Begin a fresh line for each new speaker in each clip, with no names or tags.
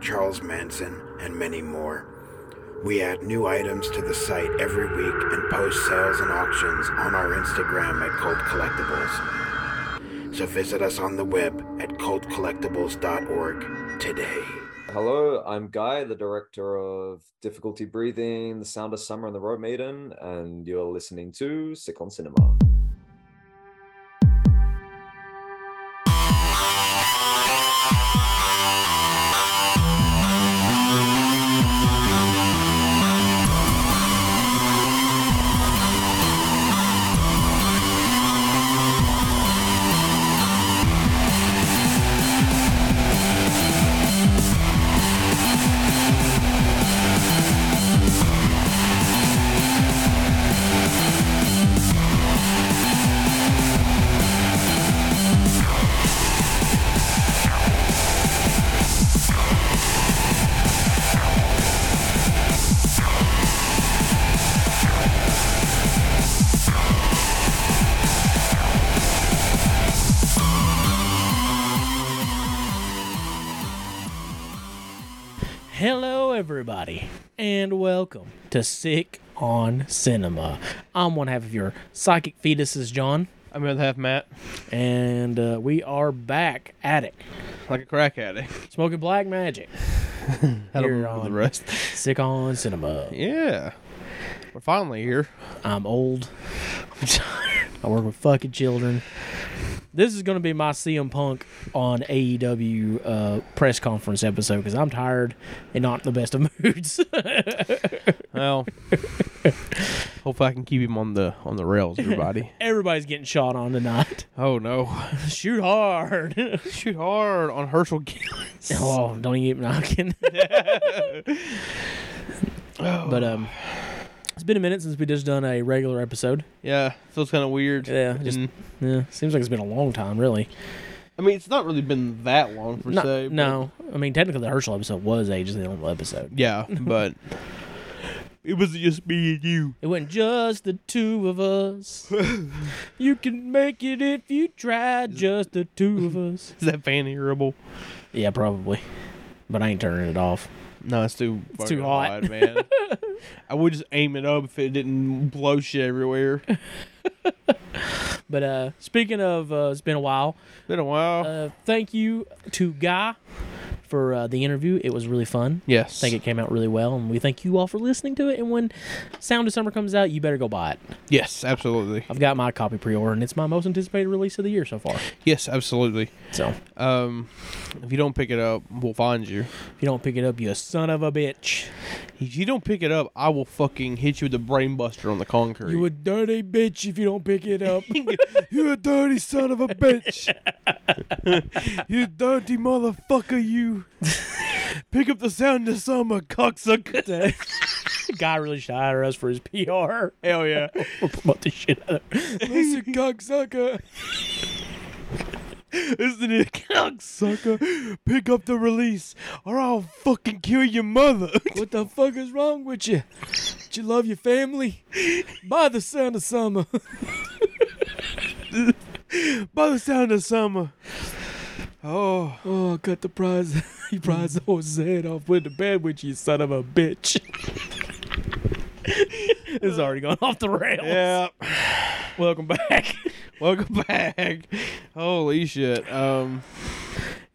Charles Manson, and many more. We add new items to the site every week and post sales and auctions on our Instagram at Cult Collectibles. So visit us on the web at cultcollectibles.org today.
Hello, I'm Guy, the director of Difficulty Breathing, The Sound of Summer, and The Road Maiden, and you're listening to Sick on Cinema.
Hello, everybody, and welcome to Sick on Cinema. I'm one half of your psychic fetuses, John,
I'm the other half Matt,
and uh, we are back at it.
like a crack addict.
Smoking black magic.
I don't
Here
remember
on
the rest.
Sick on Cinema.
Yeah. We're finally here.
I'm old. I'm tired. I work with fucking children. This is going to be my CM Punk on AEW uh, press conference episode because I'm tired and not in the best of moods.
Well, hopefully I can keep him on the on the rails, everybody.
Everybody's getting shot on tonight.
oh no!
Shoot hard.
Shoot hard on Herschel Gillis.
Oh, don't you keep knocking. but um, it's been a minute since we just done a regular episode.
Yeah, feels kind of weird.
Yeah, just-
And-
Yeah, seems like it's been a long time, really.
I mean, it's not really been that long per
No,
se. but-
no, I mean technically the Herschel episode was ages the normal episode.
Yeah, but it was just me and you.
It wasn't just the two of us. you can make it if you try, just the two of us.
Is that fan hearable?
Yeah, probably, but I ain't turning it off.
No, it's too
It's too hot.
fucking man. I would just aim it up if it didn't blow shit everywhere.
But uh, speaking of, uh, it's been a while.
Been a while.
Uh, thank you to Guy for uh, the interview. It was really fun.
yes.
think it came out really well, and we thank you all for listening to it. And when Sound of Summer comes out, you better go buy it.
Yes, absolutely.
I've got my copy pre-order, and it's my most anticipated release of the year so far.
Yes, absolutely.
So if
Um, if you don't pick it up, we'll find you.
you don't pick it up, you son of a bitch,
If you don't pick it up, I will fucking hit you with a brain buster on the concrete.
you a dirty bitch if you don't pick it up.
you a dirty son of a bitch. you dirty motherfucker, you. pick up the sound of summer, cocksucker.
Guy really should hire us for his PR.
Hell yeah.
We'll promote the shit out of it.
Listen, cocksucker. Listen to cocksucker. Pick up the release, or I'll fucking kill your mother.
What the fuck is wrong with you? Did you love your family? Buy the Sound of Summer.
By the sound of summer. Oh.
Oh, cut the prize. you prize the horse's head off with the bed with you, son of a bitch. it's already gone off the rails.
Yeah.
Welcome back.
Welcome back. Holy shit. Um,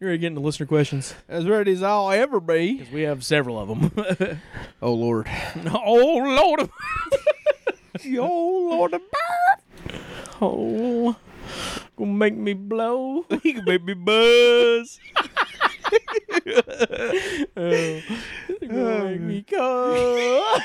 You're getting the listener questions.
as ready as I'll ever be.
We have several of them.
Oh lord.
oh, Lord.
oh lord.
Oh, gonna make me blow. Oh.
He can make me buzz.
Gonna make me go.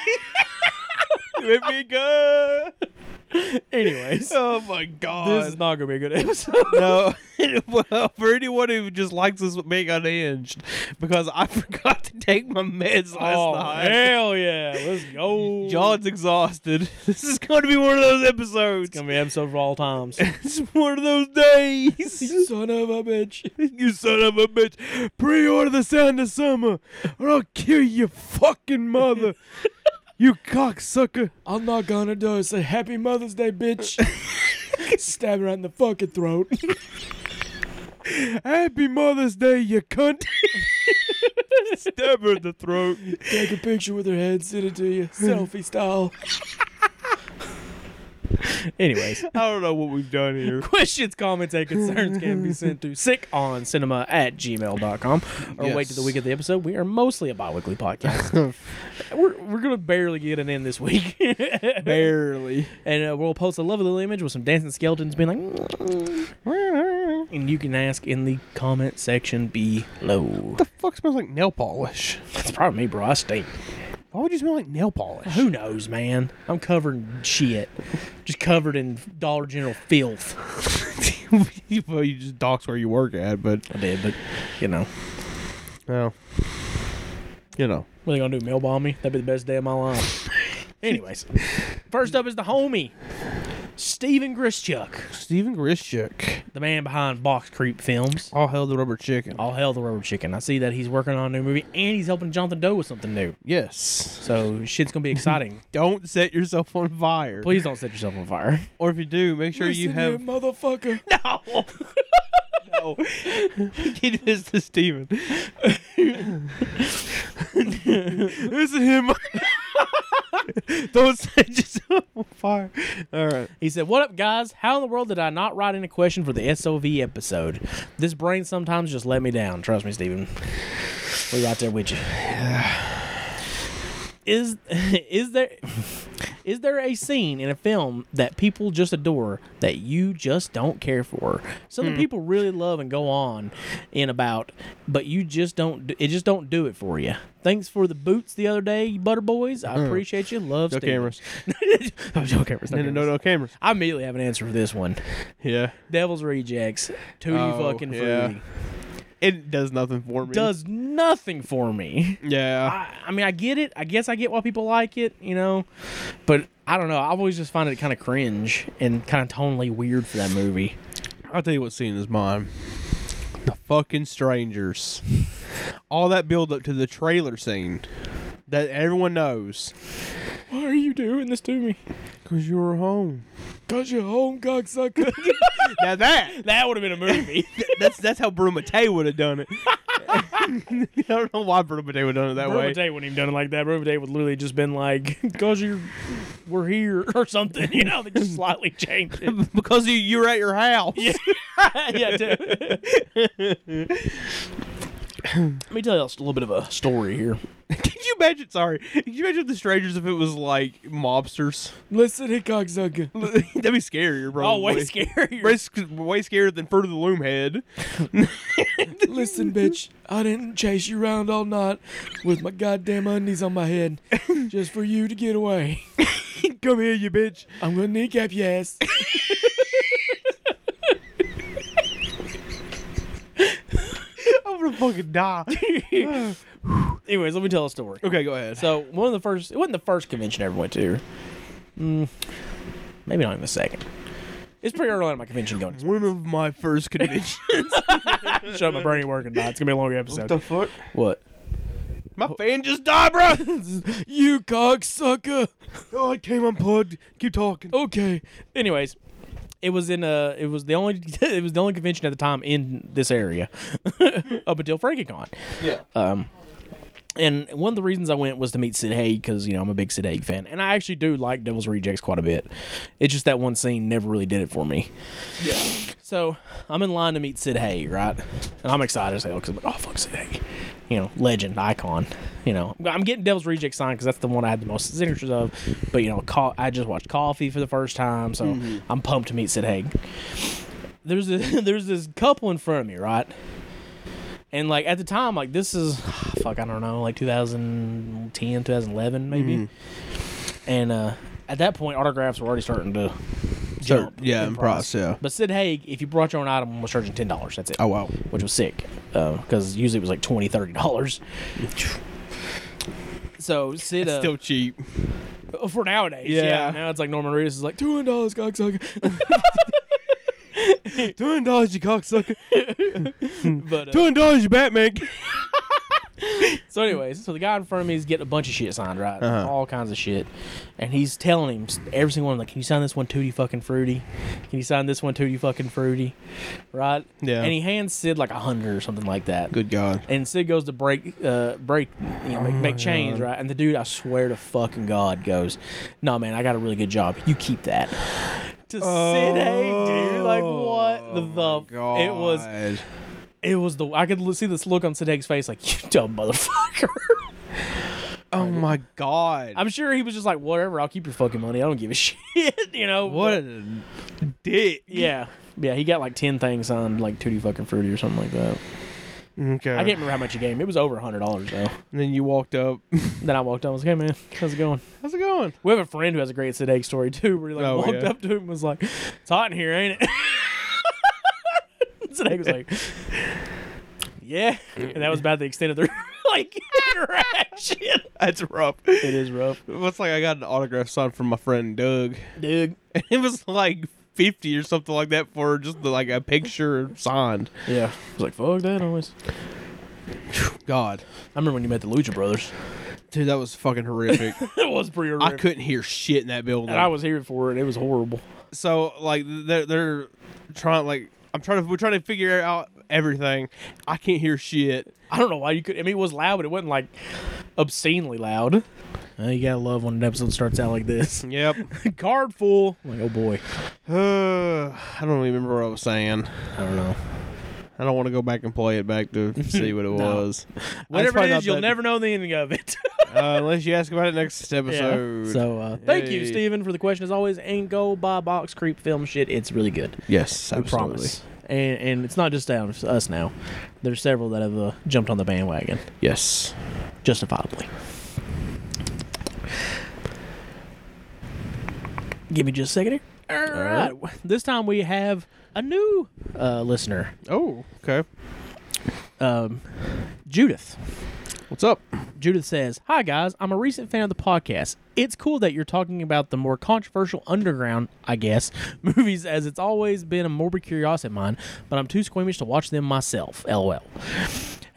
Make me go.
Anyways,
Oh my god.
this is not gonna be a good episode.
no, well, for anyone who just likes us being unhinged, because I forgot to take my meds last
oh
night.
hell yeah, let's go.
John's exhausted. This is going to be one of those episodes.
It's gonna be an episode for all times.
It's one of those days.
Son of a bitch.
you son of a bitch. Pre order the sound of summer, or I'll kill your fucking mother. you cocksucker.
I'm not gonna do it. Say happy Mother's Day, bitch. Stab her in the fucking throat.
Happy Mother's Day, you cunt. Stab her in the throat.
Take a picture with her head, send it to you, selfie style. Anyways,
I don't know what we've done here.
questions, comments, and concerns can be sent to sickoncinema at gmail.com or wait to the
Yes.
week of the episode. We are mostly a bi weekly podcast. we're we're going to barely get it in this week.
Barely.
and uh, we'll post a lovely image with some dancing skeletons being like, "Mm," and you can ask in the comment section below.
Fuck smells like nail polish.
That's probably me, bro. I stink.
Why would you smell like nail polish?
Who knows, man? I'm covered in shit. Just covered in Dollar General filth.
well, you just dox where you work at, but
I did, but you know.
well, you know.
What are they gonna do? Mail bomb me? That'd be the best day of my life. Anyways, first up is the homie, Steven Grischuk,
Steven Grishuk.
the man behind Box Creep Films.
All hell the rubber chicken.
All hell the rubber chicken. I see that he's working on a new movie and he's helping Jonathan Doe with something new.
Yes.
So shit's gonna be exciting.
Don't set yourself on fire.
Please don't set yourself on fire.
Or if you do, make sure you have.
motherfucker.
No. no. He does to Steven. Listen to him. Don't set yourself on fire. All right.
He said, What up, guys? How in the world did I not write in a question for the SOV episode? This brain sometimes just let me down. Trust me, Steven. We're right there with you. Is is there is there a scene in a film that people just adore that you just don't care for?
Hmm.
Something people really love and go on in about, but you just don't. do- It just don't do it for you. Thanks for the boots the other day, you butter boys. I appreciate you. Love
No
Steven.
Hmm. cameras.
oh, no cameras. No
No,
cameras.
no, no, no cameras.
I immediately have an answer for this one.
Yeah.
Devil's Rejects, Tootie
Oh,
fucking
yeah.
fruity.
It does nothing for me.
Does nothing for me.
Yeah.
I, I mean, I get it. I guess I get why people like it, you know. But I don't know. I've always just find it kind of cringe and kind of tonally weird for that movie.
I'll tell you what scene is mine. The fucking strangers. All that build up to the trailer scene that everyone knows.
Why are you doing this to me?
Cause you were home.
Cause you're home, cocksucker.
Now that
that would have been a movie.
that's that's how Brumate would have done it. I don't know why Brumate would have done it that
Brother
way.
Day wouldn't even done it like that. Brother Day would literally just been like, "Cause you're, we're here" or something. You know, they just slightly changed it.
Because you you're at your house.
Yeah, yeah, dude. Let me tell you a little bit of a story here.
Could you imagine sorry, could you imagine the strangers if it was like mobsters?
Listen, hey, cocksucker.
That'd be scarier, bro.
Oh, way scarier.
Way, sc- way scarier than Fruit of the Loom head.
Listen, bitch, I didn't chase you around all night with my goddamn undies on my head just for you to get away.
Come here, you bitch.
I'm gonna kneecap your ass.
I'm gonna fucking die.
Anyways, let me tell a story.
Okay, go ahead.
So one of the first, it wasn't the first convention I ever went to. Mm, maybe not even the second. It's pretty early in my convention going.
One of my first conventions.
Shut up, my brain ain't working. Nah, it's gonna be a long episode.
fuck?
what?
My fan just died, bro.
You cocksucker.
oh, it came unplugged. Keep talking.
Okay. Anyways, it was in uh it was the only it was the only convention at the time in this area up until FrankieCon.
Yeah.
Um and one of the reasons I went was to meet Sid Haig because you know I'm a big Sid Haig fan, and I actually do like Devil's Rejects quite a bit. It's just that one scene never really did it for me. So I'm in line to meet Sid Haig, right? And I'm excited as hell because I'm like, oh fuck, Sid Haig, you know, legend, icon. You know, I'm getting Devil's Reject signed because that's the one I had the most signatures of. But you know, co- I just watched Coffee for the first time, so I'm pumped to meet Sid Haig. There's a, there's this couple in front of me, right? And like at the time, like this is
Mm-hmm.
fuck, I don't know, like 2010, 2011 maybe. And uh, at that point, autographs were already starting to
So,
jump.
yeah, in price. Yeah.
But Sid Haig, if you brought your own item, was charging ten dollars. That's it.
Oh wow.
which was sick because usually it was like twenty, thirty dollars. So Sid, uh,
Still cheap.
for nowadays,
Yeah.
yeah. Now it's like Norman Reedus is like two hundred dollars, cocksucker.
Two hundred dollars, you cocksucker.
but uh,
Two hundred dollars, you Batman.
So, anyways, so the guy in front of me is getting a bunch of shit signed, right?
Uh-huh.
All kinds of shit. And he's telling him every single one, like, can you sign this one tootie fucking fruity? Can you sign this one tootie fucking fruity? Right?
Yeah.
And he hands Sid like a hundred or something like that.
Good God.
And Sid goes to break, uh, break, you know, make,
Oh
make change, right? And the dude, I swear to fucking God, goes, "No, man, I got a really good job. You keep that." To Sid Haig, dude, like what the
Oh,
the? It was
God.
it was the I could l- see this look on Sid Haig's face, like you dumb motherfucker.
Oh my God.
I'm sure he was just like, whatever, I'll keep your fucking money. I don't give a shit, you know. but-
what a dick.
yeah, yeah. He got like ten things on like tutti fucking fruity or something like that.
Okay.
I can't remember how much he gave me. It was over a hundred dollars though.
and then you walked up.
Then I walked up. I was like, hey man, how's it going?
How's it going?
We have a friend who has a great Sid Haig story too. Where he like
Oh,
walked
yeah.
up to him and was like, it's hot in here, ain't it? Sid Haig was like. Yeah, and that was about the extent of their like interaction.
That's rough.
It is rough.
It's like I got an autograph signed from my friend Doug.
dude.
And it was like fifty or something like that for just like a picture signed.
Yeah, I was like, fuck that noise.
God.
I remember when you met the Lucha Brothers.
Dude, that was fucking horrific.
it was pretty
I
horrific.
couldn't hear shit in that building.
and I was here for it. It was horrible.
so like they're they're trying like I'm trying to we're trying to figure out everything. I can't hear shit.
I don't know why you could. I mean, it was loud, but it wasn't like obscenely loud. Uh, you gotta love when an episode starts out like this.
Yep.
Card full. I'm like, oh boy.
Uh, I don't remember what I was saying.
I don't know.
I don't want to go back and play it back to see what it was.
Whatever
probably
it
not
is, you'll
that-
never know the ending of it.
Uh, unless you ask about it next episode.
So uh, thank you,
Hey.
Steven, for the question. As always, and go buy box creep film shit. It's really good.
yes,
We
absolutely.
promise. And, and it's not just down to us now. There's several that have uh, jumped on the bandwagon,
Yes.
justifiably. Give me just a second here. All right. This time we have a new uh, listener,
Oh, okay.
um, Judith.
What's up?
Judith says, Hi guys, I'm a recent fan of the podcast. It's cool that you're talking about the more controversial underground, I guess, movies as it's always been a morbid curiosity of mine, but I'm too squeamish to watch them myself. LOL.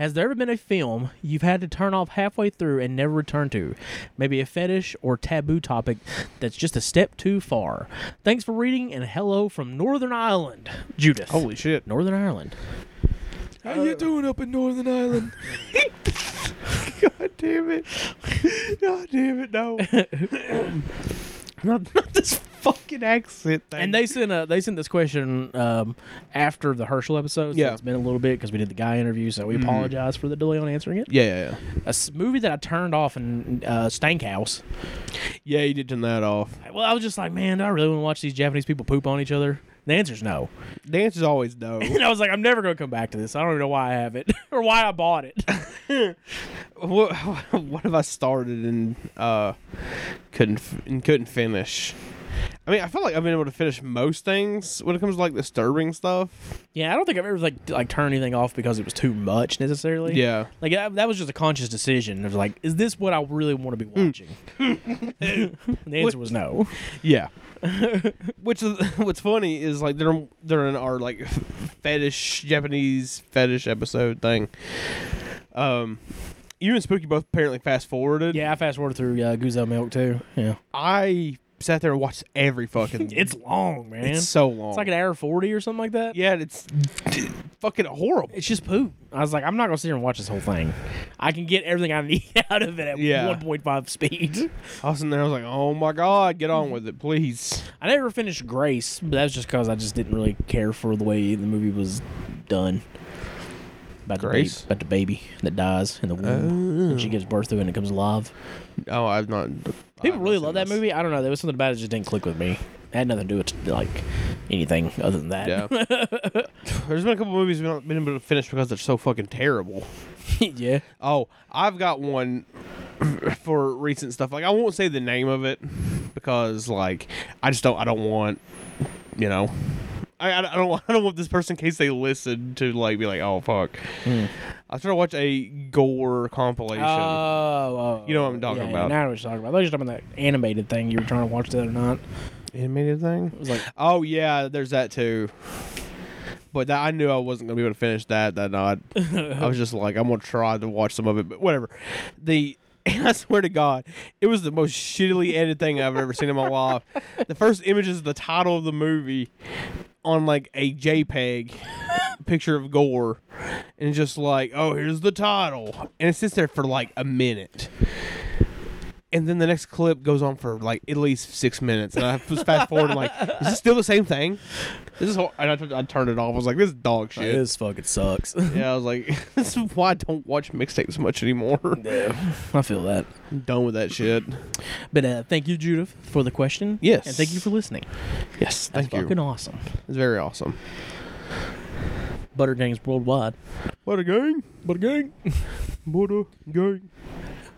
Has there ever been a film you've had to turn off halfway through and never return to? Maybe a fetish or taboo topic that's just a step too far. Thanks for reading and hello from Northern Ireland, Judith.
Holy shit.
Northern Ireland.
How you doing up in Northern Ireland? God damn it. God damn it, no. not, not this fucking accent thing.
And they sent a they sent this question um, after the Herschel episode. So
Yeah. Mm-hmm.
it's been a little bit because we did the guy interview, so we apologize for the delay on answering it.
Yeah, yeah,
A s- movie that I turned off in uh, Stankhouse.
yeah. Yeah, you did turn that off.
Well, I was just like, man, do I really want to watch these Japanese people poop on each other? The answer's no.
The answer's always no.
And I was like, I'm never going to come back to this. I don't even know why I have it or why I bought it.
what, what have I started and uh, couldn't f- and couldn't finish? I mean, I feel like I've been able to finish most things when it comes to like disturbing stuff.
yeah, I don't think I've ever like like turned anything off because it was too much necessarily.
Yeah.
Like that, that was just a conscious decision of like, is this what I really want to be
Hmm.
watching? And the answer was no.
Yeah. Which is what's funny is like they're they're in our like fetish Japanese fetish episode thing. Um, you and Spooky both apparently fast forwarded.
Yeah, I fast forward through uh, Guzo Milk too. Yeah,
I sat there and watched every fucking.
it's long, man.
it's
It's,
so long.
like an hour forty or something like that.
yeah, and it's fucking horrible.
It's just poop. I was like, I'm not gonna sit here and watch this whole thing. I can get everything I need out of it at
Yeah.
1.5 speed.
I was sitting there. I was like, "Oh my god, get on with it, please."
I never finished Grace, but that's just because I just didn't really care for the way the movie was done. About
Grace?
the baby, about the baby that dies in the womb, and she gives birth to it, and it comes alive.
Oh, I've not.
People really love that movie. I don't know. There was something about it that just didn't click with me. It had nothing to do with like anything other than that.
Yeah. There's been a couple movies we've not been able to finish because they're so fucking terrible.
yeah.
Oh, I've got one for recent stuff. Like I won't say the name of it because like I just don't I don't want you know I, I I don't want- I don't want this person in case they listen to like be like oh fuck I was trying to watch a gore compilation
Oh, oh,
You know what I'm talking
yeah, yeah,
about.
Now I know what you're talking about. I thought you were talking about that animated thing you were trying to watch the other night.
animated thing
It was like,
oh yeah there's that too but that, I knew I wasn't gonna be able to finish that uh, that night I was just like I'm gonna try to watch some of it but whatever the and I swear to God, it was the most shittily edited thing I've ever seen in my life. The first image is the title of the movie on like a JPEG picture of gore, and it's just like, oh, here's the title, and it sits there for like a minute. And then the next clip goes on for like at least six minutes, and I was fast forwarding like, is this still the same thing? This is, hor-" and I, t- I turned it off. I was like, this is dog shit.
this fucking sucks.
Yeah, I was like, this is why I don't watch mixtapes much anymore.
I feel that.
I'm done with that shit.
But uh, thank you, Judith, for the question.
Yes.
And thank you for listening.
Yes,
That's
thank you.
fucking awesome.
It's very awesome.
Butter Gangs Worldwide.
What a gang.
Butter Gang.
What a gang.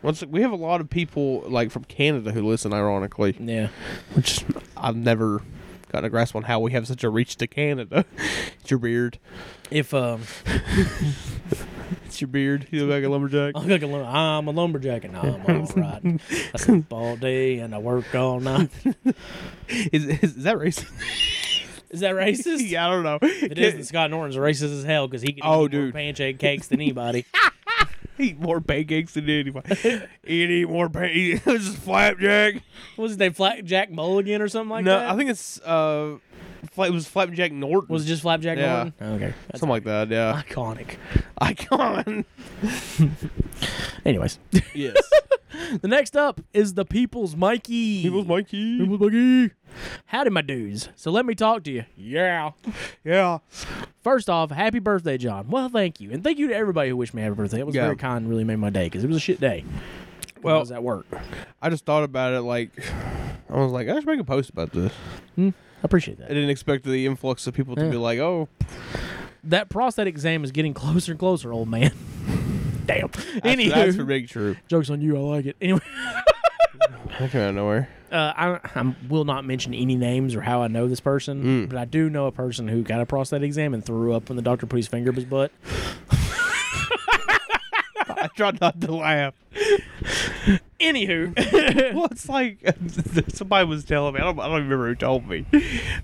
Once we have a lot of people like from Canada who listen, ironically,
Yeah.
which I've never gotten a grasp on how we have such a reach to Canada. it's your beard.
If um,
It's your beard. You look like a lumberjack.
I'm, like a, lum- I'm a lumberjack and I'm all right. I sleep all day and I work all night.
Is, is, is that racist?
Is that racist?
yeah, I don't know.
If it isn't, Scott Norton's racist as hell because he can
Oh,
eat
dude.
more pancake cakes than anybody.
Eat more pancakes than anybody. Eat, eat more pancakes. just flapjack.
What was his name? Flat Jack Mulligan or something like
no,
that?
I think it's uh, Fla- it was Flapjack Norton.
Was it just Flapjack
Yeah.
Norton? Oh, Okay. That's
something like that? Yeah,
iconic.
icon.
Anyways,
Yes,
the next up is the People's Mikey.
Mikey.
People's Mikey. Howdy, my dudes. So let me talk to you. Yeah.
Yeah,
First off, happy birthday, John. Well, thank you. And thank you to everybody who wished me happy birthday. It was
Yeah.
very kind and really made my day because it was a shit day.
Well-
Well, was at work. I
I just thought about it. Like, I was like, I should make a post about this.
appreciate that.
I didn't expect the influx of people to
Yeah.
be like, oh,
That prostate exam is getting closer and closer, old man. Damn.
that's,
Anywho,
that's for Big Troop.
jokes on you. I like it. Anyway.
That came out of nowhere.
uh, I, I will not mention any names or how I know this person, but I do know a person who got a prostate exam and threw up when the doctor put his finger up his butt.
I tried not to laugh.
Anywho,
Well, it's like somebody was telling me. I don't, I don't remember who told me,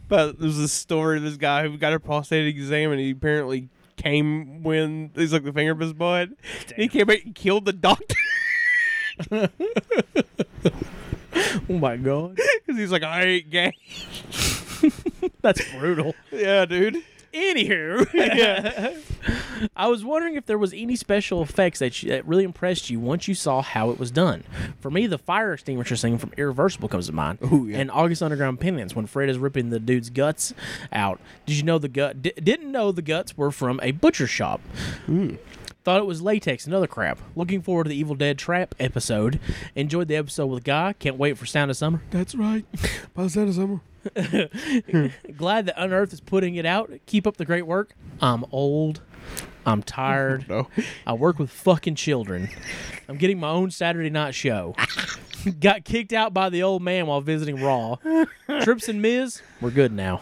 but there was a story of this guy who got a prostate exam and he apparently came when he's like the finger of his butt. And he came out and killed the doctor
oh my god,
because he's like, I ain't gay.
that's brutal.
Yeah, dude.
Anywho,
Yeah.
I was wondering if there was any special effects that you, that really impressed you once you saw how it was done. For me, the fire extinguisher scene from Irreversible comes to mind,
Ooh, yeah.
and August Underground Penance when Fred is ripping the dude's guts out. Did you know the gut? D- didn't know the guts were from a butcher shop.
Hmm.
Thought it was latex and other crap. Looking forward to the Evil Dead Trap episode. Enjoyed the episode with Guy. Can't wait for Sound of Summer.
That's right. By the sound of summer.
Glad that Unearth is putting it out. Keep up the great work. I'm old. I'm tired.
No.
I work with fucking children. I'm getting my own Saturday night show. Got kicked out by the old man while visiting Raw. Trips and Miz, we're good now.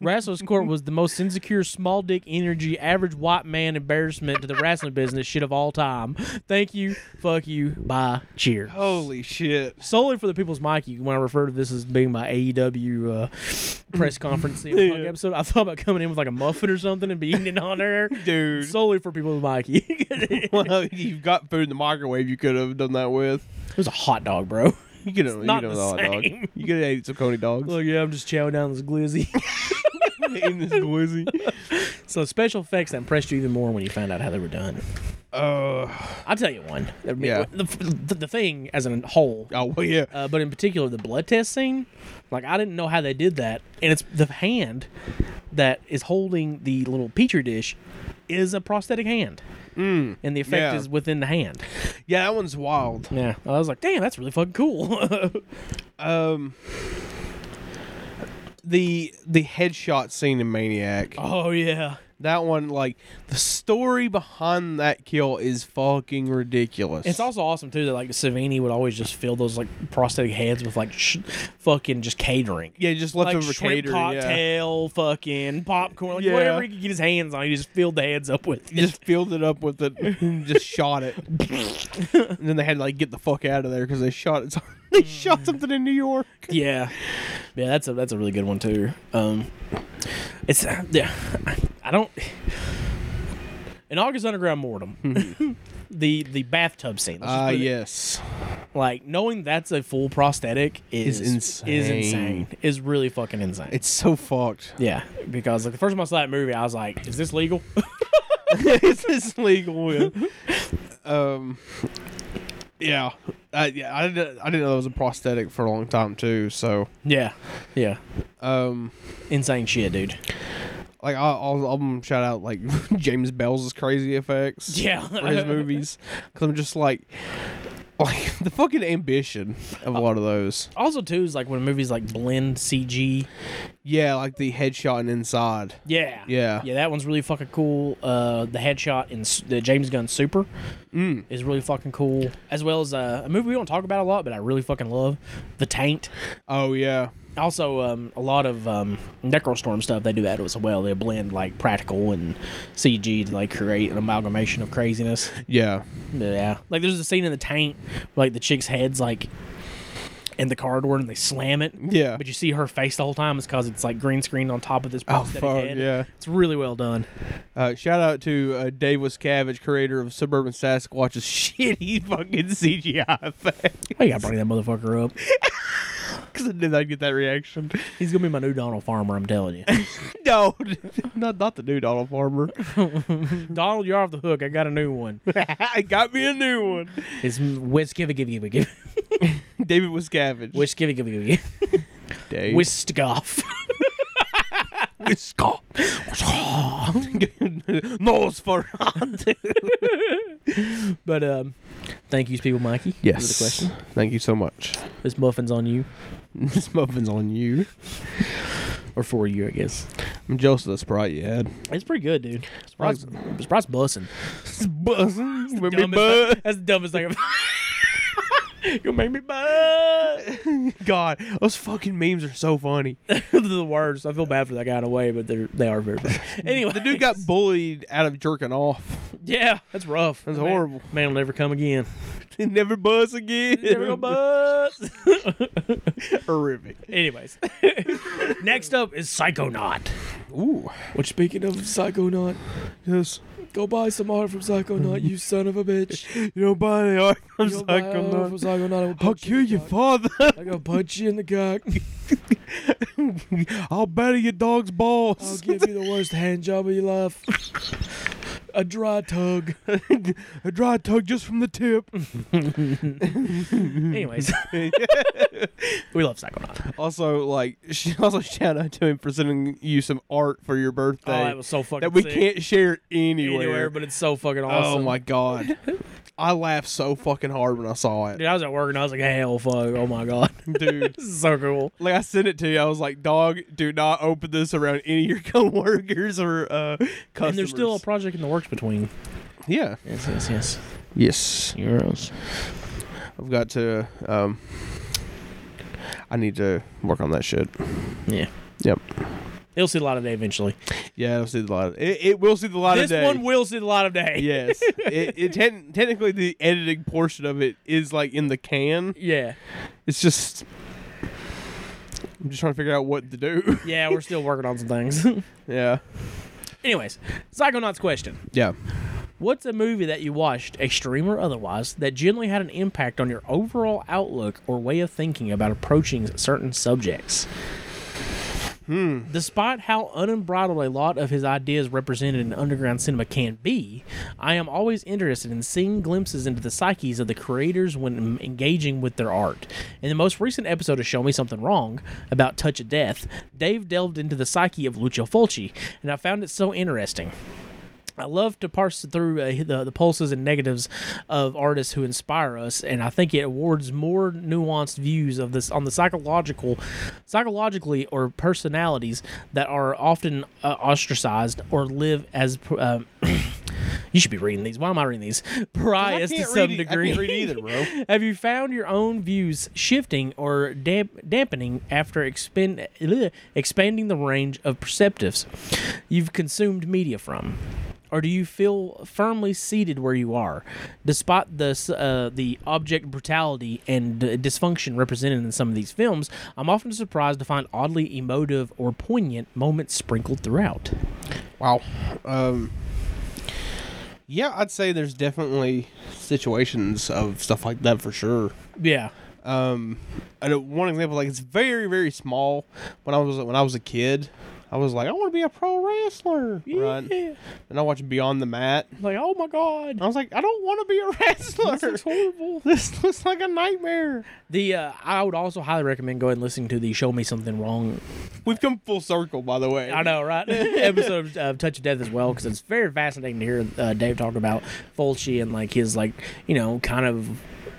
Wrestler's Court was the most insecure, small dick energy, average white man embarrassment to the wrestling business shit of all time. Thank you. Fuck you. Bye. Cheer
Holy shit.
solely for the people's Mikey. When I refer to this as being my AEW uh, press conference CM Punk episode, I thought about coming in with like a muffin or something and be eating it on air.
Dude.
Solely for people's Mikey. it
Well, uh, you've got food in the microwave you could have done that with.
was a hot dog, bro.
You could have
not
you know,
the
the hot
same.
Dog. You could have ate some Coney dogs.
Look, yeah, I'm just chowing down this glizzy.
in this glizzy.
so special effects that impressed you even more when you found out how they were done.
Uh,
I'll tell you one. I mean,
Yeah.
The, the, the thing as a whole.
oh, well, yeah.
Uh, but in particular, the blood test scene, like I didn't know how they did that, and it's the hand that is holding the little petri dish is a prosthetic hand, mm, and the effect
yeah.
is within the hand.
Yeah, that one's wild.
Yeah, I was like, damn, that's really fucking cool.
Um, the the headshot scene in Maniac.
oh yeah,
That one, like the story behind that kill is fucking ridiculous.
It's also awesome too that like Savini would always just fill those like prosthetic heads with like sh- fucking just catering.
yeah, just
like
leftover
shrimp
catering. Yeah.
cocktail, fucking popcorn, like
Yeah.
whatever he could get his hands on, he just filled the heads up with.
You just filled it up with it, and just shot it, and then they had to like get the fuck out of there because they shot it. They
Hmm.
shot something in New York.
Yeah, yeah, that's a that's a really good one too. Um, it's uh, yeah, I don't. In August Underground Mortem, the the bathtub scene. let's just
Mm-hmm. Ah,
put it-
yes.
like knowing that's a full prosthetic is
Is
Is
insane.
insane. Is really fucking insane.
It's so fucked.
yeah, because like the first time I saw that movie, I was like, "Is this legal?"
is this legal? Yeah. um, yeah, I, yeah, I didn't, I didn't know that was a prosthetic for a long time too. So,
yeah, yeah,
um,
insane shit, dude.
like I, I'll, I'll shout out like James Bell's crazy effects.
Yeah.
for his movies, because I'm just like, like the fucking ambition of a lot of those.
Also, too is like when movies like blend CG.
Yeah, like the headshot and inside.
Yeah,
Yeah.
yeah. That one's really fucking cool. Uh, the headshot in S- the James Gunn Super
Mm.
is really fucking cool, as well as uh, a movie we don't talk about a lot, but I really fucking love, The Taint.
Oh yeah.
Also, um, a lot of um, Necrostorm stuff they do that as well. They blend like practical and CG to like create an amalgamation of craziness.
Yeah.
Yeah, like there's a scene in the tank, where, like the chick's head's like in the car door and they slam it.
Yeah.
but you see her face the whole time is because it's like green screen on top of this
Oh
prosthetic
fuck
head.
yeah!
It's really well done.
Uh, shout out to uh, Dave Wascavage, creator of Suburban Sasquatch's shitty fucking CGI effect.
I gotta bring that motherfucker up.
Because I did not get that reaction.
He's gonna be my new Donald Farmer. I'm telling you,
No, not not the new Donald Farmer.
Donald, you're off the hook. I got a new one.
I got me a new one.
It's Wes Give it, give it, give it, give it.
David Wascavage.
Wes Give it, give it, give it.
Dave
Wiskoff.
Wiscott. Nosferatu.
But um, thank you, Speeble Mikey.
Yes.
For the question.
Thank you so much.
This muffin's on you,
This muffin's on you.
or for you, I guess.
I'm jealous of the sprite you had.
It's pretty good, dude. Sprite's, Sprite's bussing.
It's buzzing. With me
Dumbest
buzz.
thing- That's the dumbest thing I've You make me buzz.
God, those fucking memes are so funny.
They're the worst. I feel bad for that guy in a way, but they're they are very bad. Anyway,
The dude got bullied out of jerking off.
yeah, that's rough.
That's
The man-
horrible.
Man will never come again.
He never buzz again.
Never gonna buzz.
Horrific.
Anyways, next up is Psychonaut.
Ooh.
Which, speaking of Psychonaut,
Yes.
go buy some art from Psychonaut, you son of a bitch.
You don't buy any art from
Go buy art from
Psychonaut.
Psychonaut. I will
I'll
punch you
kill
in
your
the
father.
cock. I will punch you in the cock.
I'll batter your dog's
I'll
balls.
give you the worst hand job of your life. A dry tug.
A dry tug just from the tip.
Anyways, we love Psychonaut.
Also, like, sh- also shout out to him for sending you some art for your birthday.
Oh, that was so fucking
that we
sick.
can't share anywhere.
anywhere, but it's so fucking
oh
awesome.
my god, I laughed so fucking hard when I saw
Dude,
it,
I was at work and I was like, hell fuck, oh my god.
dude.
This is so cool.
Like I sent it to you, I was like, "Dog, do not open this around any of your coworkers or uh, customers."
And there's still a project in the works between.
yeah,
Yes, yes, yes.
yes.
Euros.
I've got to. Um, I need to work on that shit.
Yeah.
Yep.
It'll see the light of day eventually.
Yeah, it'll see the light. Of, it, it will see the light
this
of day.
one will see the light of day.
yes. It, it ten- technically the editing portion of it is like in the can.
Yeah.
It's just I'm just trying to figure out what to do.
Yeah, we're still working on some things.
yeah.
Anyways, Psychonauts question.
Yeah.
What's a movie that you watched, extreme or otherwise, that generally had an impact on your overall outlook or way of thinking about approaching certain subjects? Hmm. Despite how unbridled a lot of his ideas represented in underground cinema can be, I am always interested in seeing glimpses into the psyches of the creators when engaging with their art. In the most recent episode of Show Me Something Wrong about Touch of Death, Dave delved into the psyche of Lucio Fulci, and I found it so interesting. I love to parse through uh, the, the pulses and negatives of artists who inspire us, and I think it awards more nuanced views of this on the psychological, psychologically or personalities that are often uh, ostracized or live as. pr- Um, you should be reading these. Why am I reading these? Pariahs to some degree.
I can't read either, bro.
Have you found your own views shifting or damp- dampening after expend- bleh, expanding the range of perceptives you've consumed media from? Or do you feel firmly seated where you are, despite the s- uh, the object brutality and uh, dysfunction represented in some of these films? I'm often surprised to find oddly emotive or poignant moments sprinkled throughout.
Wow. Um, yeah, I'd say there's definitely situations of stuff like that for sure.
Yeah,
Um, I know one example, like it's very, very small. When I was when I was a kid, I was like, I want to be a pro wrestler, right?
Yeah.
And I watched Beyond the Mat.
Like, oh my god.
I was like, I don't want to be a wrestler. This is horrible. This looks like a nightmare.
The uh, I would also highly recommend going and listening to the "Show Me Something Wrong"
We've come full circle, by the way.
I know, right? episode of uh, Touch of Death as well, because it's very fascinating to hear uh, Dave talk about Fulci and like his like you know kind of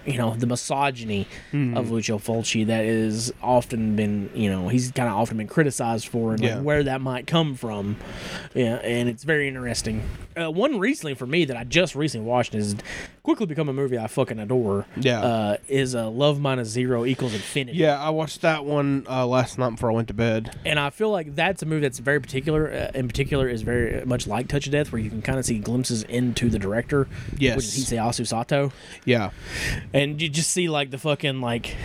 you know the misogyny
Hmm.
of Lucio Fulci that is often been you know he's kind of often been criticized for and
Yeah.
like, where that might come from. Yeah, and it's very interesting. Uh, one recently for me that I just recently watched is quickly become a movie I fucking adore.
Yeah.
uh, is uh, Love Minus Zero Equals Infinity.
Yeah, I watched that one uh, last night before I went to bed.
And I feel like that's a movie that's very particular. Uh, in particular, is very much like Touch of Death, where you can kind of see glimpses into the director,
Yes.
which is Hisayasu Sato,
Yeah.
and you just see like the fucking like,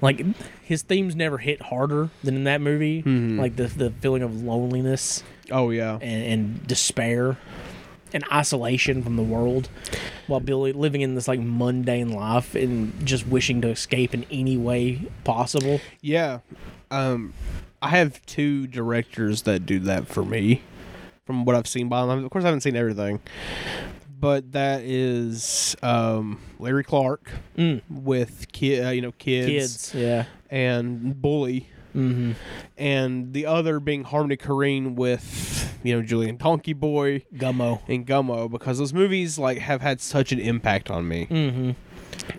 like his themes never hit harder than in that movie. Like the the feeling of loneliness
Oh yeah.
and, and despair, and isolation from the world, while Billy living in this like mundane life and just wishing to escape in any way possible.
Yeah. Um I have two directors that do that for me from what I've seen by them. Of course I haven't seen everything. But that is um Larry Clark with kid, uh, you know, kids,
Mm. Kids, yeah,
and Bully.
Mhm.
And the other being Harmony Korine with, you know, Julian Donkey Boy
Gummo.
and Gummo because those movies like have had such an impact on me. Mm-hmm.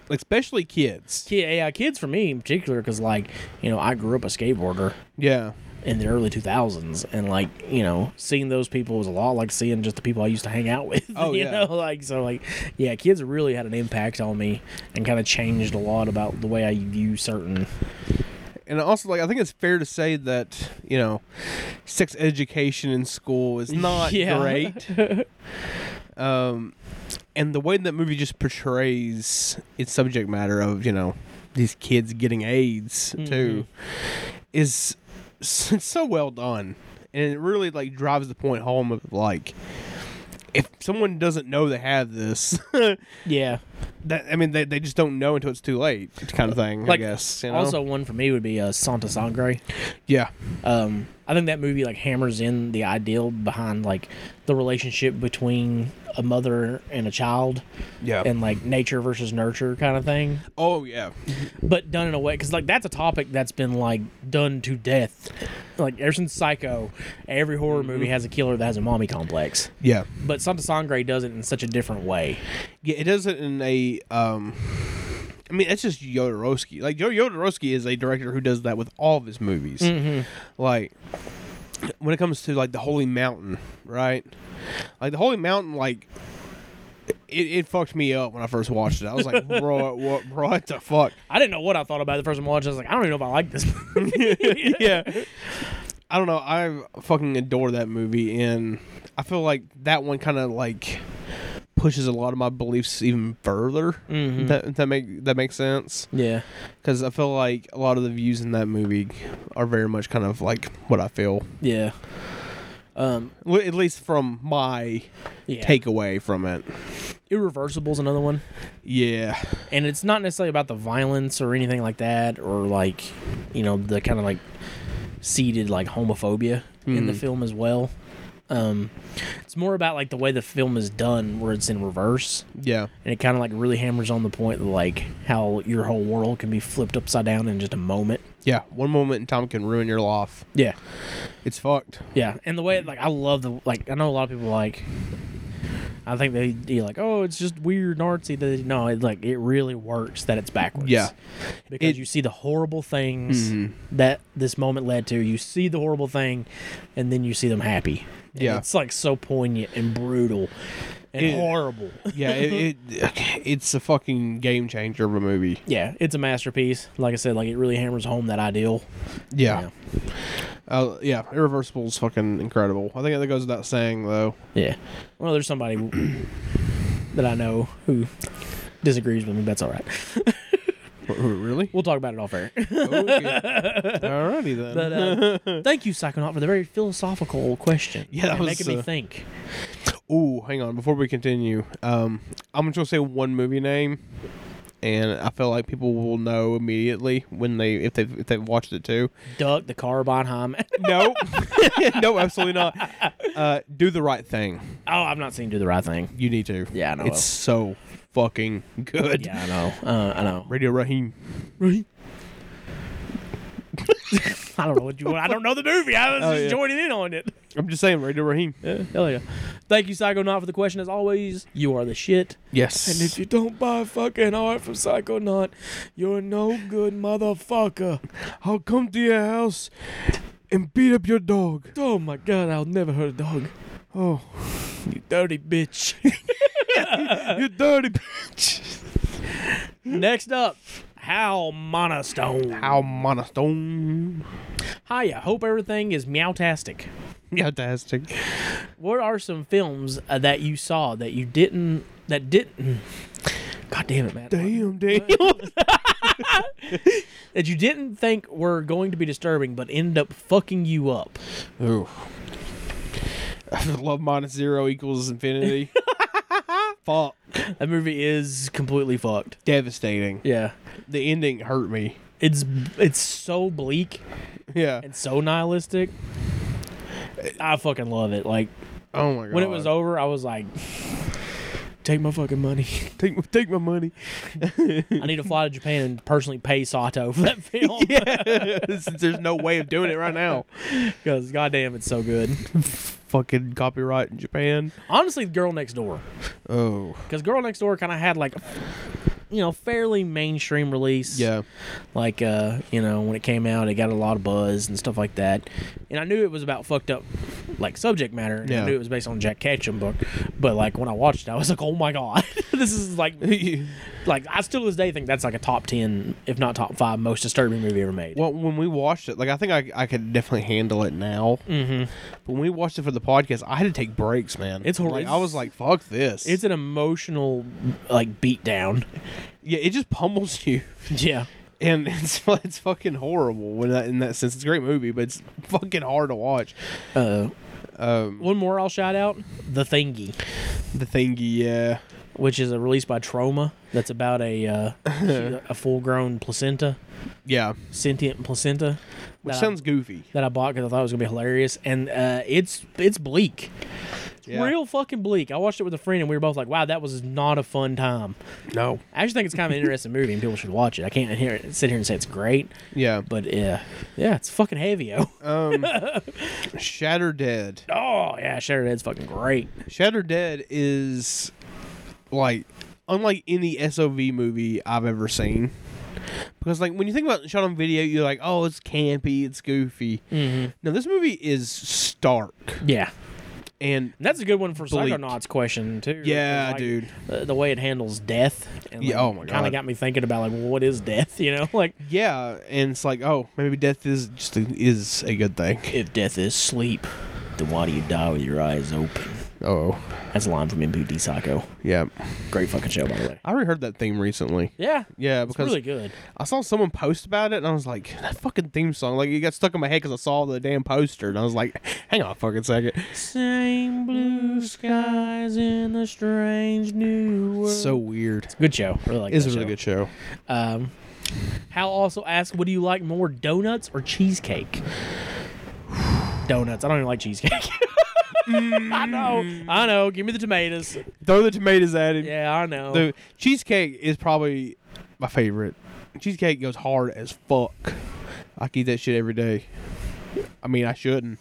Especially kids.
Ki- yeah, kids for me in particular, because like you know, I grew up a skateboarder
Yeah.
in the early 2000s, and like you know, seeing those people was a lot like seeing just the people I used to hang out with.
Oh,
you
yeah.
know, like so, like yeah, kids really had an impact on me and kind of changed a lot about the way I view certain.
and also like I think it's fair to say that you know, sex education in school is not
Yeah.
great. um, and the way that movie just portrays its subject matter of you know these kids getting AIDS too
Mm-hmm.
is s- it's so well done, and it really like drives the point home of like. If someone doesn't know they have this,
Yeah.
that I mean, they, they just don't know until it's too late, kind of thing.
Like,
I guess. You know?
Also, one for me would be uh, Santa Sangre.
yeah,
um, I think that movie like hammers in the ideal behind like the relationship between a mother and a child,
Yeah.
and like nature versus nurture kind of thing,
oh yeah,
but done in a way because like that's a topic that's been like done to death, like ever since Psycho, every horror movie
Mm-hmm.
has a killer that has a mommy complex,
yeah.
but Santa Sangre does it in such a different way.
Yeah, it does it in a. Um, I mean, it's just Jodorowsky. Like Joe Jodorowsky is a director who does that with all of his movies. Like when it comes to like the Holy Mountain, right? Like the Holy Mountain, like. It, it fucked me up when I first watched it. I was like, bro, what, bro, what the fuck?
I didn't know what I thought about it the first time I watched. it. I was like, I don't even know if I like this. movie.
yeah. I don't know. I fucking adore that movie, and I feel like that one kind of like pushes a lot of my beliefs even further.
Mm-hmm.
That that make that makes sense
yeah.
because I feel like a lot of the views in that movie are very much kind of like what I feel,
Yeah. Um,
L- at least from my
yeah.
takeaway from it.
Irreversible's another one.
Yeah,
and it's not necessarily about the violence or anything like that or like you know the kind of like seeded like homophobia in the film as well um it's more about like the way the film is done where it's in reverse
yeah,
and it kind of like really hammers on the point that, like how your whole world can be flipped upside down in just a moment
yeah. One moment in time can ruin your life.
yeah
It's fucked.
yeah and the way like i love the like i know a lot of people like I think they they like, oh, it's just weird and artsy. They, no, it, like it really works that it's backwards.
Yeah.
because
It- Mm-hmm.
you see the horrible things that this moment led to. You see the horrible thing, and then you see them happy. And
Yeah.
it's like so poignant and brutal and
It-
horrible.
yeah, it, it it's a fucking game changer of a movie.
Yeah, it's a masterpiece. Like I said, like it really hammers home that ideal.
Yeah, uh, yeah, Irreversible is fucking incredible. I think that goes without saying though.
Yeah. Well, there's somebody that I know who disagrees with me. but That's all right.
Really?
We'll talk about it off air.
Alrighty then.
But uh, thank you, Psychonaut, for the very philosophical question.
Yeah, that
And
was,
making me
uh,
think.
Ooh, hang on. Before we continue, um, I'm just gonna say one movie name, and I feel like people will know immediately when they if they if they've watched it too.
Duck the carbine high.
No, no, absolutely not. Uh, Do the right thing.
oh, I've not seen Do the Right Thing.
You need to.
Yeah, I know.
It's so fucking good.
Yeah, I know. Uh, I know.
Radio Raheem.
I don't know what you want. I don't know the movie. I was
Oh,
just
yeah.
joining in on it.
I'm just saying, Radio Raheem.
Hell yeah. Thank you, Psychonaut, for the question. As always, you are the shit.
Yes.
And if you don't buy fucking art from Psychonaut, you're no good motherfucker.
I'll come to your house and beat up your dog.
Oh my god, I'll never hurt a dog.
Oh,
You dirty bitch.
you dirty bitch.
Next up, Hal Monostone.
How monostone.
Hiya. Hope everything is meowtastic.
Yeah, fantastic.
What are some films uh, that you saw that you didn't that didn't? God damn it, man!
Damn, damn.
That you didn't think were going to be disturbing, but end up fucking you up.
Ooh. Love minus zero equals infinity. Fuck.
That movie is completely fucked.
Devastating.
Yeah,
The ending hurt me.
it's it's so bleak
Yeah.
and so nihilistic. I fucking love it. Like
Oh my god.
when it was over, I was like,
Take my fucking money.
take my- take my money.
I need to fly to Japan and personally pay Sato for that film
Since there's no way of doing it right now.
because goddamn, it's so good.
Fucking copyright in Japan.
Honestly, Girl Next Door.
Oh.
because Girl Next Door kind of had like, you know, fairly mainstream release.
Yeah.
Like, uh, you know, when it came out, it got a lot of buzz and stuff like that. And I knew it was about fucked up, like subject matter. And
Yeah.
I knew it was based on Jack Ketchum book, but like when I watched it, I was like, oh my god, this is like, like I still to this day think that's like a top ten, if not top five, most disturbing movie ever made.
Well, when we watched it, like I think I, I could definitely handle it now. Mm-hmm. But when we watched it for the podcast, I had to take breaks, man.
It's hor-
like I was like, "Fuck this!"
It's an emotional, like beatdown.
yeah, it just pummels you,
Yeah.
and it's it's fucking horrible. When that in that sense, it's a great movie, but it's fucking hard to watch.
Uh,
Um,
one more I'll shout out: The Thingy.
the thingy, yeah,
which is a release by Trauma. That's about a uh, a full grown placenta,
yeah,
sentient placenta.
which
that
sounds
I,
goofy.
that I bought because I thought it was gonna be hilarious, and uh, it's it's bleak,
Yeah.
real fucking bleak. I watched it with a friend, and we were both like, "Wow, that was not a fun time."
No,
I actually think it's kind of an interesting movie, and people should watch it. I can't hear it, sit here and say it's great,
yeah.
but yeah, yeah, it's fucking heavy. Oh,
Um, Shatter Dead.
oh yeah, Shadow Dead's fucking great.
Shatter Dead is like unlike any SOV movie I've ever seen. Because like when you think about shot on video, you're like, oh, it's campy, it's goofy. Mm-hmm. No, this movie is stark
Yeah. And
and
that's a good one for
Bleak.
Psychonauts question too.
Yeah,
Like,
dude.
The, the way it handles death. And
Yeah, oh my
Kind
God.
of got me thinking about like, well, what is death? You know, like
yeah, and it's like, oh, maybe death is just a, is a good thing.
if death is sleep, then why do you die with your eyes open?
Oh,
That's a line from MPD Psycho.
yeah.
Great fucking show, by the way.
I reheard that theme recently.
Yeah.
Yeah,
It's
because
really good.
I saw someone post about it, and I was like, that fucking theme song. Like, it got stuck in my head because I saw the damn poster, and I was like, hang on a fucking second.
Same blue skies in a strange new world.
So weird.
good show. Really like
It's a
that
really
show.
good show.
Um, Hal also asked, "What do you like more, donuts or cheesecake?" donuts. I don't even like cheesecake. I know. I know. Give me the tomatoes.
Throw the tomatoes at him.
Yeah, I know.
The cheesecake is probably my favorite. Cheesecake goes hard as fuck. I could eat that shit every day. I mean, I shouldn't.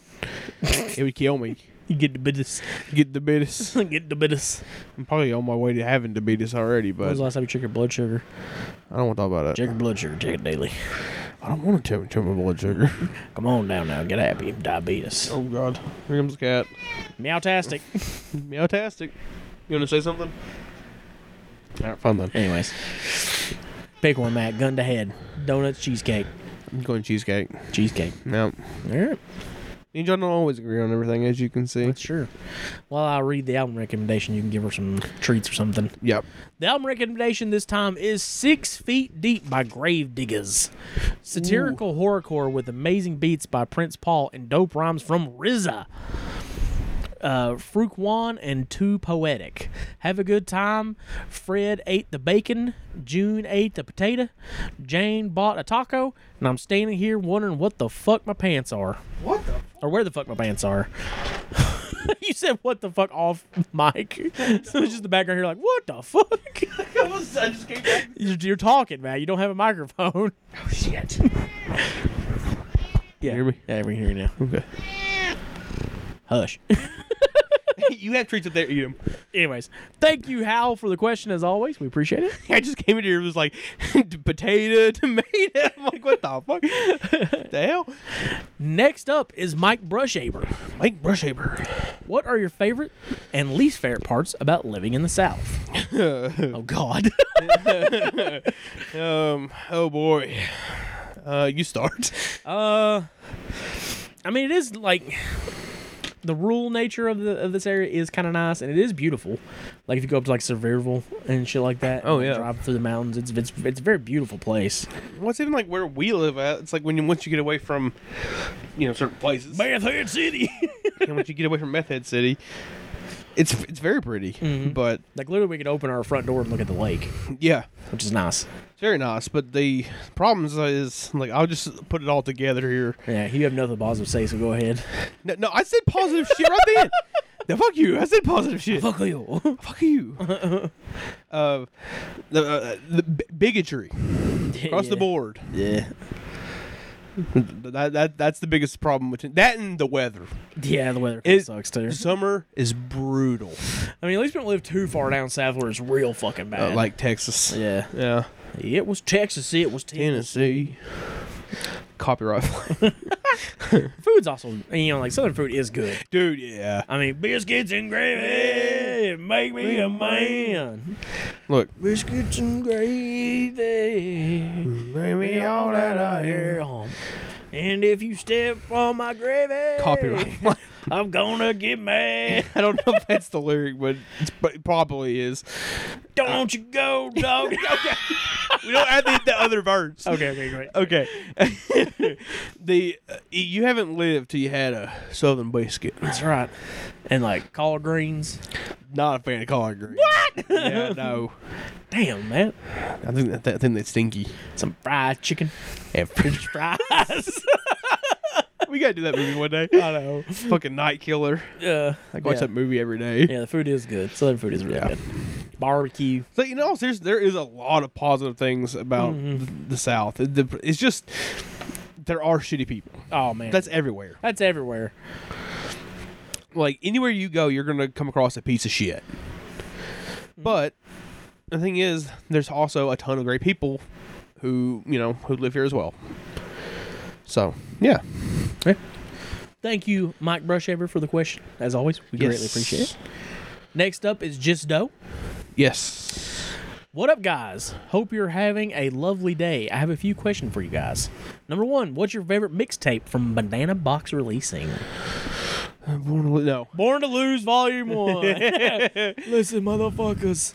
it would kill me.
You get the bitters.
Get diabetes.
get the bitters.
I'm probably on my way to having diabetes already,
When was
but
the last time you checked your blood sugar?
I don't want to talk about it.
Check your blood sugar. Check it daily.
I don't want to check, check my blood sugar.
Come on down now. Get happy. Diabetes.
oh God, here comes the cat.
Meowtastic.
Meowtastic. You want to say something? All right, fine then.
Anyways, pick one, Matt. Gun to head. Donuts, cheesecake,
I'm going cheesecake.
cheesecake.
No,
All right.
me and John don't always agree on everything, as you can see.
That's sure. While I read the album recommendation, you can give her some treats or something.
Yep.
The album recommendation this time is Six Feet Deep by Gravediggers. Satirical horrorcore with amazing beats by Prince Paul and dope rhymes from RZA. Uh, Fruquan and Too Poetic. Have a good time. Fred ate the bacon. June ate the potato. Jane bought a taco. And I'm standing here wondering what the fuck my pants are. What the? Or where the fuck my pants are. you said what the fuck off mic. So it's just the background here like, what the fuck? You're, you're talking, man. You don't have a microphone. Oh shit. yeah.
hear me?
Yeah, we can hear you now.
Okay.
Hush.
you have treats up there. Eat them.
Anyways, thank you, Hal, for the question as always. We appreciate it.
I just came in here. It was like potato, tomato. I'm like, what the fuck? the hell?
Next up is Mike Brushaber.
Mike Brushaber.
What are your favorite and least favorite parts about living in the South? oh God.
Um. Oh boy. Uh, you start.
Uh, I mean, it is like the rural nature of the of this area is kind of nice, and it is beautiful. Like if you go up to like Sevierville and shit like that.
Oh,
and
yeah.
drive through the mountains. It's it's it's a very beautiful place.
What's even like where we live at? It's like when you once you get away from, you know, certain places.
Bathhead City.
and once you get away from Meth Head City, it's it's very pretty. But
like literally, we could open our front door and look at the lake,
yeah,
which is nice.
it's very nice. But the problem is, is like I'll just put it all together here.
Yeah, you have nothing positive to say, so go ahead.
No, no I said positive shit right then. Now fuck you. I said positive shit.
Fuck you.
Fuck you. uh, the, uh, the b- bigotry across the board.
Yeah.
That, that that's the biggest problem with it. that and the weather.
Yeah, the weather kinda
It-
sucks too.
Summer is brutal,
I mean, at least we don't live too far down south where it's real fucking
uh,
bad.
like Texas.
yeah,
Yeah.
it was Texas. It was Tennessee.
Tennessee. Copyright, claim.
Food's also, you know, like southern food is good.
dude. Yeah.
I mean, biscuits and gravy make me a man.
Look,
Biscuits and gravy make me all that I am. And if you step on my gravy,
copyright.
I'm gonna get mad.
I don't know if that's the lyric, but it's, but it probably is.
Don't you go, dog.
We don't add the, the other verbs.
okay, okay, great.
Okay. the uh, you haven't lived till you had a southern biscuit.
That's right. And like collard greens.
Not a fan of collard greens. What? Yeah, no.
Damn, man.
I think that, that thing that's stinky.
Some fried chicken.
And French
Fries.
We gotta do that movie one day.
I know.
Fucking Night Killer.
Yeah.
I watch
yeah.
that movie every day.
Yeah, the food is good. Southern food is really
Yeah.
good. Barbecue.
So you know, there's there is a lot of positive things about th- the South. It- the- It's just there are shitty people.
Oh man.
That's everywhere.
That's everywhere.
Like anywhere you go, you're gonna come across a piece of shit. But the thing is, there's also a ton of great people who you know who live here as well. So yeah,
Thank you, Mike Brushaver, for the question. As always, we greatly appreciate it. Next up is Just Doe.
Yes.
What up, guys? Hope you're having a lovely day. I have a few questions for you guys. Number one, what's your favorite mixtape from Banana Box Releasing?
No.
Born to Lose Volume 1.
Listen, motherfuckers.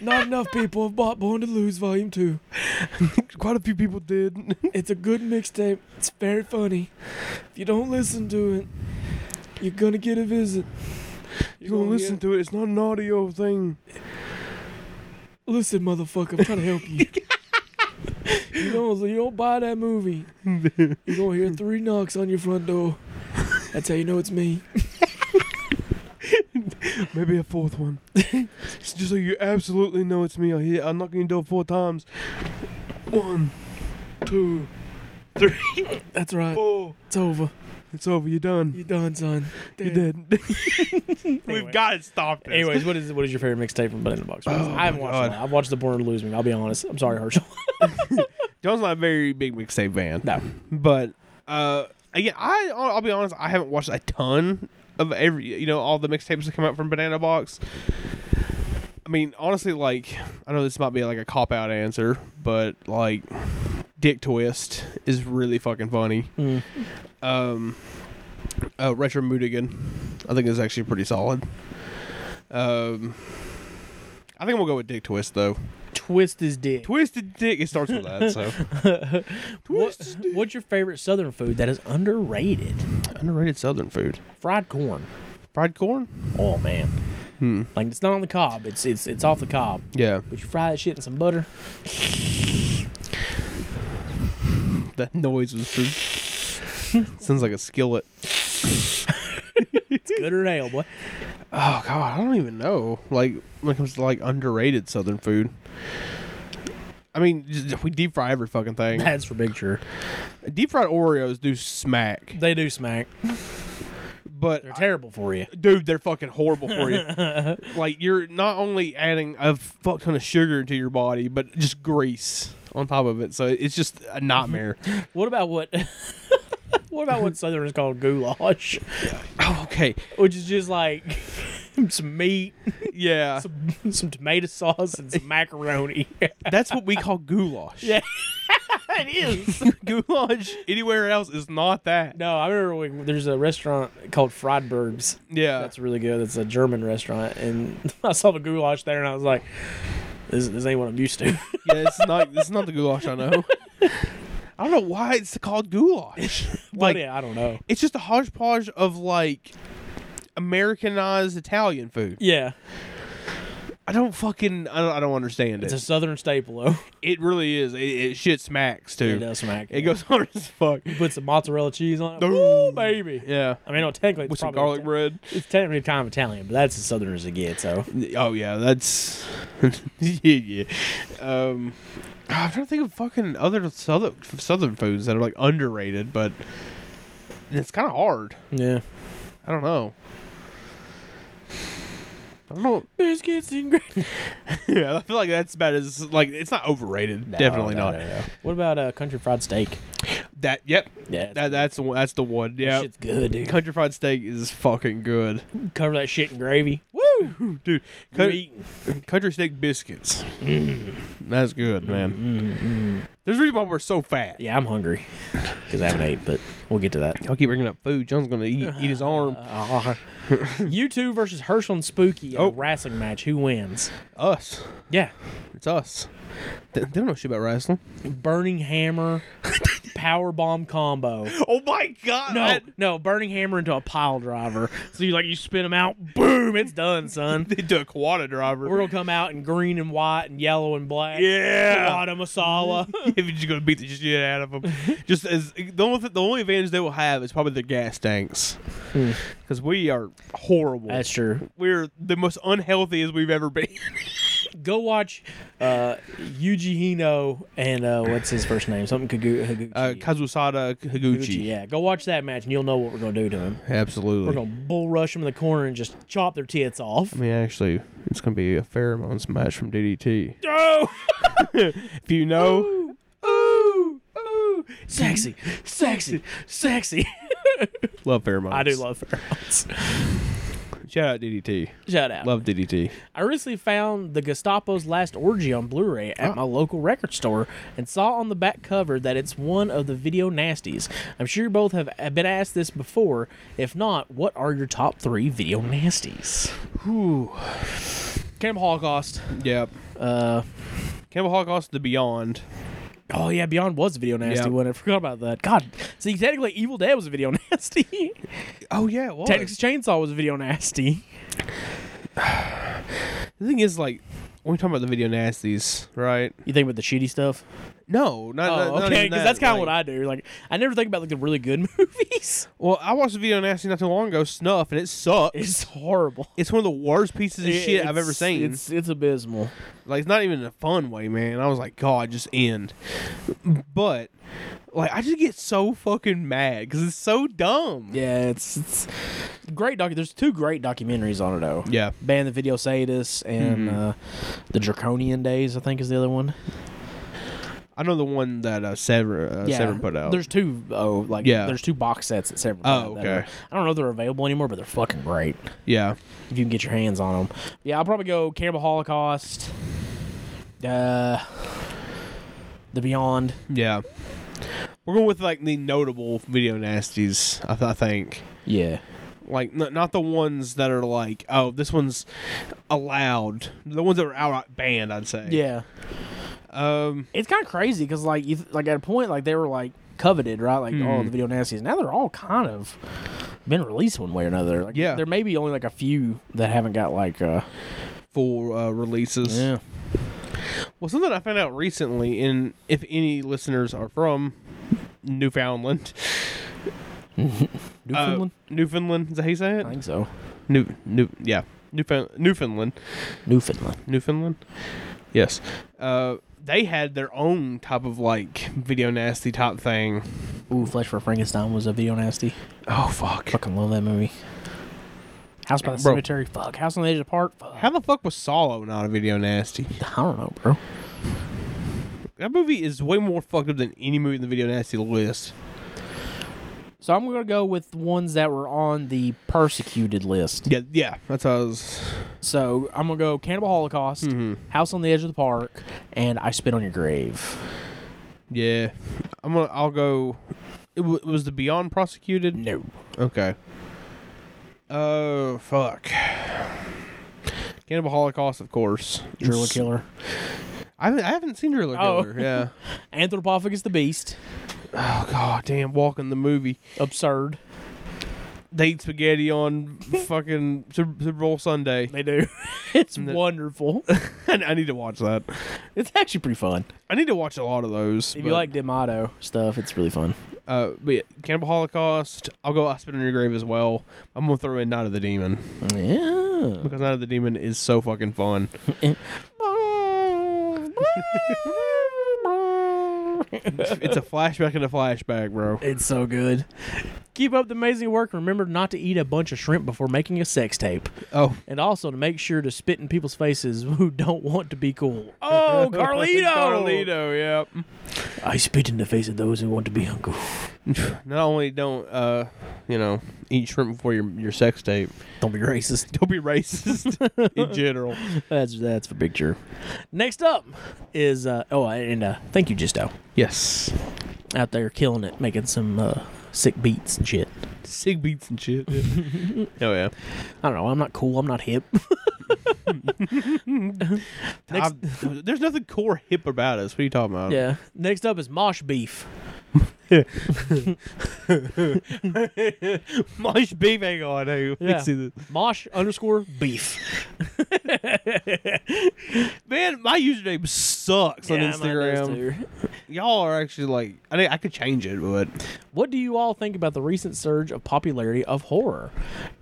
Not enough people have bought Born to Lose Volume 2.
Quite a few people did.
It's a good mixtape. It's very funny. If you don't listen to it, you're gonna get a visit.
You're gonna listen to it. It's not an audio thing.
Listen, motherfucker, I'm trying to help you. you don't you don't buy that movie. You're gonna hear three knocks on your front door. That's how you know it's me.
Maybe a fourth one. Just so you absolutely know it's me. I hit, I'm knocking your door four times. One, two,
That's right.
four,
It's over.
It's over. You're done.
You done, son?
You're
Dead.
dead.
Anyway.
We've got to stop this.
Anyways, what is what is your favorite mixtape from Bud in the Box? I haven't
my
watched. a
God.
lot. I've watched the Born to Lose Me. I'll be honest. I'm sorry, Herschel.
John's not a very big mixtape fan.
no,
But uh, again, I I'll I'll be honest, I haven't watched a ton of every you know all the mixtapes that come out from Banana Box. I mean, honestly, like I know this might be like a cop out answer, but like Dick Twist is really fucking funny.
Mm.
Um, uh, Retro Mudigan, I think is actually pretty solid. Um, I think we'll go with Dick Twist though.
twist is dick.
Twisted Dick, it starts with that. So
What, what's your favorite Southern food that is underrated?
underrated Southern food,
Fried corn.
fried corn.
Oh man,
Hmm.
like it's not on the cob. It's it's it's off the cob.
Yeah.
But you fry that shit in some butter.
That noise was true. Sounds like a skillet.
It's good or hell, boy.
Oh god, I don't even know. Like when it comes to like underrated southern food. I mean, j- we deep fry every fucking thing.
That's for big sure.
deep fried Oreos do smack,
They do smack.
but
They're terrible for you.
dude, they're fucking horrible for you. like you're not only adding a fuck ton of sugar to your body, but just grease on top of it. So it's just a nightmare.
What about what? what about what Southern is called goulash,
oh, okay.
which is just like some meat,
Yeah.
some, some tomato sauce, and some macaroni.
That's what we call goulash.
Yeah. it is.
goulash anywhere else is not that.
No, I remember we, there's a restaurant called Friedberg's.
Yeah.
That's really good. It's a German restaurant, and I saw the goulash there, and I was like, "This, this ain't what I'm used to."
yeah, it's not it's not the goulash I know. I don't know why it's called goulash.
But
Like
yeah, I don't know.
it's just a hodgepodge of like Americanized Italian food.
Yeah,
I don't fucking I don't, I don't understand
it's a
it.
Southern staple, though.
It really is. It, it shit smacks too.
It does smack.
It goes hard as fuck.
Put some mozzarella cheese on it.
Ooh.
Ooh, baby.
Yeah.
I mean, no, technically, it's
With some
probably
garlic bread.
It's technically kind of Italian, but that's as southern as it gets. So
Oh yeah, that's yeah, yeah. Um, I'm trying to think of fucking other southern southern foods that are like underrated, but it's kind of hard.
yeah,
I don't know. I don't know.
biscuits and gravy.
Yeah, I feel like that's about as like it's not overrated. Definitely not.
What about uh, country fried steak?
That yep.
Yeah,
That that's the one- that's the one.
that
Yeah.
shit's good, dude.
Country fried steak is fucking good.
Cover that shit in gravy.
Woo, dude.
You're
Country,
eating.
country steak biscuits. That's good, man. There's a reason why we're so fat.
Yeah, I'm hungry because I haven't ate, but we'll get to that.
Y'all keep bringing up food. John's gonna eat, eat his arm.
Uh, you two versus Herschel and Spooky in
Oh.
a wrestling match. Who wins?
Us.
Yeah,
It's us. They, they don't know shit about wrestling.
burning hammer, power bomb combo.
Oh my god.
No, no, burning hammer into a pile driver. So you like you spin them out, boom, it's done, son.
They do a quad driver.
We're gonna come out in green and white and yellow and black.
yeah.
Kawada Masala.
if you're just gonna beat the shit out of them. just as the only th- the only advantage they will have is probably their gas tanks, because we are horrible.
Hmm. That's true.
We're the most unhealthy as we've ever been.
Go watch uh, Yuji Hino and uh, what's his first name? Something Kagu- Higuchi.
Uh, Kazusada
Higuchi,
Higuchi.
Yeah, go watch that match and you'll know what we're gonna do to him. We're
Absolutely.
gonna bull rush him in the corner and just chop their tits off.
I mean, actually, it's gonna be a pheromones match from DDT.
Oh,
If you know,
ooh, ooh, sexy, sexy, sexy.
love pheromones.
I do love pheromones.
Shout out DDT.
Shout out.
Love DDT.
I recently found the Gestapo's Last Orgy on Blu-ray at my local record store and saw on the back cover that it's one of the video nasties. I'm sure you both have have been asked this before. If not, what are your top three video nasties?
Whew.
Camp Holocaust.
Yep.
Uh,
Campbell Holocaust, The Beyond.
oh yeah, Beyond was a video nasty
Yeah.
one. I forgot about that. God, see, technically Evil Dead was a video nasty.
Oh yeah, it was.
Texas Chainsaw was a video nasty.
The thing is, like, when we talk about the video nasties, right?
You think about the shitty stuff?
Uh, No, not,
Oh,
not- not
okay,
even
because
that.
that's kind of
like,
what I do. Like, I never think about like the really good movies.
Well, I watched a video on Nasty not too long ago, Snuff, and it sucked.
It's horrible.
It's one of the worst pieces of shit I've
It's-
ever seen.
It's it's abysmal.
like it's not even in a fun way, man. I was like, God, just end. But like, I just get so fucking mad because it's so dumb.
Yeah, it's it's great doc. There's two great documentaries on it though.
Yeah.
Ban the Video Sadist and
Mhm.
uh, the Draconian Days, I think is the other one.
I know the one that uh, Sever uh, Severin put out.
There's two oh like
Yeah.
there's two box sets that Severin. put
Oh,
out that
okay.
are- I don't know if they're available anymore, but they're fucking great
yeah,
if you can get your hands on them. Yeah, I'll probably go Cannibal Holocaust, uh, The Beyond.
yeah. We're going with like the notable video nasties, I, th- I think.
Yeah,
Like n- not the ones that are like, oh, this one's allowed. The ones that are outright banned, I'd say.
yeah.
Um.
It's kind of crazy because like you th- like at a point like they were like coveted right like all
Mhm.
the video nasties now they're all kind of been released one way or another like
Yeah.
there may be only like a few that haven't got like uh
Full uh, releases.
yeah
Well, something I found out recently, and if any listeners are from Newfoundland, uh,
Newfoundland
Newfoundland, is that how you say it?
I think so
New, new, yeah, Newfound, Newfoundland,
Newfoundland
Newfoundland. Yes, uh, they had their own type of like video nasty type thing.
ooh Flesh for Frankenstein was a video nasty
Oh fuck!
fucking love that movie House by the
Bro.
Cemetery fuck House on the Edge of the Park fuck
How the fuck was Solo not a video nasty?
I don't know bro
That movie is way more fucked up than any movie in the video nasty list.
so I'm gonna go with the ones that were on the persecuted list
Yeah, yeah, that's how I was.
so I'm gonna go Cannibal Holocaust
Mhm.
House on the Edge of the Park and I Spit on Your Grave.
Yeah, I'm gonna. I'll go. It w- was the Beyond prosecuted.
No.
Okay. Oh fuck. Cannibal Holocaust, of course.
Driller Killer.
I haven't, I haven't seen Driller
Oh.
Killer. Yeah.
Anthropophagus the Beast.
Oh god, damn! Walking the movie,
Absurd.
they eat spaghetti on fucking Super Super Bowl Sunday.
They do. it's
And the-
wonderful.
I I need to watch that.
it's actually pretty fun.
I need to watch a lot of those.
If
but,
you like Demato stuff, it's really fun.
uh, but yeah, Cannibal Holocaust, I'll go. I spit on your grave as well. I'm gonna throw in Night of the Demon
Yeah.
because Night of the Demon is so fucking fun. it's a flashback and a flashback, bro.
it's so good. Keep up the amazing work. Remember not to eat a bunch of shrimp before making a sex tape.
Oh,
And also to make sure to spit in people's faces who don't want to be cool. Oh,
Carlito, yeah.
I spit in the face of those who want to be uncool.
Not only don't uh, you know, eat shrimp before your your sex tape.
Don't be racist.
Don't be racist in general.
That's that's for Big Jer. Next up is uh, oh, and uh, thank you, Gisto,
Yes.
out there killing it, making some uh, sick beats and shit.
Sig beats and shit. oh yeah.
I don't know. I'm not cool. I'm not hip. Next-
I've- there's nothing core hip about us. What are you talking about?
yeah. Next up is mosh beef.
Mosh beef. Hang on. Hang on.
Yeah.
Let's see this.
Mosh underscore beef.
Man, my username sucks on
Yeah, mine does
Instagram.
too.
Y'all are actually like, I mean, I could change it, but
What do you all think about the recent surge of popularity of horror?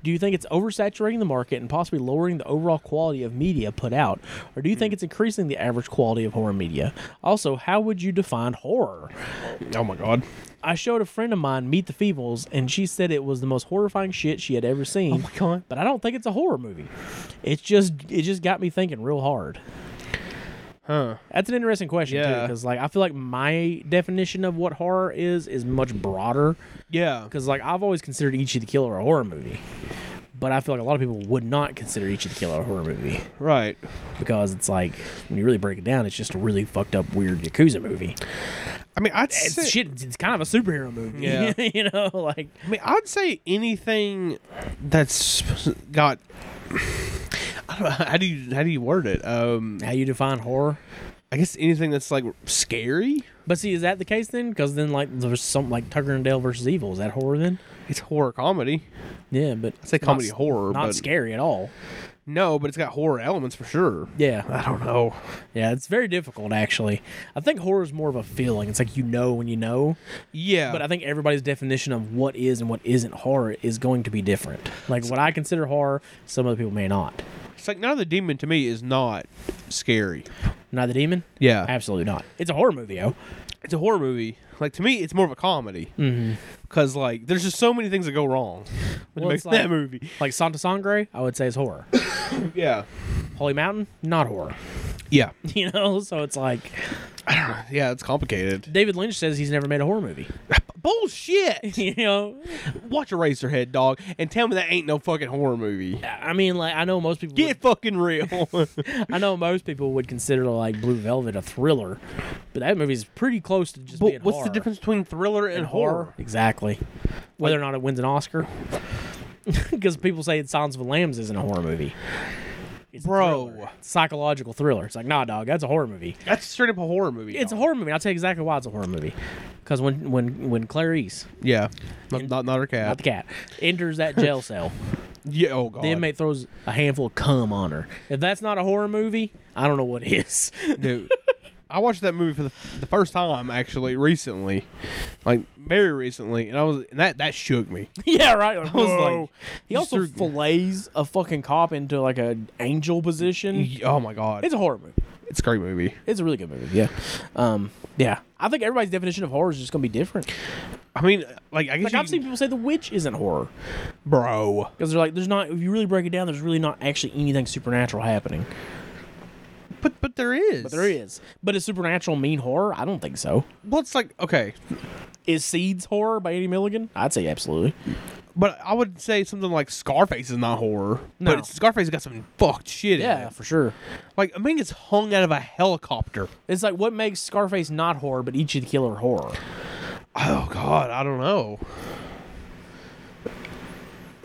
Do you think it's oversaturating the market and possibly lowering the overall quality of media put out? Or do you
Hmm.
think it's increasing the average quality of horror media? Also, how would you define horror?
oh my god.
I showed a friend of mine Meet the Feebles, and she said it was the most horrifying shit she had ever seen.
Oh God.
But I don't think it's a horror movie. It's just it just got me thinking real hard.
Huh.
That's an interesting question too,
Yeah.
because like I feel like my definition of what horror is is much broader.
Yeah.
Because like I've always considered Ichi the Killer a horror movie, but I feel like a lot of people would not consider Ichi the Killer a horror movie
Right.
because it's like when you really break it down, it's just a really fucked up weird yakuza movie.
I mean, I'd
It's
say,
shit. It's kind of a superhero movie.
Yeah.
you know, like
I mean, I'd say anything that's got. I don't know, how do you how do you word it? Um,
how you define horror.
I guess anything that's like scary.
But see, is that the case then? Because then, like, there's something like Tucker and Dale versus Evil. Is that horror then?
It's horror comedy.
Yeah, but
I say comedy horror,
not
but
scary at all.
No, but it's got horror elements for sure.
Yeah,
I don't know.
yeah, it's very difficult actually. I think horror is more of a feeling. It's like you know when you know,
Yeah,
but I think everybody's definition of what is and what isn't horror is going to be different. Like what I consider horror, some other people may not.
it's like now the demon to me is not scary.
Not the demon?
Yeah,
Absolutely not. It's a horror movie, yo.
it's a horror movie. Like to me, it's more of a comedy because like there's just so many things that go wrong
Mm-hmm. Well,
when you make
it's like-
that movie.
Like Santa Sangre, I would say is horror.
Yeah,
Holy Mountain, not horror.
yeah,
You know, so it's like
yeah. It's complicated.
David Lynch says he's never made a horror movie.
Bullshit.
you know,
Watch Eraserhead, dog, and tell me that ain't no fucking horror movie.
I mean, like I know most people.
Get fucking real.
would- I know most people would consider like Blue Velvet a thriller, but that movie's pretty close to just being
but what's
horror.
the difference between thriller and,
in
horror?
Exactly. Whether or not it wins an Oscar, because people say Silence of the Lambs isn't a horror movie. It's a
Bro.
thriller. psychological thriller. It's like, nah, dog, that's a horror movie.
That's straight up a horror movie.
It's a
dog.
horror movie. I'll tell you exactly why it's a horror movie. Because when when when Clarice,
Yeah, not not, not her cat.
not the cat, enters that jail cell,
yeah. Oh god.
the inmate throws a handful of cum on her. If that's not a horror movie, I don't know what is.
dude. I watched that movie for the, the first time actually recently, like very recently, and I was and that that shook me.
yeah, right. Like,
was
whoa.
like-
he
Just
also
threw-
fillets a fucking cop into like an angel position.
Oh my god,
It's
it's,
a horror movie.
it's a great movie.
It's a really good movie. Yeah. Um, yeah. I think everybody's definition of horror is just going to be different.
I mean, like I guess
Like,
you
I've seen
can-
people say The Witch isn't horror
bro.
because they're like, there's not, if you really break it down, there's really not actually anything supernatural happening.
But but there is.
But there is. But is supernatural mean horror? I don't think so.
Well, it's like okay,
Is Seeds horror by Eddie Milligan? I'd say absolutely.
but I would say something like Scarface is not horror.
No.
But it's- Scarface got some fucked shit in
Yeah,
it.
for sure.
Like a man gets hung out of a helicopter.
It's like what makes Scarface not horror, but Ichi the Killer horror.
Oh god, I don't know.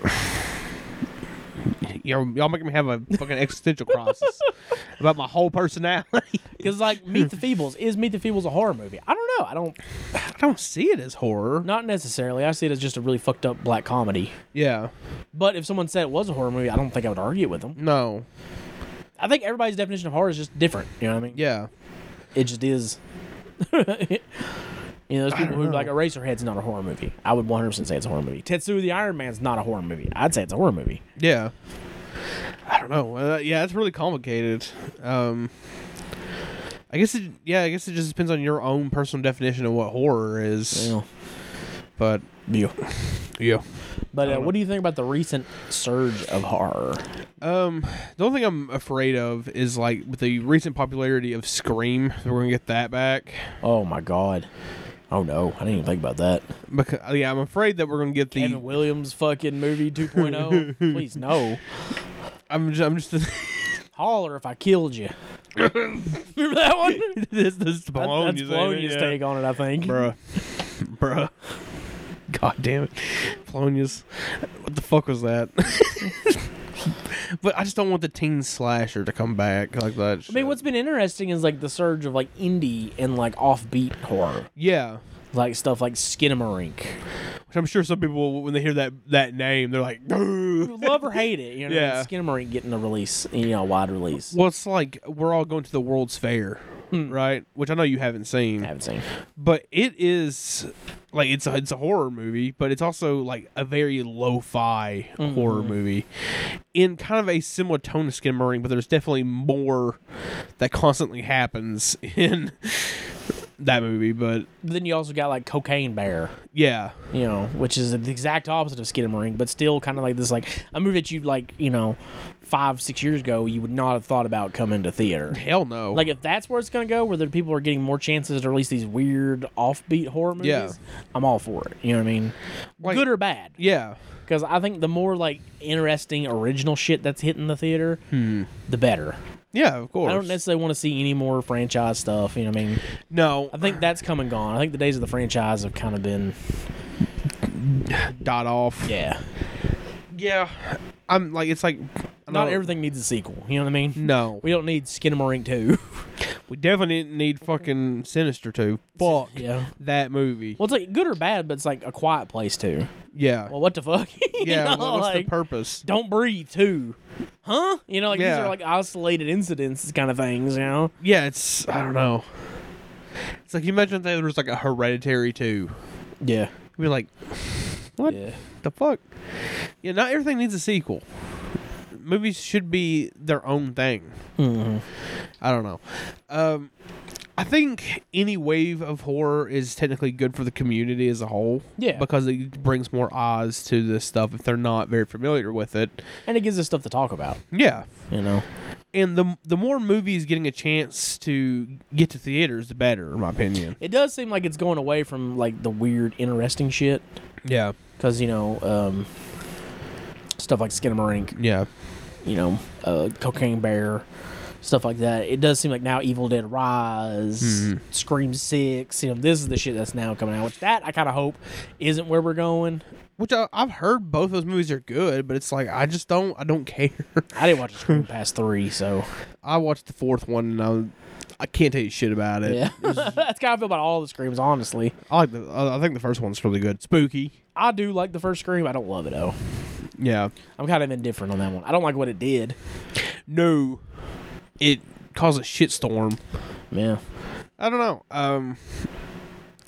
Y'all, y'all making me have a fucking existential crisis about my whole personality.
Because like Meet the Feebles is Meet the Feebles a horror movie? I don't know. I don't.
I don't see it as horror.
Not necessarily. I see it as just a really fucked up black comedy.
Yeah,
But if someone said it was a horror movie, I don't think I would argue with them.
no,
I think everybody's definition of horror is just different. You know what I mean?
yeah.
It just is. you know, there's people who like Eraserhead's not a horror movie. I would 100% say it's a horror movie. Tetsu the Iron Man's not a horror movie. I'd say it's a horror movie.
Yeah. I don't know. Uh, yeah, it's really complicated. Um, I guess it. Yeah, I guess it just depends on your own personal definition of what horror is.
Yeah.
But
Yeah.
yeah.
But uh, what do you think about the recent surge of horror?
Um, the only thing I'm afraid of is like with the recent popularity of Scream, we're gonna get that back.
Oh my god. Oh no, I didn't even think about that.
Because yeah, I'm afraid that we're gonna get the.
Kevin Williams fucking movie oh? 2.0. Please no.
I'm just, I'm just.
Holler if I killed you. Remember that one?
this this is
That- That's
Bologna's, ain't it?
Bologna's
Yeah.
take on it, I think.
bruh, bruh. God damn it, Polonius. What the fuck was that? but I just don't want the teen slasher to come back like that.
I mean, what's been interesting is like the surge of like indie and like offbeat horror,
yeah?
like stuff like Skinamarink.
Which I'm sure some people when they hear that that name, they're like, "Ugh."
Love or hate it, you know,
Yeah.
Skinamarink getting a release, you know, a wide release.
well, it's like we're all going to the World's Fair, right? Which I know you haven't seen.
I haven't seen.
but it is like it's a, it's a horror movie, but it's also like a very lo-fi horror
Mm-hmm.
movie in kind of a similar tone to Skin Marine, but there's definitely more that constantly happens in that movie. But
But then you also got like Cocaine Bear,
yeah,
you know, which is the exact opposite of Skinamarink, but still kind of like this, like a movie that you like, you know, five six years ago you would not have thought about coming to theater.
hell no,
Like if that's where it's gonna go, where the people are getting more chances to release these weird offbeat horror movies,
Yeah.
I'm all for it. You know what I mean?
Like-
Good or bad,
yeah,
because I think the more like interesting original shit that's hitting the theater, the better.
yeah, Hmm. of course.
I don't necessarily want to see any more franchise stuff. You know what I mean?
no,
I think that's come and gone. I think the days of the franchise have kind of been
dot off.
yeah.
Yeah, I'm like it's like
Not everything needs a sequel. You know what I mean?
No,
We don't need Skinamarink two.
we definitely need fucking Sinister to fuck
yeah.
that movie.
Well, it's like good or bad, but it's like a quiet place too.
Yeah.
well, what the fuck? You
yeah.
know,
what- what's
like,
the purpose?
don't breathe too, huh? You know, like these
Yeah.
are like isolated incidents, kind of things. You know,
Yeah, it's I don't know. It's like you imagine if there was like a hereditary too.
yeah,
You'd be like, what
yeah.
the fuck? Yeah, not everything needs a sequel. Movies should be their own thing.
Mhm.
I don't know. Um, I think any wave of horror is technically good for the community as a whole.
Yeah.
Because it brings more eyes to this stuff if they're not very familiar with it.
And it gives us stuff to talk about.
Yeah.
You know,
And the the more movies getting a chance to get to theaters, the better, in my opinion.
it does seem like it's going away from like the weird, interesting shit.
Yeah.
Because you know, um, stuff like Skinamarink,
Yeah.
you know, uh, Cocaine Bear, stuff like that. It does seem like now Evil Dead Rise,
Mhm.
Scream Six. You know, this is the shit that's now coming out. Which that I kind of hope isn't where we're going.
Which I, I've heard both those movies are good, but it's like I just don't I don't care.
I didn't watch Scream past three, so
I watched the fourth one and I I can't tell you shit about it.
yeah, that's kind of feel about all the Screams. Honestly,
I like the I I think the first one's really good. Spooky.
I do like the first Scream. I don't love it though.
Yeah.
I'm kind of indifferent on that one. I don't like what it did.
No. It caused a shitstorm.
Yeah.
I don't know. Um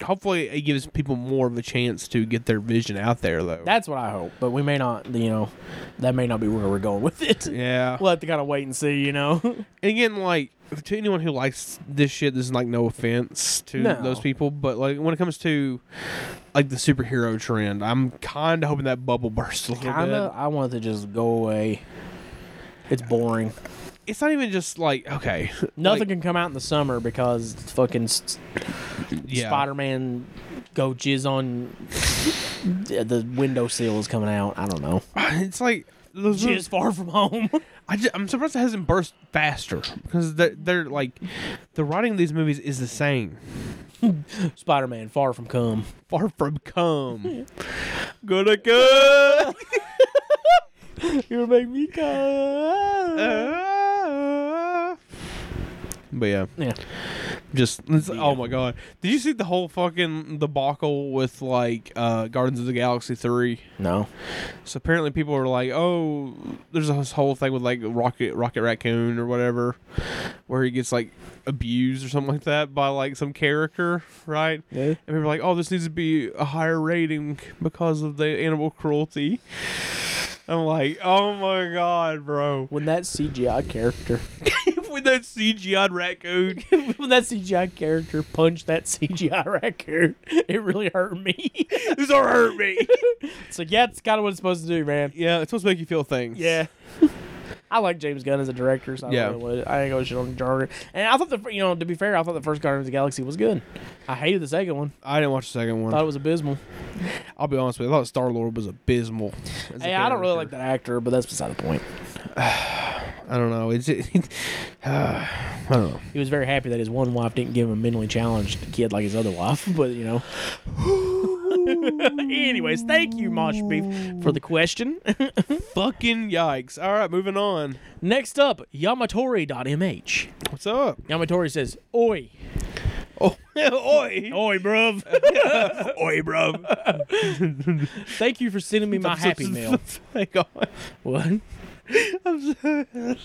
hopefully it gives people more of a chance to get their vision out there though.
That's what I hope, but we may not, you know, that may not be where we're going with it.
yeah.
We'll have to kind of wait and see, you know?
And again, like to anyone who likes this shit, this is like no offense to
No.
those people, but like when it comes to like the superhero trend, I'm kind of hoping that bubble bursts a little
kind of. I want it to just go away. It's boring.
bit. It's not even just like okay,
Nothing can come out in the summer because fucking s
yeah,
Spider Man go jizz on the windowsill is coming out. I don't know.
It's like those.
Jizz far from home.
I just, I'm surprised it hasn't burst faster because they're, they're like the writing of these movies is the same.
Spider Man far from come.
Far from come, gonna come.
You're make me come.
Uh, But yeah.
Yeah.
Just it's- oh my god! Did you see the whole fucking debacle with like uh, Gardens of the Galaxy three?
No.
So apparently people were like, "Oh, there's this whole thing with like Rocket Rocket Raccoon or whatever, where he gets like abused or something like that by like some character, right?"
Yeah.
And people were like, "Oh, this needs to be a higher rating because of the animal cruelty." I'm like, "Oh my god, bro!"
When that CGI character,
with that CGI raccoon.
when that CGI character punched that CGI raccoon, it really hurt me.
This all hurt me.
so yeah, it's kind of what it's supposed to do, man.
yeah, it's supposed to make you feel things.
Yeah. I like James Gunn as a director, so I,
Yeah.
yeah. I ain't gonna shit on Jargon. And I thought the you know to be fair, I thought the first Guardians of the Galaxy was good. I hated the second one;
I didn't watch the second one.
thought it was abysmal.
I'll be honest with you. I thought Star Lord was abysmal. as a
Hey, I don't really like
character.
that actor, but that's beside the point.
I don't know. It's it, I don't know.
He was very happy that his one wife didn't give him a mentally challenged kid like his other wife, but you know. Anyways, thank you, Mosh Beef, for the question.
Fucking yikes! All right, moving on.
Next up, Yamatori.mh.
What's up?
Yamatori says, "Oi,
Oh, oi,
oi, bruv."
oi, bro.
Thank you for sending me my happy mail.
Thank God.
What?
I'm so-
This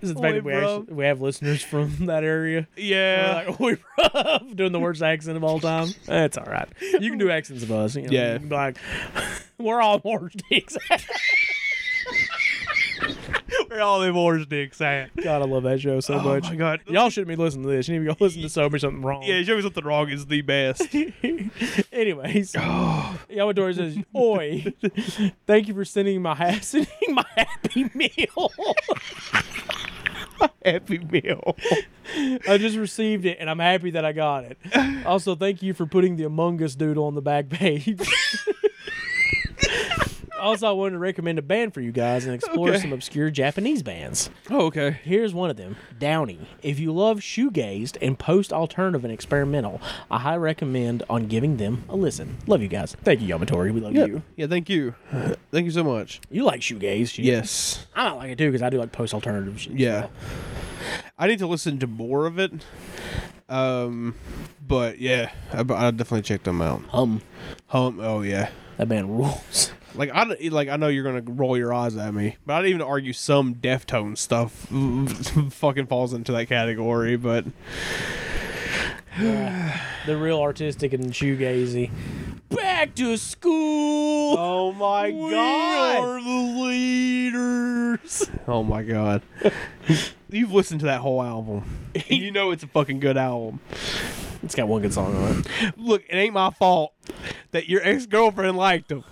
is the
Oi,
fact that we,
bruv.
actually, we have listeners from that area. We're
yeah,
like, Oi, bruv, doing the worst accent of all time. That's all right. You can do accents of us. You know,
Yeah.
You can be like, we're all orange dicks.
we're all the orange dicks at.
God, I love that show so
Oh
much.
my God.
Y'all shouldn't be listening to this. You need to go listen to Sober Something Wrong.
Yeah, show me something wrong is the best.
Anyways,
Oh.
Yamadori says, "Oi, thank you for sending my ha- sending my happy meal.
Happy meal.
I just received it, and I'm happy that I got it. Also, thank you for putting the Among Us doodle on the back page." Also, I wanted to recommend a band for you guys and explore
Okay.
some obscure Japanese bands.
Oh, okay.
Here's one of them, Downey. If you love shoegazed and post alternative and experimental, I highly recommend on giving them a listen. Love you guys. Thank you, Yamatori. We love you.
Yeah, thank you. Thank you so much.
You like shoegaze? shit.
Yes.
I don't like it too because I do like post alternative shit. as
Yeah.
well.
I need to listen to more of it. Um, but yeah, I, I definitely checked them out.
Hum.
Home. Oh yeah.
That man rules.
Like I don't- like I know you're gonna roll your eyes at me, but I'd even argue some Deftone stuff fucking falls into that category. But
The real artistic and shoegazy. Back to school.
oh my
We are
the leaders. Oh my god, you've listened to that whole album. You know it's a fucking good album.
It's got one good song on it.
Look, it ain't my fault that your ex girlfriend liked him.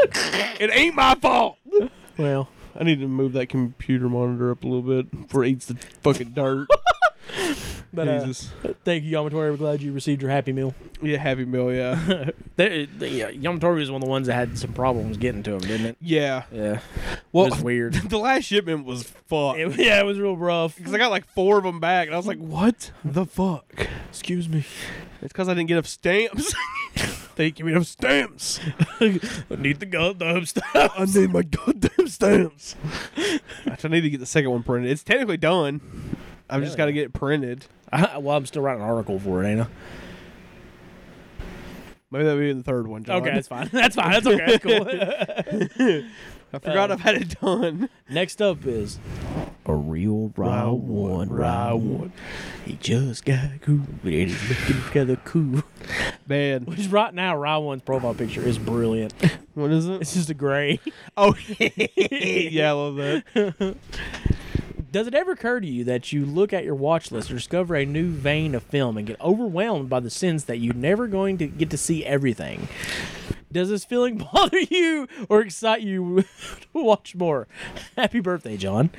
it ain't my fault.
Well,
I need to move that computer monitor up a little bit before it eats the fucking dirt.
but uh,
Jesus.
thank you, Yamatori. We're glad you received your Happy Meal.
Yeah, Happy Meal, yeah.
They, they, yeah, Yamatori was one of the ones that had some problems getting to him, didn't it?
yeah.
Yeah.
Well, uh,
it was weird.
the last shipment was fucked.
It- yeah, it was real rough.
Because I got like four of them back, and I was like, what the fuck?
Excuse me.
It's because I didn't get enough stamps. they didn't give me enough stamps.
I need the goddamn stuff.
I need my goddamn stamps. I need to get the second one printed. It's technically done. I've just
Really?
got to get it printed.
I, well, I'm still writing an article for it, ain't I?
Maybe that'll be in the third one. John.
Okay, that's fine. That's fine. That's okay. That's cool.
I forgot
Uh,
I've had it done.
Next up is a real raw one, raw one. He just got cool, but he's looking kind of cool.
Man,
Which right now, raw one's profile picture is brilliant.
what is it?
It's just a gray.
Oh, yeah, I love that.
Does it ever occur to you that you look at your watch list or discover a new vein of film and get overwhelmed by the sense that you're never going to get to see everything? Does this feeling bother you or excite you to watch more? Happy birthday, John.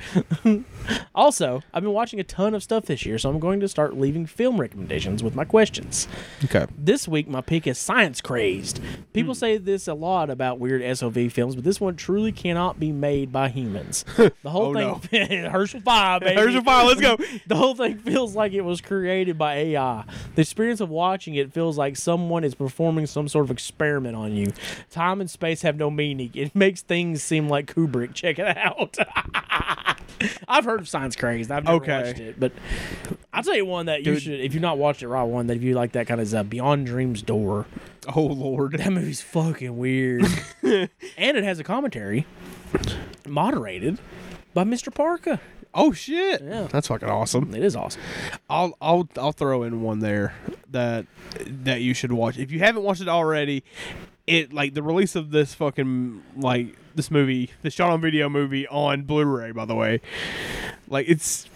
also, I've been watching a ton of stuff this year, so I'm going to start leaving film recommendations with my questions.
Okay.
This week, my pick is Science Crazed.
Hmm.
People say this a lot about weird SOV films, but this one truly cannot be made by humans. The whole
Oh,
thing, Herschel Five, baby.
Here's your file. Let's go.
The whole thing feels like it was created by AI. The experience of watching it feels like someone is performing some sort of experiment on you. Time and space have no meaning. It makes things seem like Kubrick. Check it out. I've heard of Science Crazed. I've never
Okay.
watched it, but I'll tell you one that you
Dude.
should, if you've not watched it, right one that if you like that kind of is, uh, Beyond Dreams Door.
Oh Lord.
That movie's fucking weird, and it has a commentary moderated by Mr. Parker.
Oh shit.
Yeah.
That's fucking awesome.
It is awesome.
I'll I'll I'll throw in one there that that you should watch. If you haven't watched it already, it like the release of this fucking like this movie, the shot on video movie on Blu-ray. By the way, like it's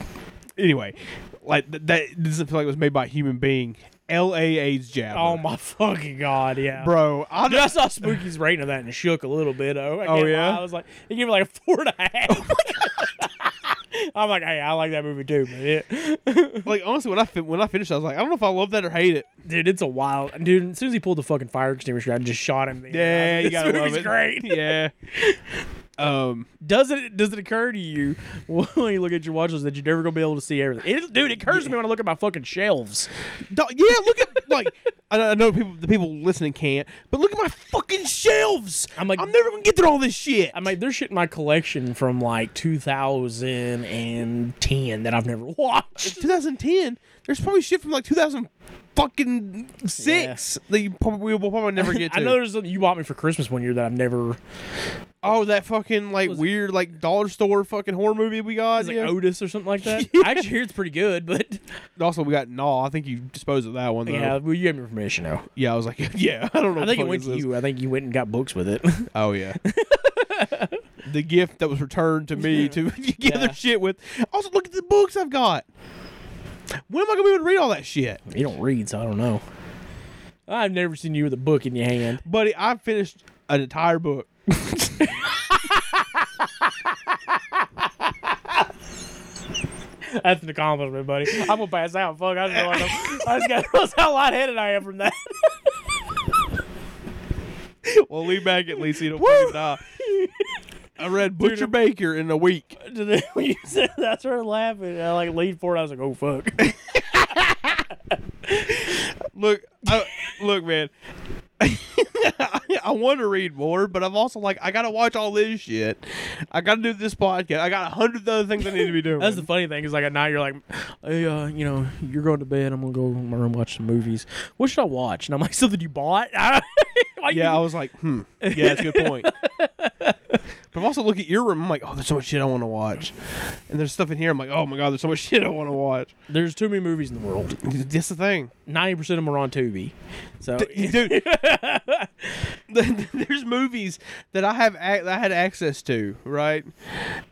anyway, like th- that doesn't feel like it was made by a human being. L A AIDS jab.
Oh my fucking god, yeah,
bro, I
Dude, I saw Spooky's rating of that and shook a little bit. Oh, I
Oh,
can't
yeah? Oh
lie. I was like, it gave me like a four and a half. I'm like, hey, I like that movie too, but it,
like honestly when I fin- when I finished, I was like, I don't know if I love that or hate it.
dude, it's a wild dude. As soon as he pulled the fucking fire extinguisher, out and just shot him. in the
Yeah,
eye.
you
This
gotta love
movie's
it.
Great.
Yeah. Um,
Does it does it occur to you when you look at your watch list that you're never gonna be able to see everything? It, dude, it occurs to me when I look at my fucking shelves.
dog- yeah. Look at like I know- I know people the people listening can't, but look at my fucking shelves.
I'm like-
I'm never gonna get through all this shit.
I'm like, there's shit in my collection from like 2010 that I've never watched.
2010. There's probably shit from like 2000 fucking six that you probably will probably never get to.
I know there's something you bought me for Christmas one year that I've never
oh, that fucking like weird like dollar store fucking horror movie we got.
It's like
yeah.
Otis or something like that. I actually hear it's pretty good, but
also, we got Gnaw. I think you disposed of that one though.
yeah,
Yeah,
well, you gave me permission now.
I was like, yeah, I don't know.
I
what
think it
the fuck
went
is
to
this.
you. I think you went and got books with it.
Oh yeah. the gift that was returned to me to gather
Yeah.
shit with. Also, look at the books I've got. When am I gonna be able to read all that shit,
you don't read, so I don't know. I've never seen you with a book in your hand.
buddy? I finished an entire book.
That's an accomplishment, buddy. I'm gonna pass out. Fuck, I just realized, I'm, I just got realized how lightheaded I am from that.
well, lean back at least. You don't fucking die. I read Butcher Baker in a week.
when you said that, I started laughing. I like leaned forward. I was like, oh fuck.
Look, I, look, man. I want to read more, but I'm also like, I gotta watch all this shit. I gotta do this podcast. I got a hundred other things I need to be doing.
That's the funny thing is like at night you're like, hey, uh, you know, you're going to bed. I'm gonna go in my room watch some movies. What should I watch? And I'm like, something you bought. I, I,
yeah, I was like, hmm. Yeah, that's a good point. but I've also looked at your room. I'm like, oh, there's so much shit I want to watch, and there's stuff in here. I'm like, oh my god, there's so much shit I want to watch.
there's too many movies in the world.
That's the thing,
Ninety percent of them are on Tubi. So
dude. there's movies that I have ac- that I had access to, right?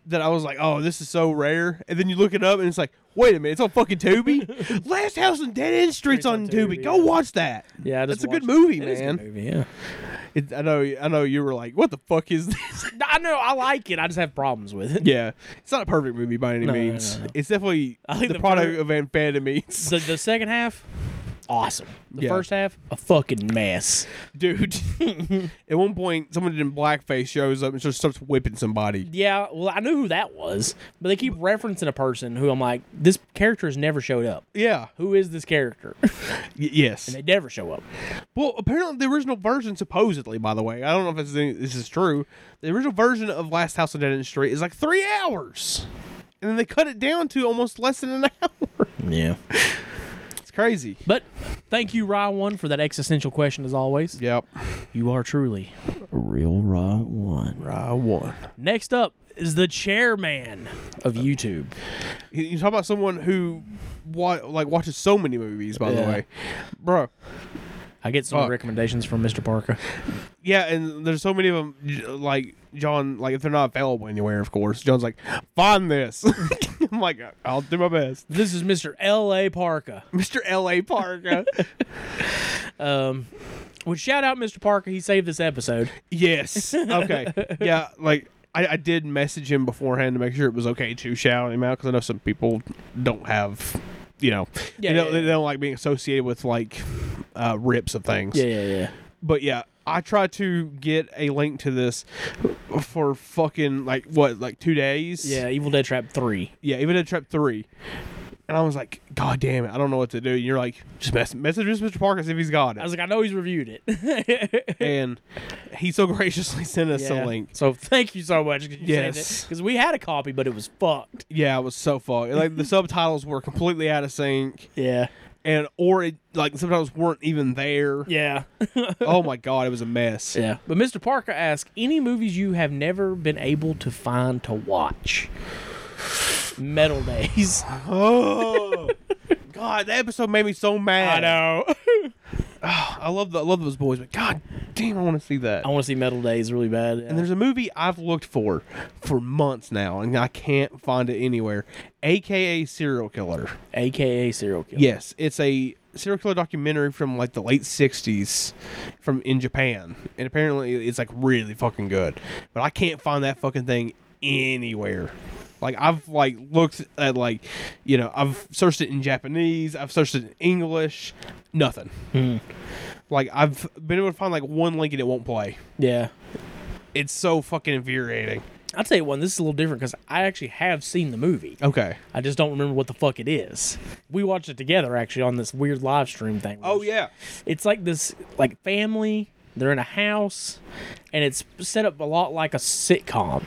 That I was like, oh, this is so rare, and then you look it up, and it's like, wait a minute, it's on fucking Tubi. Last House on Dead End Street's on,
on
Tubi.
Tubi,
Go
yeah.
watch that.
yeah, I just
That's a good
watched it.
movie,
It is a
man.
good movie, yeah.
It, I know, I know. You were like, what the fuck is this?
I know I like it. I just have problems with it.
Yeah, it's not a perfect movie by any
No, no, no,
means.
no.
It's definitely
I think
the,
the
product
fir-
of amphetamines,
So the second half, awesome. The
Yeah.
first half, a fucking mess.
dude. At one point, someone in blackface shows up and just starts whipping somebody.
Yeah, well, I knew who that was, but they keep referencing a person who I'm like, this character has never showed up.
Yeah.
Who is this character?
Y- yes.
they never show up.
Well, apparently the original version, supposedly, by the way, I don't know if this is, this is true. The original version of Last House on Dead End Street is like three hours, and then they cut it down to almost less than an hour.
Yeah.
It's crazy.
But thank you, Rye One, for that existential question as always.
Yep.
You are truly real Rye One.
I won.
Next up is the chairman of YouTube.
You- You talk about someone who, wa- like, watches so many movies. By the
Yeah.
way, bro.
I get some
Fuck.
recommendations from Mr. Parker.
Yeah, and there's so many of them. j- Like John, like if they're not available anywhere, of course. John's like, find this. I'm like, I'll do my best,
This is Mr. L.A. Parker.
Mr. L.A. Parker.
Um, would shout out Mr. Parker. He saved this episode.
yes. Okay. Yeah. Like I, I did message him beforehand to make sure it was okay to shout him out because I know some people don't have, you know,
Yeah,
they, don't,
yeah,
they
yeah.
don't like being associated with like uh, rips of things.
yeah, yeah.
But yeah, I tried to get a link to this for fucking like what like two days.
Yeah, Evil Dead Trap 3.
Yeah, even at trap three. And I was like, God damn it, I don't know what to do. And you're like, just mess- message Mr. Parker, see if he's got
I
it.
was like, I know he's reviewed it.
And he so graciously sent us a
Yeah.
link.
So thank you so much. Cause you
Yes.
Because we had a copy, but it was fucked.
Yeah, it was so fucked. Like the subtitles were completely out of sync,
Yeah.
and or it like the subtitles weren't even there.
Yeah.
Oh my god, it was a mess.
yeah. But Mr. Parker asked, any movies you have never been able to find to watch? Metal Days.
Oh god, that episode made me so mad.
know.
I love the I love those boys, but god damn, I want to see that.
I want to see Metal Days really bad.
And there's a movie I've looked for for months now, and I can't find it anywhere. AKA Serial Killer.
AKA Serial Killer.
Yes, it's a serial killer documentary from like the late '60s, from in Japan, and apparently it's like really fucking good. But I can't find that fucking thing anywhere. Like I've like looked at like, you know, I've searched it in Japanese, I've searched it in English, nothing. Like I've been able to find like one link and it won't play.
Yeah.
It's so fucking infuriating.
I'll tell you one, this is a little different because I actually have seen the movie.
Okay.
I just don't remember what the fuck it is. We watched it together actually on this weird live stream thing.
Oh yeah.
it's like this like family they're in a house and it's set up a lot like a sitcom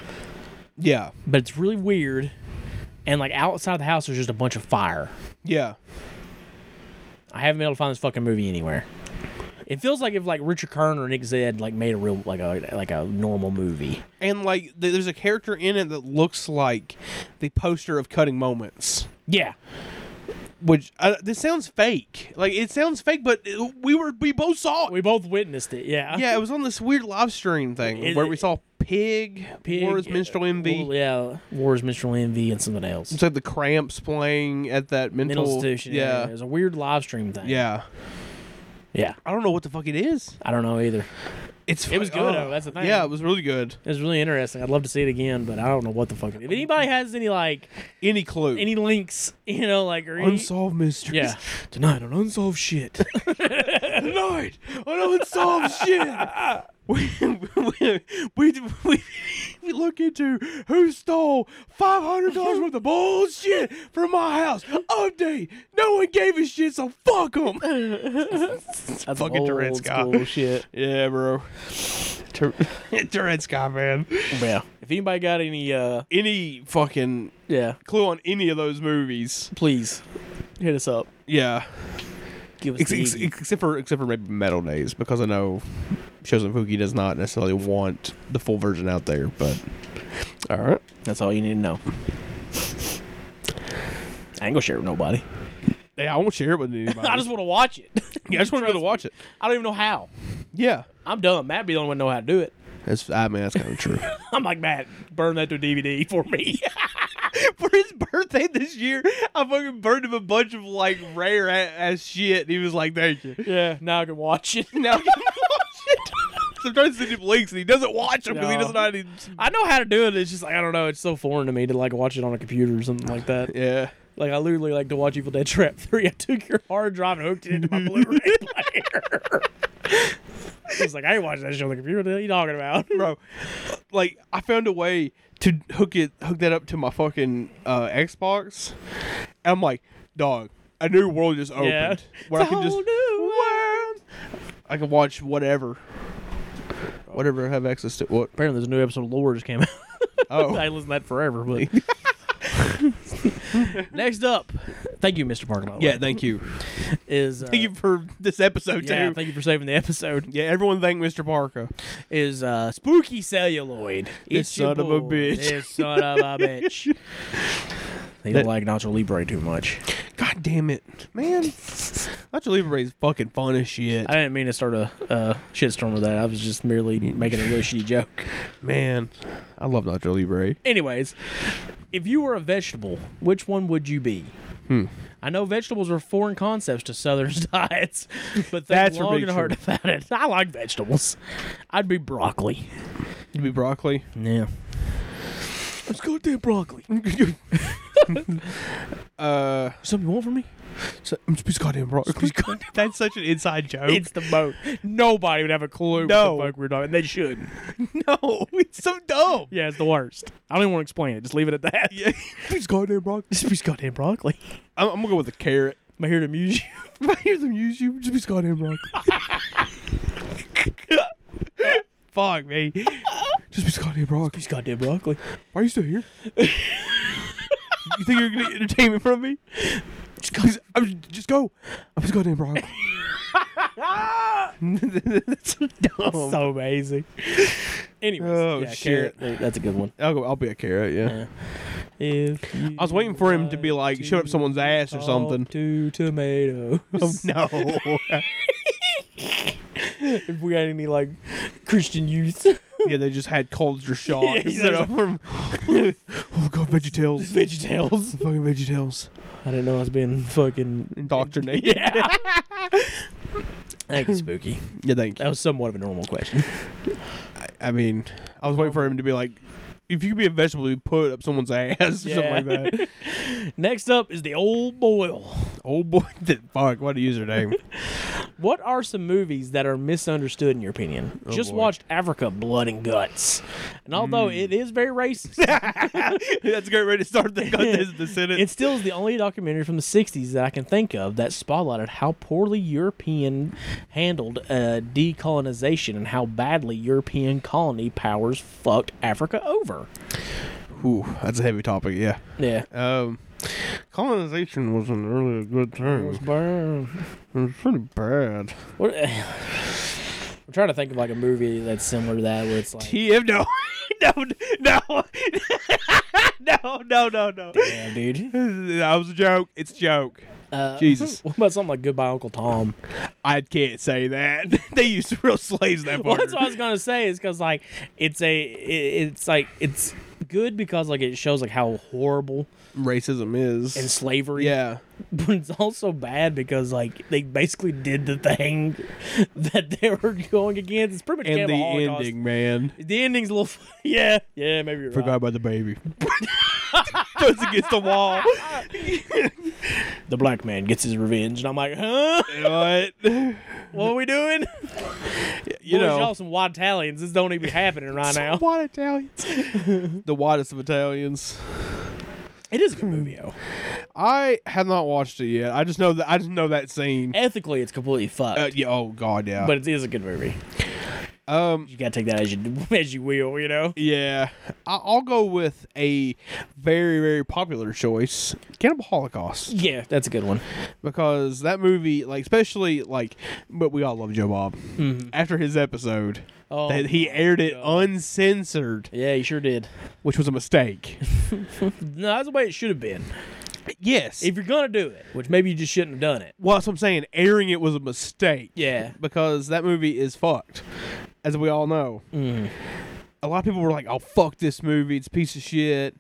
Yeah.
but it's really weird and like outside the house there's just a bunch of fire
Yeah.
i haven't been able to find this fucking movie anywhere it feels like if like richard kern or nick zed like made a real like a like a normal movie
And like th- there's a character in it that looks like the poster of Cutting Moments.
yeah
which uh, this sounds fake. Like it sounds fake, but it- we were we both saw. It.
we both witnessed it yeah
Yeah, it was on this weird live stream thing
It-
where we saw Pig,
Pig,
War is
yeah.
Minstrel Envy.
Well, yeah wars minstrel envy and something else
It's like the Cramps playing at that mental,
mental institution yeah,
Yeah,
it was a weird live stream thing
yeah.
yeah
I don't know what the fuck it is.
i don't know either
It's
It was
fu-
good, though, that's the thing.
Yeah, it was really good.
It was really interesting. I'd love to see it again, but I don't know what the fuck. it- If anybody has any like
Any clue?
any links, you know, like or any,
unsolved mysteries?
yeah,
Tonight on Unsolved Shit.
Tonight on unsolved shit. We we, we, we we look into who stole five hundred dollars worth of bullshit from my house. Update: No one gave a shit, so fuck them.
that's
fucking
old
Tourette's guy.
school shit.
Yeah, bro. Tur- Tourette Scott, man.
yeah. If anybody got any, uh,
Any fucking
yeah,
clue on any of those movies?
please hit us up.
Yeah.
give us
Ex-
the
ex-
Iggy.
except for except for maybe Metal Days because I know Shosen Fuki does not necessarily want the full version out there. But all right,
That's all you need to know. I ain't gonna share it with nobody.
yeah, I won't share it with anybody.
I just want to watch it.
yeah, I just want to be able to watch it.
I don't even know how.
Yeah,
I'm dumb. Matt be the only one know how to do it.
that's I mean that's kind of true.
I'm like Matt, burn that to DVD for me.
for his birthday this year, I fucking burned him a bunch of like rare ass shit. And he was like, "Thank you."
yeah, now I can watch it.
Now I can watch it. So I'm trying to send him links, and he doesn't watch them because he
No.
doesn't know how to.
I know how to do it. It's just like I don't know. It's so foreign to me to like watch it on a computer or something like that.
Yeah.
Like I literally like to watch Evil Dead Trap Three. I took your hard drive and hooked it into my Blu-ray player. It's like I ain't watching that shit on the computer. What the hell you talking about?
bro. Like I found a way to hook it, hook that up to my fucking uh, Xbox. And I'm like, dog, a new world just opened
Yeah.
where
It's
I
a
can just
whole new
I can watch whatever, whatever I have access to. What?
Apparently, there's a new episode of Lore just came out.
Oh,
I listened to that forever. But next up, thank you, Mr. Parker. by the way,
yeah. Thank you.
is uh,
Thank you for this episode
yeah,
too.
thank you for saving the episode.
yeah, everyone thank Mr. Parker.
Is uh, Spooky Celluloid?
This
your
son of a
boy,
bitch.
This son of a bitch. They don't like Nacho Libre too much.
God damn it, man! Nacho Libre is fucking fun as shit,
I didn't mean to start a uh, shitstorm with that. I was just merely making a really shitty joke.
man. I love Nacho Libre.
Anyways, if you were a vegetable, which one would you be? I know vegetables are foreign concepts to Southern diets, but think
That's
long and
ridiculous.
hard about it. I like vegetables. I'd be broccoli.
You'd be broccoli.
Yeah. Let's go do broccoli.
Uh,
Something you want from me?
so,
um,
I'm just piece of goddamn broccoli. That's such an inside joke.
It's the boat. Nobody would have a clue
No.
what the fuck we're talking. They should.
no, it's so dumb.
Yeah, it's the worst. I don't even want to explain it. Just leave it at that. Yeah.
Piece of goddamn broccoli.
This piece goddamn broccoli.
I'm, I'm gonna go with a carrot.
Am I here to amuse you?
If I hear them use you, just piece of goddamn broccoli. Fuck me. Just piece of goddamn broccoli.
Piece goddamn broccoli.
Why are you still here? you think you're gonna get entertainment from me? Just go. I'm, just go. I'm just goddamn broccoli. That's so dumb.
so amazing. Anyways,
Oh,
yeah,
shit.
carrot. That's a good one.
I'll go. I'll be a carrot. Yeah.
If you
I was waiting for him to be like, shove up someone's ass or
talk
something.
To tomatoes.
Oh, no.
if we had any like Christian youth,
yeah, they just had culture shock.
Yeah, he's
instead of oh god, veggie tails.
veggie tales.
Fucking veggie tails.
I didn't know I was being fucking.
Indoctrinated.
Yeah. Thank you, Spooky.
Yeah, thank you.
That was somewhat of a normal question.
I mean, I was waiting for him to be like, if you could be a vegetable, you put up someone's ass or something like that.
Next up is the old boil.
oh boy, that fuck, what a username.
What are some movies that are misunderstood in your opinion? Just
Oh, boy. Mm.
watched Africa Blood and Guts. And although it is very racist,
That's a great way to start the, this, the sentence.
it still is the only documentary from the 60s that I can think of that spotlighted how poorly European handled uh, decolonization and how badly European colony powers fucked Africa over.
Ooh, that's a heavy topic, yeah.
Yeah.
Um, colonization wasn't really a good term. It was pretty bad.
What, I'm trying to think of like a movie that's similar to that where it's like.
TF, no. no, no. no, no, no, no.
Yeah, dude.
That was a joke. It's a joke.
Uh,
Jesus.
What about something like Goodbye, Uncle Tom?
I can't say that. they used real slaves that
Well,
part.
that's what I was gonna say is because like it's a it, it's like it's good because like it shows like how horrible
Racism is.
and slavery.
yeah.
but it's also bad because like they basically did the thing that they were going against. It's pretty much
And
kind
the
of a Holocaust.
ending, man.
The ending's a little, yeah, yeah, maybe you're
Forgot
right.
about the baby. Throws against the wall.
The black man gets his revenge, and I'm like, huh?
what?
What are we doing?
You
Boys,
know.
y'all some white Italians. This don't even be happening right now.
White Italians. the whitest of Italians.
It is a good movie, though.
I have not watched it yet. I just know that I just know that scene.
Ethically, it's completely fucked,
Uh, yeah, oh god, yeah.
but it is a good movie.
Um,
You gotta take that as you as you will, you know.
yeah, I- I'll go with a very very popular choice, Cannibal Holocaust.
Yeah, that's a good one.
because that movie, like especially like, but we all love Joe Bob. After his episode,
Mm-hmm. Oh,
that he aired it uncensored,
yeah, you sure did.
which was a mistake.
No, that's the way it should have been.
yes,
If you're gonna do it, which maybe you just shouldn't have done it.
well, that's what I'm saying. Airing it was a mistake.
Yeah.
because that movie is fucked, as we all know.
Mm.
A lot of people were like, "Oh fuck this movie, it's a piece of shit."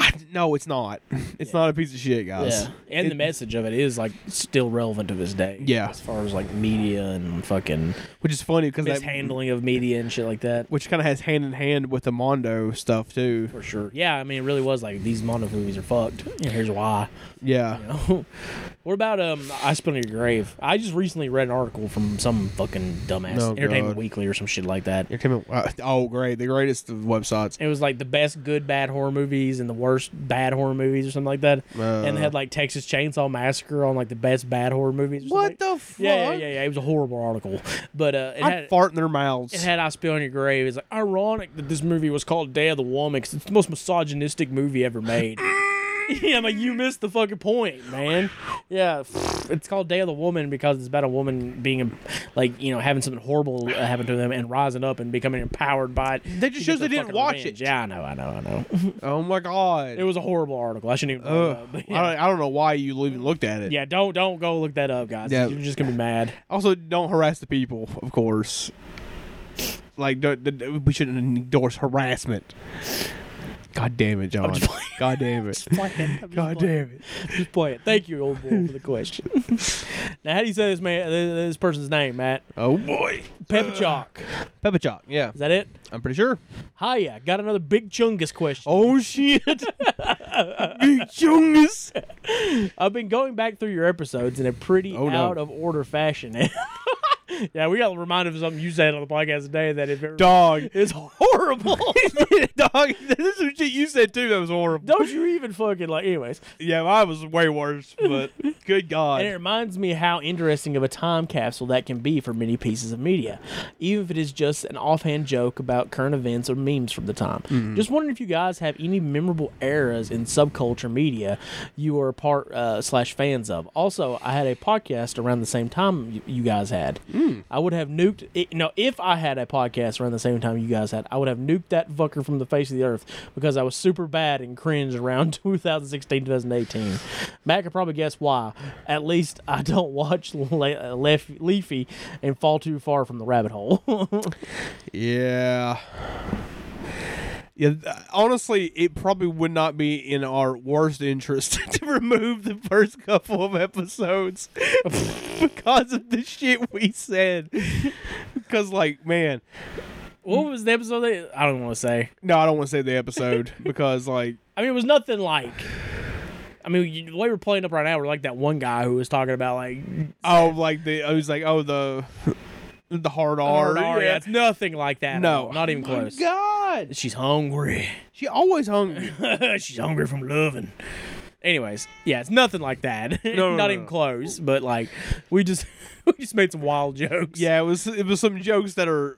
I, no, it's not. It's not a piece of shit, guys.
Yeah, and
It-
the message of it is like still relevant to this day.
Yeah.
as far as like media and fucking
which is funny because that
mishandling of media and shit like that.
which kind of has hand in hand with the Mondo stuff too.
For sure. Yeah, I mean, it really was like these Mondo movies are fucked, and here's why.
Yeah,
You know? what about um? I spit on your grave. I just recently read an article from some fucking dumbass
Oh,
Entertainment
God.
Weekly or some shit like that.
You're coming. Uh, oh, great! The greatest of websites.
It was like the best good bad horror movies and the worst bad horror movies or something like that. and
Uh.
they had like Texas Chainsaw Massacre on like the best bad horror movies. or something.
the fuck?
Yeah, yeah, yeah, yeah. It was a horrible article, but uh, it
I'd
had
fart in their mouths.
it had I Spill on Your Grave. It's like ironic that this movie was called Day of the Woman because it's the most misogynistic movie ever made. yeah, I'm like, you missed the fucking point, man. Yeah, it's called Day of the Woman because it's about a woman being, um, like, you know, having something horrible uh, happen to them and rising up and becoming empowered by it.
That
She
just shows
gets her
they didn't
fucking
watch
revenge.
it.
Yeah, I know, I know, I know.
oh my god.
It was a horrible article. I shouldn't even. bring it
Ugh.
up, but
I,
yeah.
don't, I don't know why you even looked at it.
yeah, don't don't go look that up, guys.
Yeah.
You're just gonna be mad.
Also, don't harass the people, of course. Like, don't, don't- we shouldn't endorse harassment. God damn it, John. God damn it.
Play it. I'm just
God
playing.
damn it.
Just play it. Thank you, old boy, for the question. now, how do you say this man? This person's name, Matt
Oh boy.
Pepichok.
Pepper Chalk. Yeah,
Is that it?
I'm pretty sure.
Hiya, got another big chungus question.
Oh shit. Big Jungus.
I've been going back through your episodes in a pretty
Oh, no.
out of order fashion. yeah, we got reminded of something you said on the podcast today that if it,
Dog.
it's horrible.
Dog. This is some shit you said too. That was horrible.
Don't you even fucking like. Anyways,
Yeah, mine was way worse, but good God.
And it reminds me how interesting of a time capsule that can be for many pieces of media, even if it is just an offhand joke about current events or memes from the time. Just wondering if you guys have any memorable eras in subculture media you were a part uh, slash fans of. Also, I had a podcast around the same time you, you guys had. I would have nuked. It, no, if I had a podcast around the same time you guys had, I would have nuked that fucker from the face of the earth because I was super bad and cringe around 2016, 2018. Matt could probably guess why. At least I don't watch Le- uh, Lef- Leafy and fall too far from the rabbit hole.
Yeah. Yeah, th- honestly, it probably would not be in our worst interest to remove the first couple of episodes because of the shit we said. Because, like, man,
what was the episode? That, I don't want to say.
no, I don't want to say the episode because, like,
I mean, it was nothing like. I mean, you, the way we're playing up right now, we're like that one guy who was talking about like
oh, like the I was like, oh, the the hard R.
hard R. Yeah, it's nothing like that. at
No. Oh
all. not even close.
God,
She's hungry.
she always hungry.
She's hungry from loving. Anyways, yeah, it's nothing like that.
no,
Not
no,
even
no.
close, but like we just we just made some wild jokes.
yeah, it was it was some jokes that are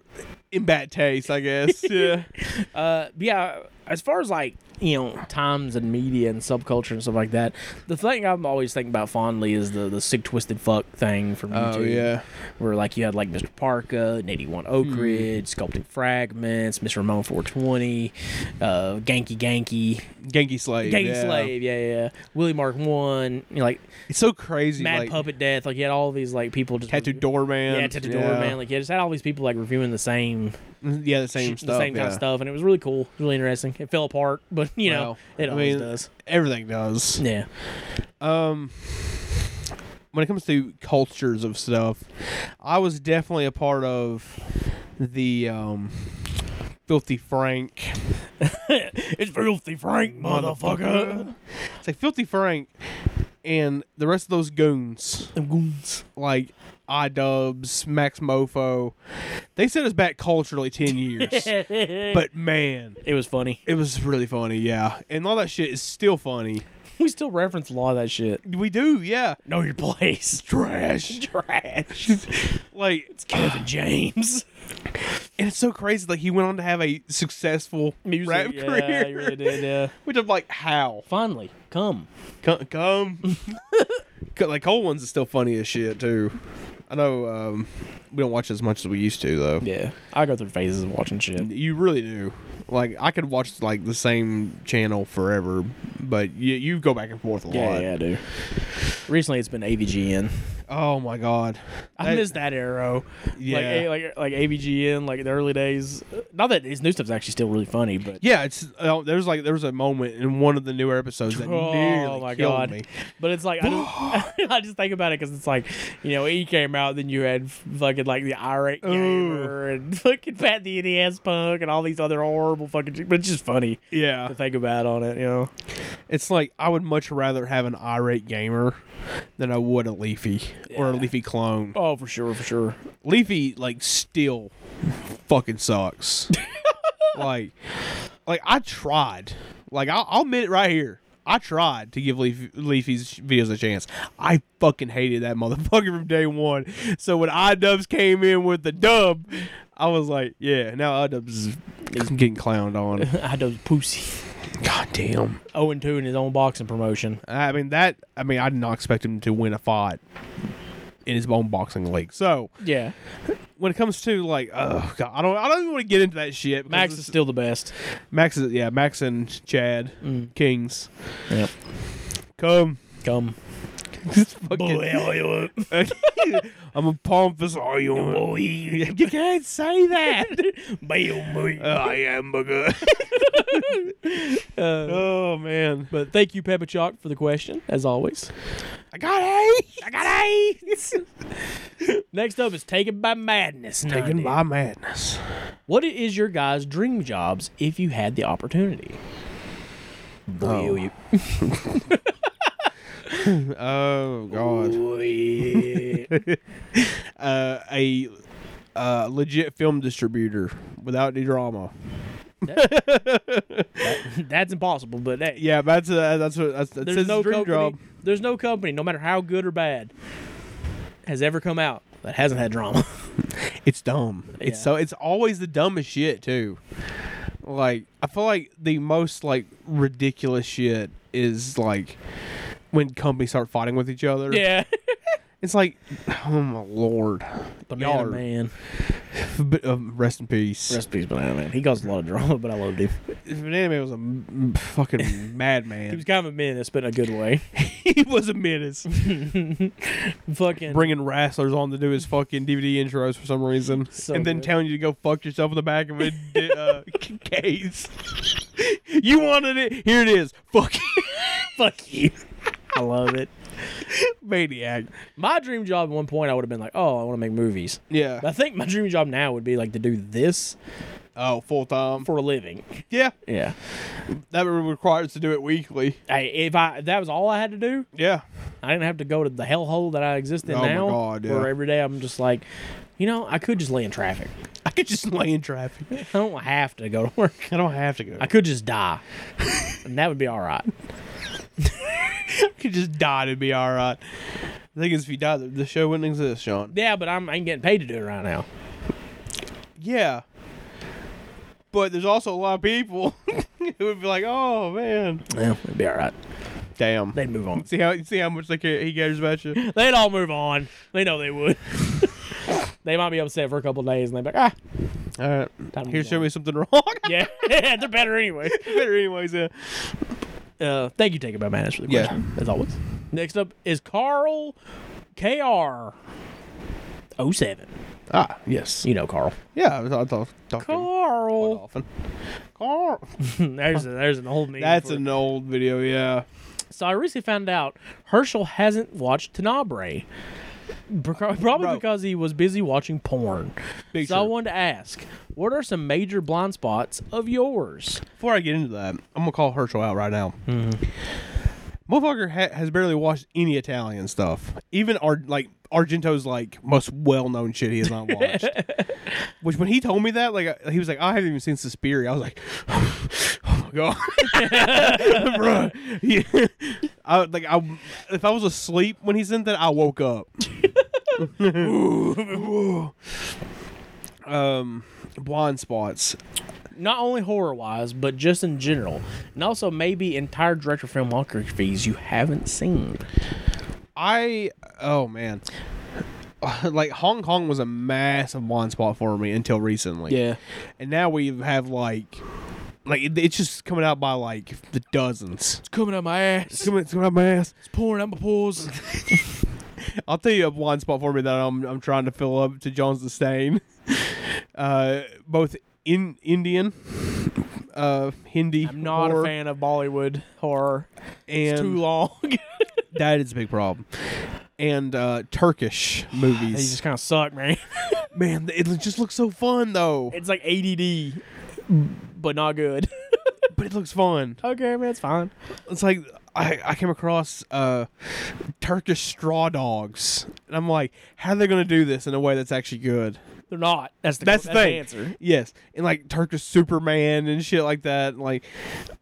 in bad taste, I guess. Yeah.
Uh but yeah, as far as like, you know, times and media and subculture and stuff like that, the thing I'm always thinking about fondly is the the sick twisted fuck thing from YouTube.
Oh yeah.
Where like you had like Mr. Parka, Nitty One Oak
Mm-hmm.
Ridge, Sculpting Fragments, Mr. Ramon 420, uh, Ganky Ganky,
Genki Slave.
Ganky
yeah.
Slave, yeah, yeah, yeah, Willie Mark One, you know, like
It's so crazy.
Mad
like,
Puppet Death. Like he had all these like people just
Tattoo Doorman.
Yeah, Tattoo Doorman. Like he just had all these people like reviewing the same,
Like, Mm-hmm. yeah, the same
sh-
stuff.
the same kind
yeah.
of stuff, and it was really cool. It was really interesting. It fell apart, but you know
Well,
it
I
always
mean-
does.
Everything does.
Yeah.
Um, when it comes to cultures of stuff, I was definitely a part of the um, Filthy Frank.
It's filthy Frank, motherfucker.
It's like Filthy Frank and the rest of those goons,
Them goons.
like iDubbbz, Max Mofo. They sent us back culturally ten years,
but
but man.
it was funny.
It was really funny, yeah. And all that shit is still funny.
We still reference a lot of that shit.
We do, yeah.
Know your place. Trash. Trash.
Like
It's Kevin James.
and it's so crazy. Like he went on to have a successful
Music,
rap
yeah,
career,
he really did, yeah.
which I'm like, how?
Finally, come.
Come, come. Co- like Cole ones is still funny as shit too. I know um, we don't watch as much as we used to though.
Yeah, I go through phases of watching shit.
You really do. Like I could watch like the same channel forever, but you you go back and forth a
Yeah,
lot.
yeah, I do. Recently, it's been AVGN.
Oh my god.
I miss that arrow. Like,
Yeah.
A- like, like AVGN, like the early days. Not that his new stuff's actually still really funny, but
Yeah, it's uh, there's like there was a moment in one of the newer episodes that
Oh,
nearly killed me.
But it's like I, don't, I just think about it because it's like you know he came out, then you had fucking like the irate gamer and fucking Pat the NES punk and all these other horrible fucking. But it's just funny
Yeah,
to think about on it, you know.
it's like I would much rather have an irate gamer than I would a Leafy or a Leafy clone.
Oh, for sure, for sure.
Leafy like still fucking sucks. like, like I tried. Like I'll, I'll admit it right here. I tried to give Leaf, Leafy's videos a chance. I fucking hated that motherfucker from day one. So when iDubbbz came in with the dub, I was like, yeah, now iDubbbz is getting clowned on.
I do pussy.
God damn.
Oh, and two in his own boxing promotion.
I mean that. I mean I did not expect him to win a fight in his own boxing league. So
Yeah,
when it comes to like, oh god, I don't, I don't even want to get into that shit. because
Max
it's-
is still the best.
Max is yeah, Max and Chad
Mm.
Kings.
Yep.
Come.
Come,
It's fucking- I'm a pompous boy. You can't say that. Uh, I am a good. oh man. But
But thank you, Peppa Chalk, for the question, as always.
I got eight. I got eight.
Next up is Taken by Madness.
Taken
90.
by madness.
What is your guys' dream jobs if you had the opportunity?
Oh.
you.
Oh god.
Boy.
Uh, a uh, legit film distributor without any drama.
That's impossible, but that,
Yeah, that's uh, that's what that's, that's
there's
his
no
dream
company.
job.
There's no company, no matter how good or bad, has ever come out that hasn't had drama.
It's dumb. It's
Yeah.
so it's always the dumbest shit too. Like I feel like the most like ridiculous shit is like when companies start fighting with each other.
yeah.
It's like, oh my lord.
Banana
Yar.
Man.
But, um, rest in peace.
Recipes Banana Man. He caused a lot of drama, but I loved him.
Banana Man was a m- fucking madman.
He was kind of a menace, but in a good way.
he was a menace.
Fucking.
Bringing wrestlers on to do his fucking DVD intros for some reason,
So
and then
good.
telling you to go fuck yourself in the back of a di- uh, case. you wanted it. Here it is. Fuck you.
Fuck you. I love it.
maniac.
My dream job at one point, I would have been like, oh, I want to make movies. But
Yeah.
I think my dream job now would be like to do this
Oh, full time.
for a living.
Yeah,
Yeah.
that would require us to do it weekly.
I, if I if that was all I had to do,
Yeah.
I didn't have to go to the hellhole that I exist in
Oh my
now.
God, yeah.
Where every day I'm just like, you know, I could just lay in traffic.
I could just lay in traffic.
I don't have to go to work.
I don't have to go.
I could just die, and that would be all right.
could just die to be all right. The thing is, if you die, the- the show wouldn't exist, Sean.
Yeah, but I'm, I ain't getting paid to do it right now.
Yeah. But there's also a lot of people who would be like, "Oh man,
Yeah, it'd be all right.
damn."
They'd move on.
See how see how much they care, he cares about you.
They'd all move on. They know they would. they might be upset for a couple days, and they'd be like, ah,
All right,
Time to
here
move
show
on.
me something wrong.
yeah, they're better anyway.
Better anyways. Yeah.
Uh, thank you, Take It by Madness, for the
Yeah.
question, as always. Next up is Carl KR. 07.
Ah, yes.
You know Carl.
Yeah, I was talking.
Carl.
Often. Carl.
there's a, there's an old meme.
That's
for it.
an old video. Yeah.
So I recently found out Herschel hasn't watched Tenebrae. Beca- Probably
Bro.
because he was busy watching porn.
Big
so I
sure.
wanted to ask, what are some major blind spots of yours?
Before I get into that, I'm gonna call Herschel out right now. Motherfucker ha- has barely watched any Italian stuff. Even Ar- like Argento's like most well-known shit he has not watched. Which when he told me that, like I- he was like, I haven't even seen Suspiria. I was like, oh my god, Bruh. Yeah. I like I if I was asleep when he sent that, I woke up. um, blind spots.
not only horror wise, but just in general, and also maybe entire director filmographies you haven't seen.
I oh man, like Hong Kong was a massive blind spot for me until recently. and now we have like, like it, it's just coming out by like the dozens.
It's coming out my ass.
It's coming, it's coming out my ass.
It's pouring out my pores.
I'll tell you a blind spot for me that I'm I'm trying to fill up to John's disdain. Uh, both in Indian, uh, Hindi.
I'm not
horror,
a fan of Bollywood horror.
And
It's too long.
that is a big problem. And uh, Turkish
they just
movies.
kind of suck, man.
Man, it just looks so fun though.
It's like ADD, but not good.
but it looks fun.
okay, man, it's fine.
It's like I, I came across uh, Turkish straw dogs, and I'm like, how are they gonna do this in a way that's actually good?
They're not. That's the
That's the
that's the
thing.
answer.
Yes, and like Turkish Superman and shit like that. and, Like,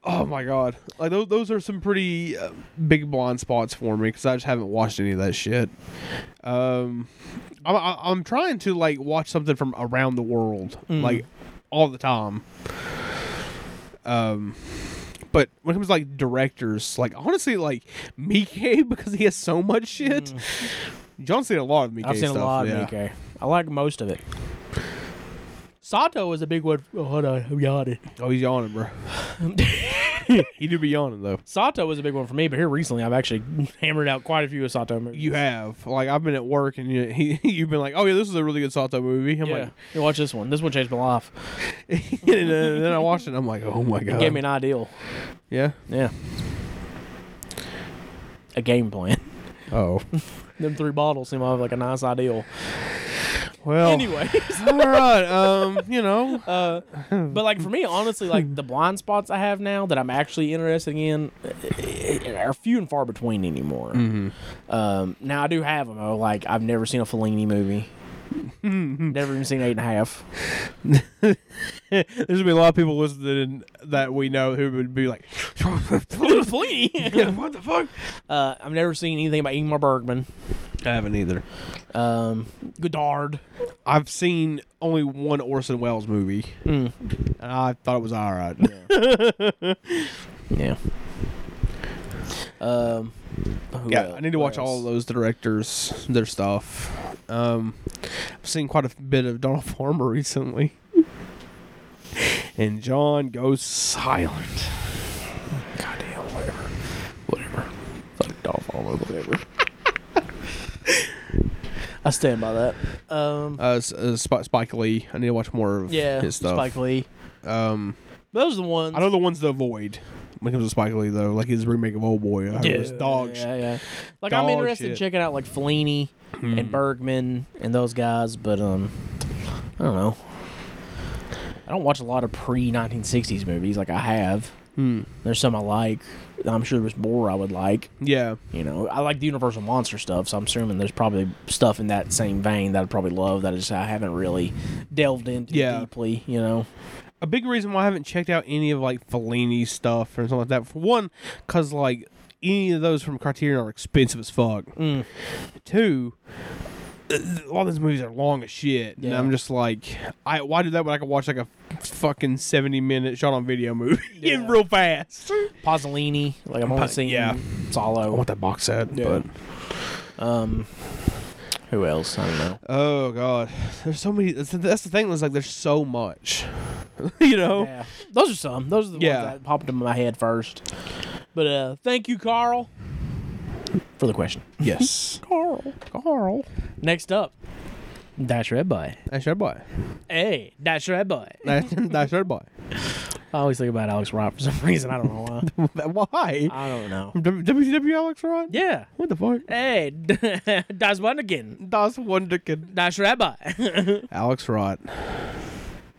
oh my god, like those those are some pretty uh, big blind spots for me because I just haven't watched any of that shit. Um, I'm I- I'm trying to like watch something from around the world
Mm.
like all the time. Um. But when it comes to like directors, like honestly, like Mike because he has so much shit. John's seen a lot of Mike.
Mm. I've seen
stuff,
a lot
yeah.
of Mike. I like most of it. Sato is a big one. Oh, hold on, I'm yawning.
Oh, he's yawning, bro. he do be yawning though.
Sato was a big one for me, but here recently I've actually hammered out quite a few of Sato movies.
You have like I've been at work and you, he, you've been like, oh yeah, this is a really good Salto movie. I'm
yeah. Here, watch this one. This one changed my life.
like, and then, then I watched it. and I'm like, oh my
It
god,
gave me an ideal.
yeah.
Yeah. A game plan.
Oh
Them three bottles seem like a nice ideal.
well.
Anyway,
all right. Um, you know,
uh, but like for me, honestly, like the blind spots I have now that I'm actually interested in eh, are few and far between anymore. Um, now I do have them. Though. Like I've never seen a Fellini movie. never even seen eight and a half.
there's gonna be a lot of people listening that we know who would be like,
Fellini.
what the fuck?
uh, I've never seen anything by Ingmar Bergman.
I haven't either.
Um, Godard.
I've seen only one Orson Welles movie, and I thought it was all right.
Yeah. Um. who
Yeah,
else-
I need to
what
watch all
else?
those directors, their stuff. Um, I've seen quite a bit of Donald Farmer recently. and John uh, goes silent.
Goddamn, whatever. Whatever. Fucked off all over, whatever. I stand by that. Um,
Uh, S- uh, Sp- Spike Lee. I need to watch more of
yeah,
his stuff.
Spike Lee.
Um,
Those are the ones.
I know the ones to avoid when it comes to Spike Lee though, like his remake of Old Boy. I heard it was dog
Yeah, yeah. Like
Dog
I'm interested in
shit.
checking out like Fellini and Bergman and those guys, but um, I don't know. I don't watch a lot of pre 1960s movies. Like I have.
Hmm.
There's some I like. I'm sure there's more I would like.
Yeah.
You know, I like the Universal Monster stuff, so I'm assuming there's probably stuff in that same vein that I probably love that I just I haven't really delved into
Yeah.
deeply. You know,
a big reason why I haven't checked out any of like Fellini's stuff or something like that. For one, because like any of those from Criterion are expensive as fuck.
Mm.
Two, th- th- all these movies are long as shit, and
Yeah.
I'm just like, I why do that when I can watch like a fucking seventy minute shot on video movie
Yeah.
real fast?
Pasolini, like I've
Pa-
only seen
yeah. I
Solo.
want that box set,
Yeah. Um, who else? I don't know.
but oh god, there's so many. That's the, that's the thing. Is like there's so much, you know.
Yeah, those are some. Those are the
Yeah.
ones that popped into my head first. But uh, thank you, Carl, for the question.
Yes,
Carl.
Carl,
Next up, Dash Red Boy.
that's your boy.
Hey, Dash Red Boy.
That's, that's your boy.
I always think about Alex Rock for some reason. I don't know why.
Why?
I don't know.
WCW Alex Rod?
Yeah.
What the fuck?
Hey, das Wunderkind.
Das Wunderkind.
Das Rabbi. I
Alex Rod.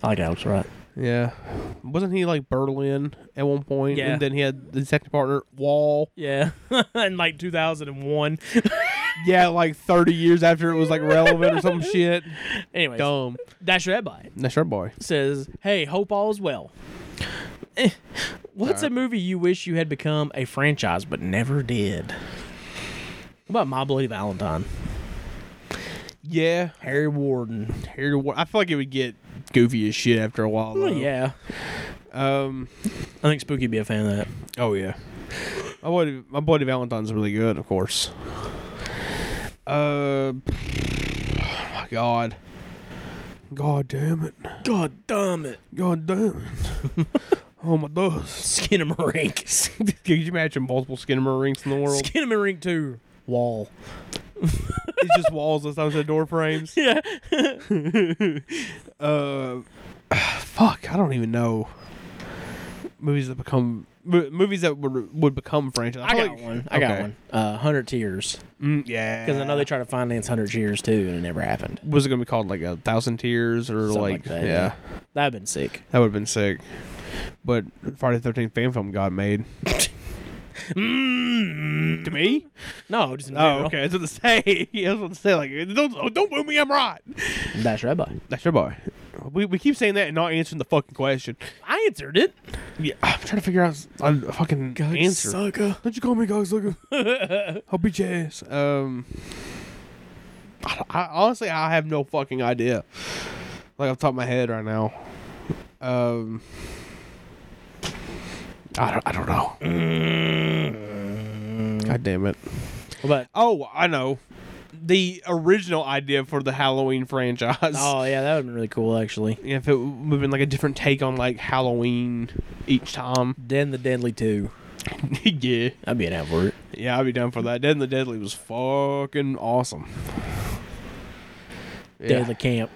like Alex Wright.
Yeah. Wasn't he like Berlin at one point?
Yeah.
And then he had the second partner, Wall.
Yeah. In like 2001.
Yeah, like 30 years after it was like relevant or some shit.
Anyways,
Dumb.
Dash Rabbi
That's your boy.
says, Hey, hope all is well. Eh, What's a movie you wish you had become a franchise but never did? What about My Bloody Valentine?
Yeah,
Harry Warden.
Harry. Wa- I feel like it would get goofy as shit after a while.
Well,
though.
yeah,
Um.
I think Spooky'd be a fan of that.
Oh yeah. My buddy, my buddy Valentine's really good, of course. Uh, my God. God damn it!
God damn it,
God damn it! oh my gosh!
Skin him a rink.
Can you imagine multiple Skinner rings in the world?
Skin him a rink too. Wall.
it's just walls instead of door frames.
Yeah.
Uh, fuck! I don't even know. Movies that become mo- movies that would would become franchise.
I
feel
got
like-
one. I got
okay.
one. Uh, hundred tears.
Mm, yeah,
Because I know they tried to finance hundred tears too, and it never happened.
was it gonna be called like a thousand tears or
Something
like,
like that,
yeah.
yeah. That'd been sick.
that would have been sick. But Friday the Thirteenth fan film got made
Mm.
to me.
No, just in
Oh,
general.
okay. That's what to say. I was about to say like don't oh, don't boo me. I'm right.
That's Rabbi.
That's your boy. We, we keep saying that and not answering the fucking question.
I answered it.
Yeah, I'm trying to figure out a fucking answer.
Sucker.
Don't you call me Godzilla? I'll beat your ass. Um, I, I- honestly, I have no fucking idea. Like off the top of my head right now. Um, I don't, I don't know. God damn it!
But
Oh, I know. The original idea for the Halloween franchise.
oh yeah, that would've been really cool actually.
If it would been like a different take on like Halloween each time.
Then the Deadly Two.
yeah.
I'd be an ad for it.
Yeah, I'd be down for that. Dead in the Deadly was fucking awesome. Yeah.
Deadly Camp.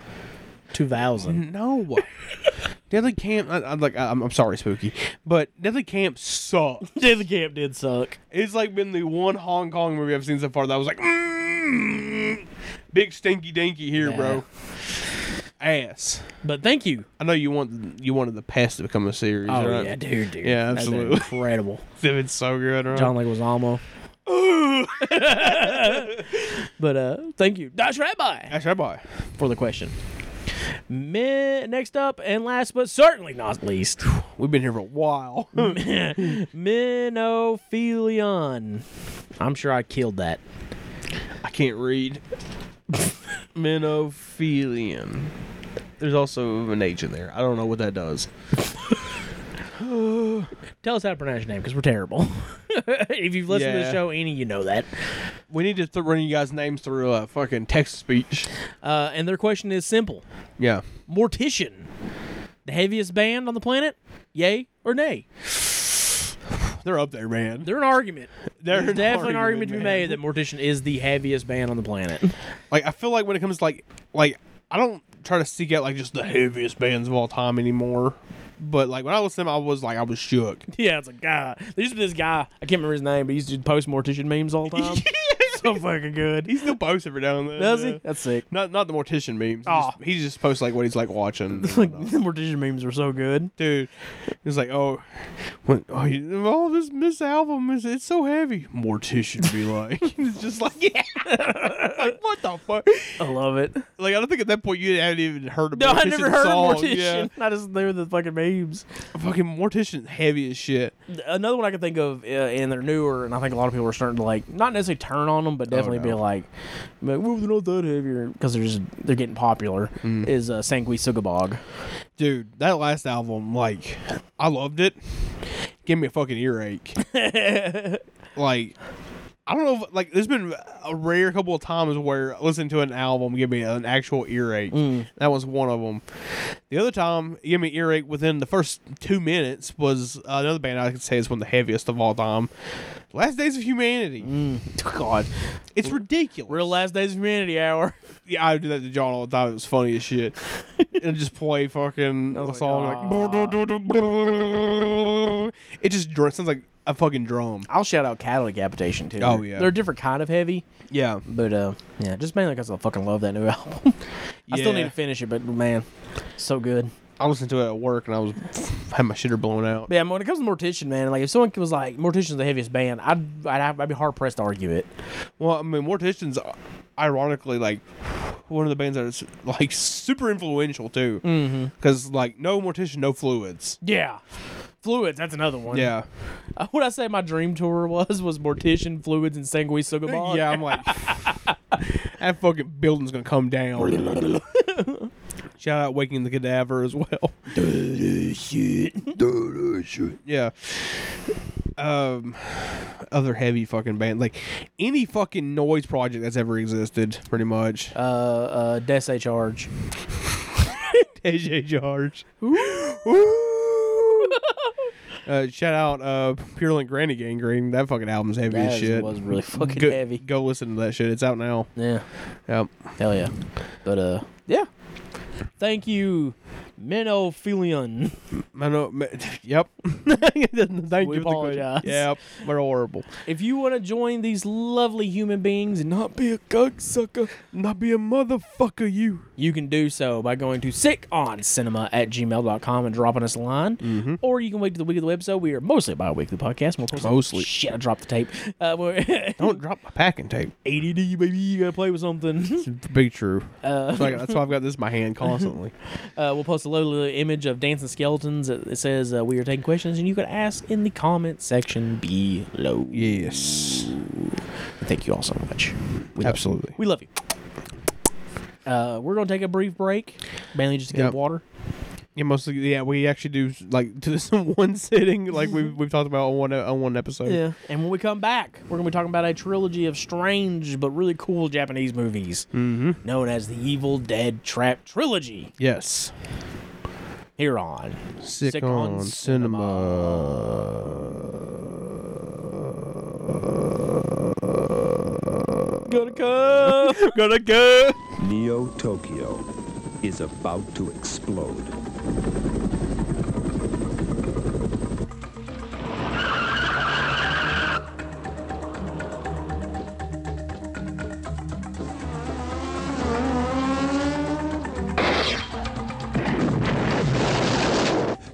Two thousand.
No. Deadly Camp, I, I'm like, I'm, I'm sorry, Spooky, but Deadly Camp sucked.
Deadly Camp did suck.
It's like been the one Hong Kong movie I've seen so far that I was like, mm, big stinky dinky here, bro. Ass.
But thank you.
I know you want you wanted the past to become a series,
Oh
right?
yeah, dude, dude.
Yeah,
That'd been
absolutely.
Incredible.
It's so good, right?
John Leguizamo. but uh, thank you, Dash Rabbi,
That's right, boy.
for the question. Me- next up and last, but certainly not least,
We've been here for a while.
Minophilion. I'm sure I killed that.
I can't read. Menophilian. There's also an H in there. I don't know what that does.
Tell us how to pronounce your name because we're terrible. if you've listened to
Yeah.
the show any, you know that.
We need to th- run you guys' names through a fucking text speech.
Uh, and their question is simple:
Yeah.
Mortician, the heaviest band on the planet, yay or nay?
They're up there, man.
They're an argument.
They're
There's
an
definitely an argument
argument,
to be
man.
made that Mortician is the heaviest band on the planet.
Like, I feel like when it comes to, like, like, I don't try to seek out, like, just the heaviest bands of all time anymore. But, like, when I listened to them, I was, like, I was shook.
yeah, it's a guy. There used to be this guy. I can't remember his name, but he used to post Mortician memes all the time. so fucking good.
He still posts every now and then.
Um, Does
yeah.
he? That's sick.
Not, not the mortician memes. He,
Aw.
just, he just posts, like, what he's, like, watching.
Like the Mortician memes were so good.
dude. It's like, oh, when, oh, you, oh, this this album is it's so heavy. Mortician be like, it's just like, yeah, like what the fuck?
I love it.
Like I don't think at that point you hadn't even heard of
No, I
Mortician
never heard
song.
of Mortician. I just knew the fucking memes.
Yeah, fucking Mortician heavy as shit.
Another one I can think of, uh, and they're newer, and I think a lot of people are starting to like not necessarily turn on them, but definitely be
Oh, no.
like, like, "Well, they're not that heavier," because they're just they're getting popular.
Mm.
Is uh, Sangui Sugabog?
Dude, that last album, like, I loved it. Gave me a fucking earache. like, I don't know if, like, there's been a rare couple of times where listening to an album give me an actual earache. That was one of them. The other time, it gave me an earache within the first two minutes was uh, another band I could say is one of the heaviest of all time. Last Days of Humanity.
God,
It's ridiculous.
real last days of humanity hour.
Yeah, I would do that to John all the time. It was funny as shit. and just play fucking a
like,
song like. It just dr- sounds like a fucking drum.
I'll shout out cattle decapitation too.
Oh, yeah.
they're a different kind of heavy,
Yeah.
but uh, yeah, just mainly because I fucking love that new album. I still need
Yeah.
to finish it, but man, so good.
I listened to it at work and I was had my shitter blown out.
But yeah, when it comes to Mortician, man, like if someone was like Mortician's the heaviest band, I'd I'd, I'd be hard pressed to argue it.
Well, I mean, Mortician's uh, ironically like one of the bands that's like super influential too. Because like no Mortician, no fluids.
Yeah. Fluids, that's another one.
Yeah.
Uh, what I say my dream tour was was Mortician, Fluids, and Sangui Sugabon.
Yeah, I'm like, that fucking building's gonna come down. Shout out waking the cadaver as well. Yeah. Um, other heavy fucking band like any fucking noise project that's ever existed, pretty much.
Uh, uh, Desse Charge.
AJ George. Ooh. uh, shout out uh, Pure Link Granny Gangrene. That fucking album's heavy
That
as shit.
was really fucking
go,
heavy.
Go listen to that shit. It's out now.
Yeah.
Yep.
Hell yeah. But uh yeah. Thank you, Menophilion.
I know. ma- Yep. Thank you for the question.
apologize.
Yep. We're horrible.
If you want to join these lovely human beings and not be a
Sucker.
Not be a motherfucker, you.
you can do so by going to sickoncinema at gmail.com and dropping us a line.
Mm-hmm.
Or you can wait to the week of the episode. We are mostly a bi weekly podcast. We'll post
Mostly.
Shit, I dropped the tape. Uh, we're
Don't drop my packing tape.
ADD, baby. You got to play with something.
Big true.
Uh,
That's why I got- that's why I've got this in my hand constantly.
Uh, we'll post a little, little image of dancing skeletons. It it says uh, we are taking questions, and you can ask in the comment section below.
yes.
Thank you all so much. We love,
Absolutely.
we love you. Uh, we're gonna take a brief break, mainly just to get
Yep.
water.
Yeah, mostly. Yeah, we actually do like do this in one sitting, like we've we've talked about on one on one episode.
And when we come back, we're gonna be talking about a trilogy of strange but really cool Japanese movies
Mm-hmm.
known as the Evil Dead Trap Trilogy.
Yes.
Here on
Sick,
Sick on
on, cinema.
Gonna come.
Gonna go.
Neo Tokyo is about to explode.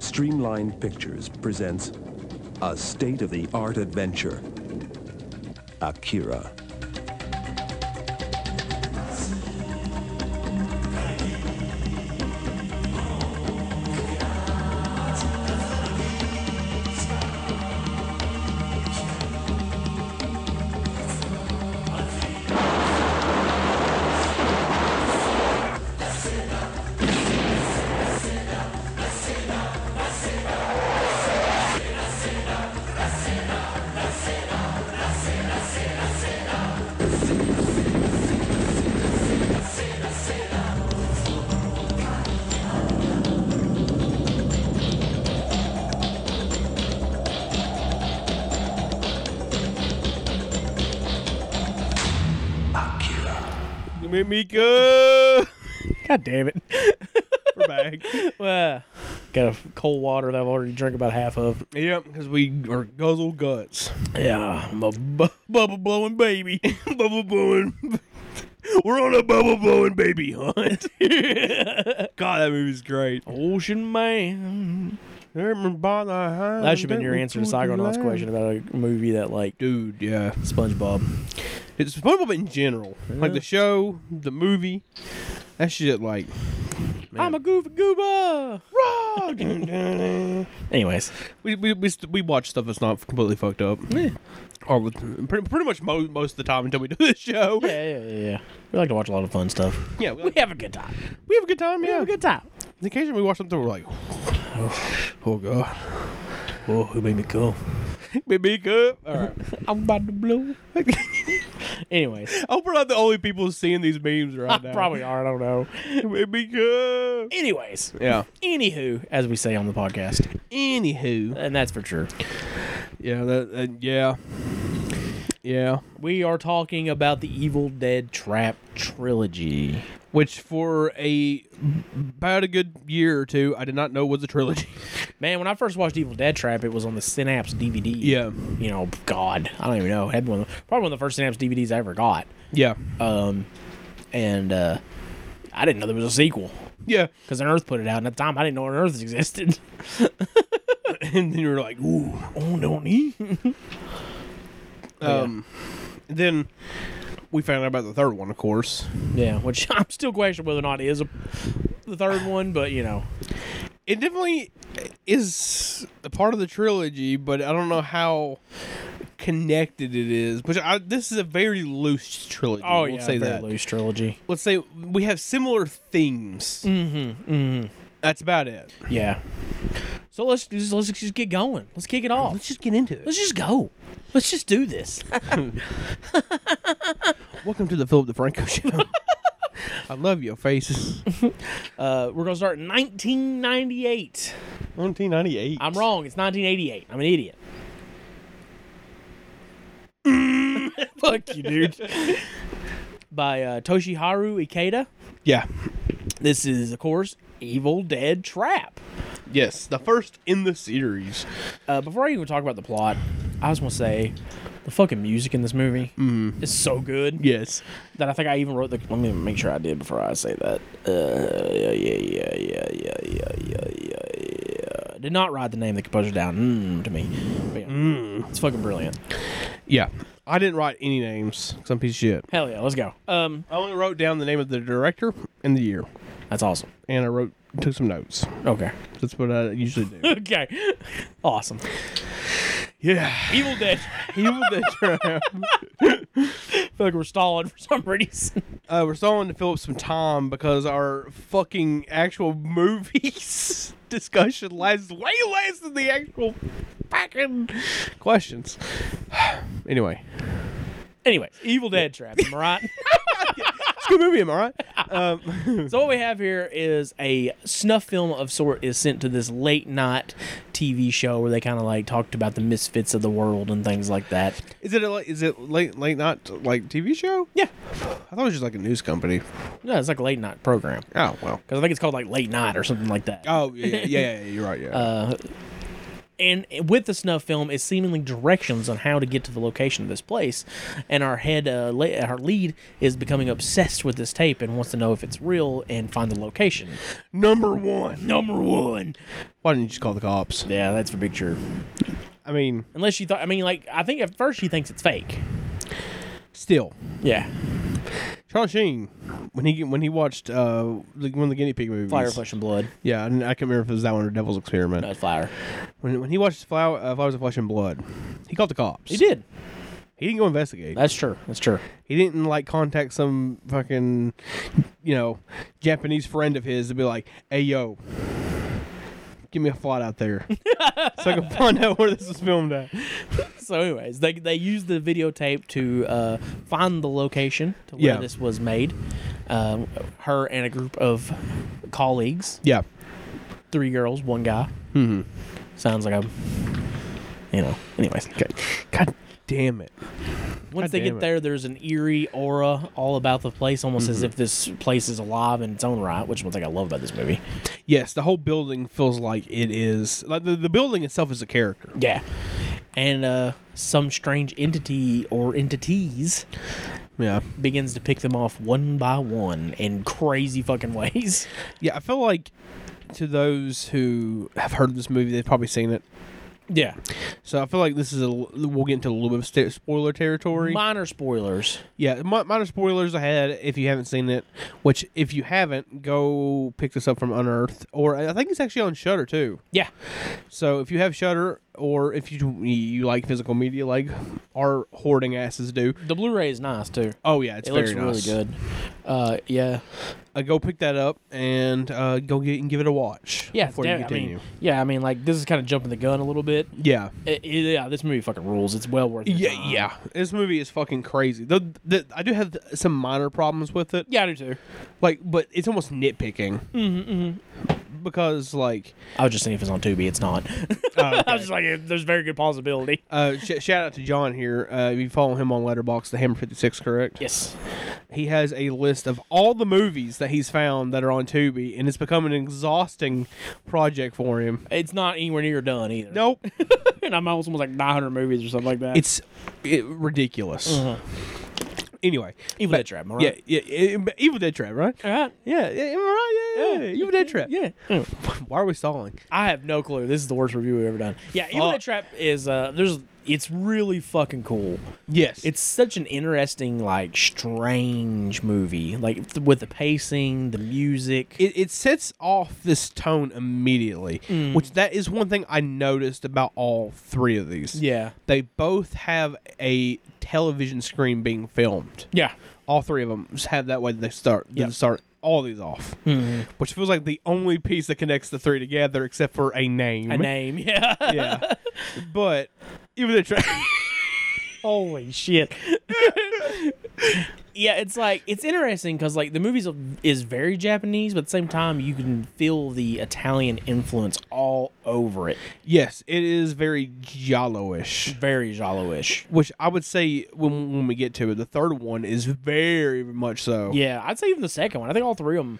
Streamline Pictures presents a state of the art adventure Akira.
You made me go.
God damn it.
We're back.
Uh, got a f- cold water that I've already drank about half of.
yep, because we are guzzle guts.
Yeah, I'm a bu-
Bubble blowing baby. bubble blowing. We're on a bubble blowing baby hunt. God, that movie's great.
ocean man. That should have been your answer to Psychonauts' question about a movie that, like,
Dude, yeah.
SpongeBob.
It's SpongeBob in general, like the show, the movie, that shit. Like,
I'm a goofy gooba. Anyways,
we we we, st- we watch stuff that's not completely fucked up, or with, pretty pretty much mo- most of the time until we do this show.
yeah, yeah, yeah, yeah. We like to watch a lot of fun stuff.
Yeah, we,
We have a good time.
we have a good time.
We have
Yeah,
a good time.
the occasion we watch something, we're like, oh god,
Oh, who made me cool?
baby, good. All right.
I'm about to blow. Anyways,
I hope we're not the only people seeing these memes right now.
probably are. I don't know.
baby, good.
Anyways,
Yeah.
anywho, as we say on the podcast,
Anywho.
and that's for sure.
Yeah. That. Uh, yeah. Yeah.
We are talking about the Evil Dead Trap trilogy.
which for a about a good year or two, I did not know was a trilogy.
Man, when I first watched Evil Dead Trap, it was on the Synapse DVD.
Yeah,
You know, God, I don't even know. It had one of the, probably one of the first Synapse DVDs I ever got.
yeah,
Um, and uh, I didn't know there was a sequel
yeah.
because Earth put it out, and at the time I didn't know Earth existed.
And then you were like, ooh,
oh no, me. Oh,
um. Then we found out about the third one, of course.
yeah, which I'm still questioning whether or not it is a, the third one, but you know,
It definitely is a part of the trilogy, but I don't know how connected it is. Which I, this is a very loose trilogy.
Oh
we'll
yeah,
say
very
that.
loose trilogy.
Let's say we have similar themes.
Mm-hmm. Mm-hmm.
That's about it.
Yeah. So let's just, let's just get going. Let's kick it off.
Let's just get into it.
Let's just go. Let's just do this.
Welcome to the Philip DeFranco show. I love your faces.
Uh, we're gonna start in 1998.
1998.
I'm wrong. It's 1988. I'm an idiot. Fuck you, dude. By uh, Toshiharu Ikeda.
Yeah.
This is, of course, Evil Dead Trap.
Yes, the first in the series.
Uh, before I even talk about the plot, I just want to say the fucking music in this movie is so good
Yes.
that I think I even wrote the. Let me make sure I did before I say that. Uh, yeah, yeah, yeah, yeah, yeah, yeah, yeah, yeah. Did not write the name of the composer down mm, to me. But yeah, It's fucking brilliant.
Yeah. I didn't write any names. Some piece of shit.
Hell yeah, let's go. Um,
I only wrote down the name of the director and the year,
that's awesome.
and I wrote took some notes.
Okay.
That's what I usually do.
Okay. Awesome.
yeah.
Evil Dead.
Evil Dead Trap.
I feel like we're stalling for some reason.
Uh, we're stalling to fill up some time because our fucking actual movies discussion lasts way less than the actual fucking questions. anyway,
Anyway, Evil Dead trap. Am I right?
it's a good movie, am I right? Um,
So what we have here is a snuff film of sort is sent to this late night TV show where they kind of like talked about the misfits of the world and things like that.
is it a, li- is it late late night like TV show?
Yeah,
I thought it was just like a news company.
no, it's like a late night program
Oh well.
because I think it's called like late night or something like that.
Oh yeah, yeah, yeah, yeah, you're right. Yeah.
And with the snuff film is seemingly directions on how to get to the location of this place, and our head, uh, le- our lead is becoming obsessed with this tape and wants to know if it's real and find the location.
Number one.
Number one.
Why didn't you just call the cops?
Yeah, that's for big sure.
I mean,
Unless you thought, I mean, like I think at first she thinks it's fake.
still,
Yeah.
Charlie Sheen when he when he watched uh the- one of the guinea pig movies.
Fire, flesh, and blood.
Yeah, and I can't remember if it was that one or Devil's Experiment.
No, it's fire.
When, when he watched Flower, uh, Flowers of Flesh and Blood, he called the cops.
He did.
He didn't go investigate.
That's true. That's true.
he didn't like contact some fucking, you know, Japanese friend of his to be like, "Hey yo, give me a flight out there, so I can find out where this was filmed at."
So, anyways, they they used the videotape to uh, find the location to where
Yeah.
this was made. Um, her and a group of colleagues,
Yeah.
three girls, one guy. Mm-hmm. Sounds like I'm, you know. Anyways,
God damn it.
once
God
they
damn
get
it.
there, there's an eerie aura all about the place, almost
Mm-hmm.
as if this place is alive in its own right, which one thing I love about this movie.
Yes, the whole building feels like it is like the, the building itself is a character.
Yeah. And uh, some strange entity or entities
Yeah.
begins to pick them off one by one in crazy fucking ways.
Yeah, I feel like to those who have heard of this movie, they've probably seen it.
Yeah.
So I feel like this is a l- we'll get into a little bit of sta- spoiler territory.
Minor spoilers.
yeah, mi- minor spoilers ahead if you haven't seen it. Which if you haven't, go pick this up from Unearthed, or I think it's actually on Shutter too.
Yeah.
So if you have Shutter, or if you you like physical media like our hoarding asses do,
The Blu ray is nice too.
oh yeah, it's
it
very
looks
nice.
really good. Uh, yeah.
uh, go pick that up and uh, go get and give it a watch.
Yeah.
before
yeah,
you continue.
I mean, yeah, I mean, like, this is kind of jumping the gun a little bit.
yeah,
It- it- yeah, this movie fucking rules. It's well worth it.
yeah, yeah. This movie is fucking crazy. The, the, I do have some minor problems with it,
Yeah, Mm-hmm, I do too.
like, but it's almost nitpicking because, like,
I was just saying if it's on Tubi, it's not. Oh, I was just like, eh, there's very good possibility.
uh, sh- shout out to John here. Uh, if you follow him on Letterbox, the Hammer Fifty Six, correct?
Yes.
He has a list of all the movies that he's found that are on Tubi, and it's become an exhausting project for him.
It's not anywhere near done either.
Nope,
and I'm almost like 900 movies or something like that.
it's it, ridiculous. Anyway,
Mm-hmm. Evil Dead Trap, am I
yeah,
right?
yeah, yeah, Evil Dead Trap, right?
All right.
Yeah, yeah, am I right? Yeah, yeah, yeah. Evil Dead Trap.
Yeah.
Why are we stalling?
I have no clue. This is the worst review we've ever done. Yeah, Evil
Fuck.
Dead Trap is uh there's it's really fucking cool.
Yes.
It's such an interesting, like, strange movie. Like th- with the pacing, the music.
it, it sets off this tone immediately,
Mm.
which that is one thing I noticed about all three of these.
yeah,
They both have a television screen being filmed.
yeah,
All three of them just have that way that they start. They
Yep.
start all these off,
Mm-hmm.
which feels like the only piece that connects the three together, except for a name.
a name. Yeah.
Mm-hmm. Yeah, but even the tra-
Holy shit. yeah, it's like it's interesting because like the movies is very Japanese, but at the same time you can feel the Italian influence all over it.
yes, it is very giallo-ish.
Very Jalo-ish.
Which I would say when when we get to it, the third one is very much so.
Yeah, I'd say even the second one. I think all three of them,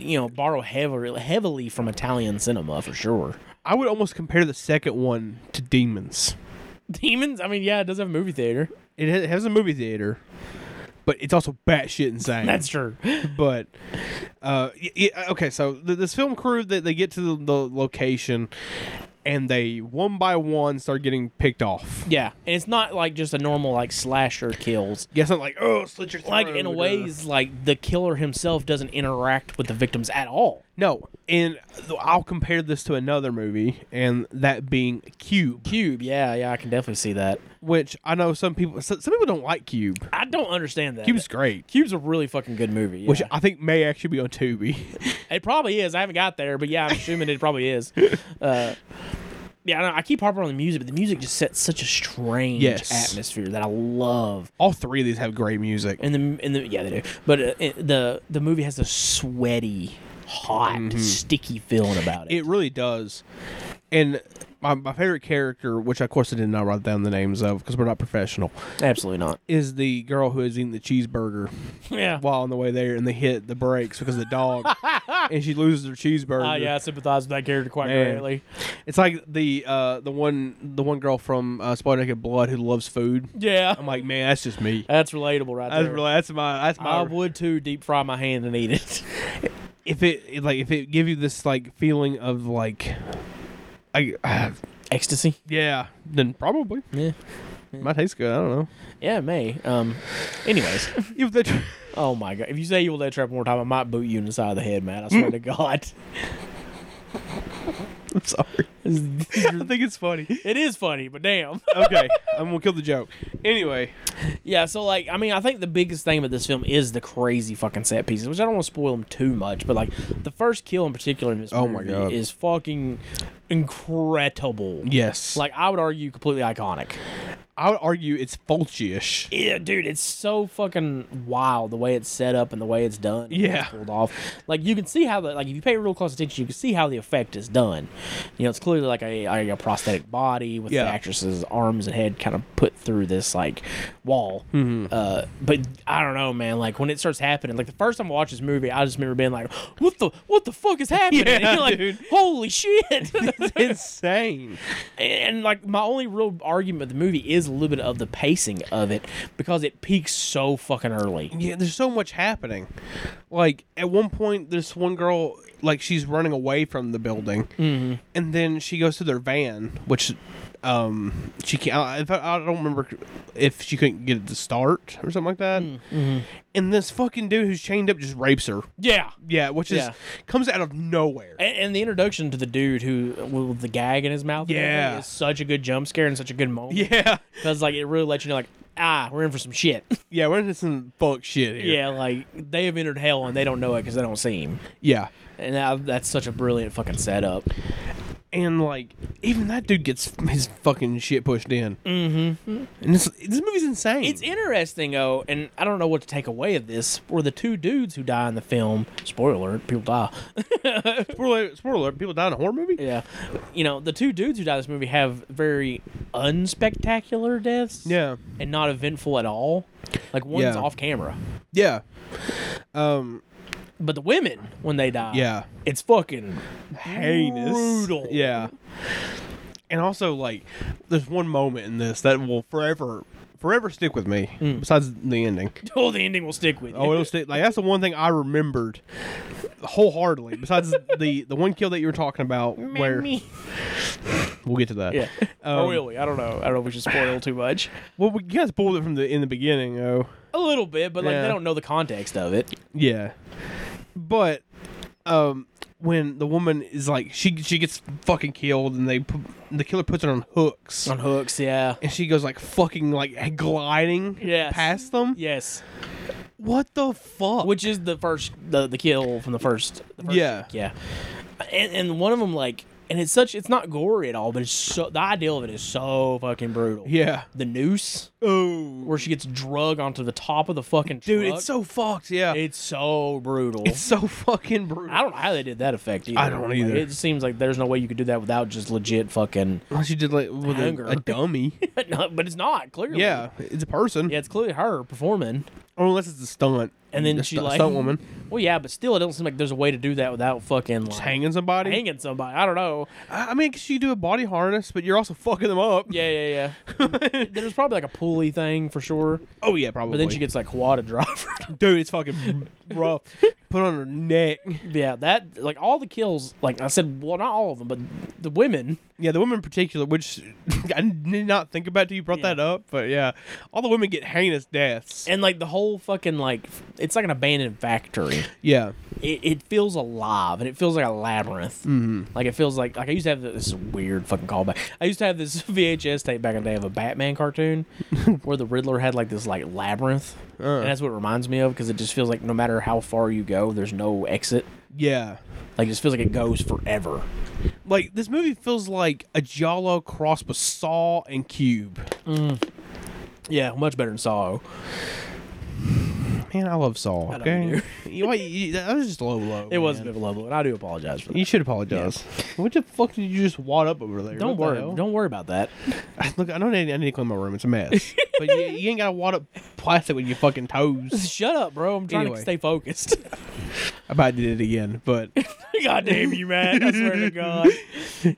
you know, borrow heavily heavily from Italian cinema for sure.
I would almost compare the second one to Demons.
Demons. I mean, yeah, it does have a movie theater.
It ha- has a movie theater, but it's also batshit insane.
That's true.
But, uh, y- y- okay, so th- this film crew they, they get to the, the location, and they one by one start getting picked off.
Yeah, and it's not like just a normal like slasher kills.
Yes, I'm like, oh, slit your throat. uh,
Like in a
or-
ways, like the killer himself doesn't interact with the victims at all.
no. And th- I'll compare this to another movie, and that being Cube,
Cube, yeah, yeah, I can definitely see that.
which I know some people so- some people don't like Cube.
I don't understand that.
Cube's great,
Cube's a really fucking good movie. yeah.
which I think may actually be on Tubi.
it probably is. I haven't got there, but yeah, I'm assuming it probably is. Uh, yeah, I, know, I keep harping on the music, but the music just sets such a strange
Yes.
atmosphere that I love.
All three of these have great music.
And the and the yeah they do, but uh, it- the the movie has a sweaty, hot, sticky feeling about Mm-hmm. it.
It really does. And my, my favorite character, which of course I did not write down the names of because we're not professional,
Absolutely not.
is the girl who is eating the cheeseburger
Yeah.
while on the way there and they hit the brakes because of the dog and she loses her cheeseburger.
Ah, yeah, I sympathize with that character quite
Man.
greatly.
It's like the uh, the one the one girl from uh, Spy Naked Blood who loves food.
Yeah,
I'm like, man, that's just me.
that's relatable right
That's
there.
really, that's my that's my.
I would too deep fry my hand and eat it.
if it it, like if it give you this like feeling of like, I
Ecstasy.
yeah, then probably
Yeah.
might taste good. I don't know.
Yeah, it may. Um. Anyways,
If they tr-
oh my god! If you say you will let trap one more time, I might boot you in the side of the head, man. I swear to God,
I'm sorry. I think it's funny.
it is funny, but damn.
Okay, I'm gonna kill the joke. Anyway,
yeah. So like, I mean, I think the biggest thing about this film is the crazy fucking set pieces, which I don't want to spoil them too much, but like the first kill in particular in this
Oh my
movie
God.
is fucking incredible.
yes, like
Like I would argue, completely iconic.
I would argue it's Fulci-ish.
Yeah, dude, it's so fucking wild the way it's set up and the way it's done. and
Yeah.
it's pulled off. Like you can see how the like if you pay real close attention, you can see how the effect is done. You know, it's clearly like a, a, a prosthetic body with
Yeah.
the actress's arms and head kind of put through this like wall.
Mm-hmm.
Uh, but I don't know, man. Like when it starts happening, like the first time I watched this movie, I just remember being like, "What the what the fuck is happening?"
Yeah,
like,
dude.
Holy shit!
Insane.
and, and, like my only real argument with the movie is a little bit of the pacing of it because it peaks so fucking early.
Yeah, there's so much happening. Like at one point, this one girl, like she's running away from the building,
Mm-hmm.
and then she goes to their van, which, um, she can't. I, I I don't remember if she couldn't get it to start or something like that.
Mm-hmm.
And this fucking dude who's chained up just rapes her.
Yeah.
Yeah, which is
Yeah.
comes out of nowhere.
And, and the introduction to the dude who with the gag in his mouth, and
Yeah.
everything is such a good jump scare and such a good moment.
Yeah,
because like it really lets you know, like ah, we're in for some shit.
yeah, we're into some fuck shit here.
yeah, like they have entered hell and they don't know it because they don't see him.
yeah,
And that, that's such a brilliant fucking setup.
and like even that dude gets his fucking shit pushed in. Mm-hmm. And this this movie's insane.
It's interesting though, and I don't know what to take away of this. Were the two dudes who die in the film? Spoiler alert: people die.
spoiler, alert- spoiler alert, people die in a horror movie.
Yeah. You know, the two dudes who die in this movie have very unspectacular deaths.
Yeah,
And not eventful at all. Like one's
Yeah.
off camera.
yeah, um,
But the women, when they die,
yeah,
it's fucking
heinous,
brutal.
Yeah, and also like there's one moment in this that will forever. Forever stick with me. Besides the ending,
Oh, the ending will stick with you.
oh, it'll stick. Like that's the one thing I remembered. wholeheartedly. Besides the the one kill that you were talking about, where we'll get to that.
Yeah.
Um,
or will we? I don't know. I don't know if we should spoil too much.
Well, we you guys pulled it from the in the beginning, though.
A little bit, but like
Yeah.
they don't know the context of it.
Yeah, but um, when the woman is like, she she gets fucking killed, and they pu- the killer puts her on hooks,
On hooks, yeah.
and she goes like fucking like gliding
Yes.
past them.
Yes.
What the fuck?
Which is the first the, the kill from the first, the first
Yeah.
Yeah. And and one of them like and it's such it's not gory at all, but it's so the idea of it is so fucking brutal.
Yeah.
The noose
Oh.
where she gets drug onto the top of the fucking
Dude,
truck.
it's so fucked. Yeah.
it's so brutal.
It's so fucking brutal.
I don't know how they did that effect either.
I don't
Like,
either.
it seems like there's no way you could do that without just legit fucking.
Unless you did like with
Hunger.
a, a dummy.
No, but it's not clearly.
yeah, it's a person.
yeah, it's clearly her performing.
Or unless it's a stunt.
And then
A
she
stu-
like
stunt woman
Well, yeah, but still, it doesn't seem like there's a way to do that without fucking like,
just hanging somebody.
hanging somebody. I don't know.
I I mean, 'cause you do a body harness, but you're also fucking them up.
Yeah, yeah, yeah. there's probably like a pulley thing for sure.
Oh yeah, probably.
But then she gets like quad driver.
dude, it's fucking rough. Put on her neck.
yeah, that like all the kills. Like I said, well, not all of them, but the women.
Yeah, the women in particular, which I did not think about till you brought
Yeah.
that up. But yeah, all the women get heinous deaths.
And like the whole fucking like it's like an abandoned factory.
yeah,
It, it feels alive and it feels like a labyrinth. Like it feels like like I used to have this, this is a weird fucking callback. I used to have this VHS tape back in the day of a Batman cartoon where the Riddler had like this like labyrinth, and that's what it reminds me of because it just feels like no matter how far you go, there's no exit.
yeah.
Like it just feels like it goes forever.
Like this movie feels like a Giallo cross with Saw and Cube.
Yeah, much better than Saw.
Man, I love Saw.
don't
Okay, you, why- you- that was just low, low.
It was a
man.
bit of a level, and I do apologize for that.
You should apologize. What the fuck did you just wad up over there?
Don't
What
worry,
the hell?
don't worry about that.
Look, I know I need, I need to clean my room. It's a mess. but you, you ain't got to wad up plastic with your fucking toes.
Shut up, bro. I'm trying
Anyway.
to stay focused.
I about did it again, but
God damn you, man! I swear to God.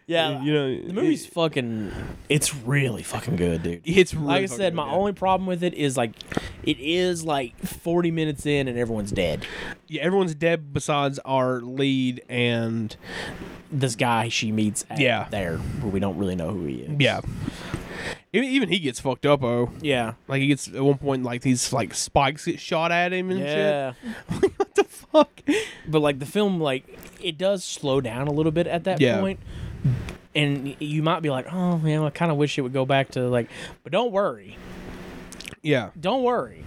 Yeah,
you know
The movie's fucking. It's really fucking good, dude.
It's really
Like I
fucking
said, my
good, yeah.
only problem with it is like, it is like 40 minutes in and everyone's dead.
Yeah, everyone's dead besides our lead and
This guy she meets at
Yeah.
there, where we don't really know who he is.
yeah. Even, even he gets fucked up. Oh,
Yeah.
like he gets at one point like these like spikes get shot at him and
Yeah.
shit. What the fuck?
But like the film, like, it does slow down a little bit at that
Yeah.
point. And y- you might be like, oh, man, I kind of wish it would go back to like, but don't worry.
Yeah,
Don't worry.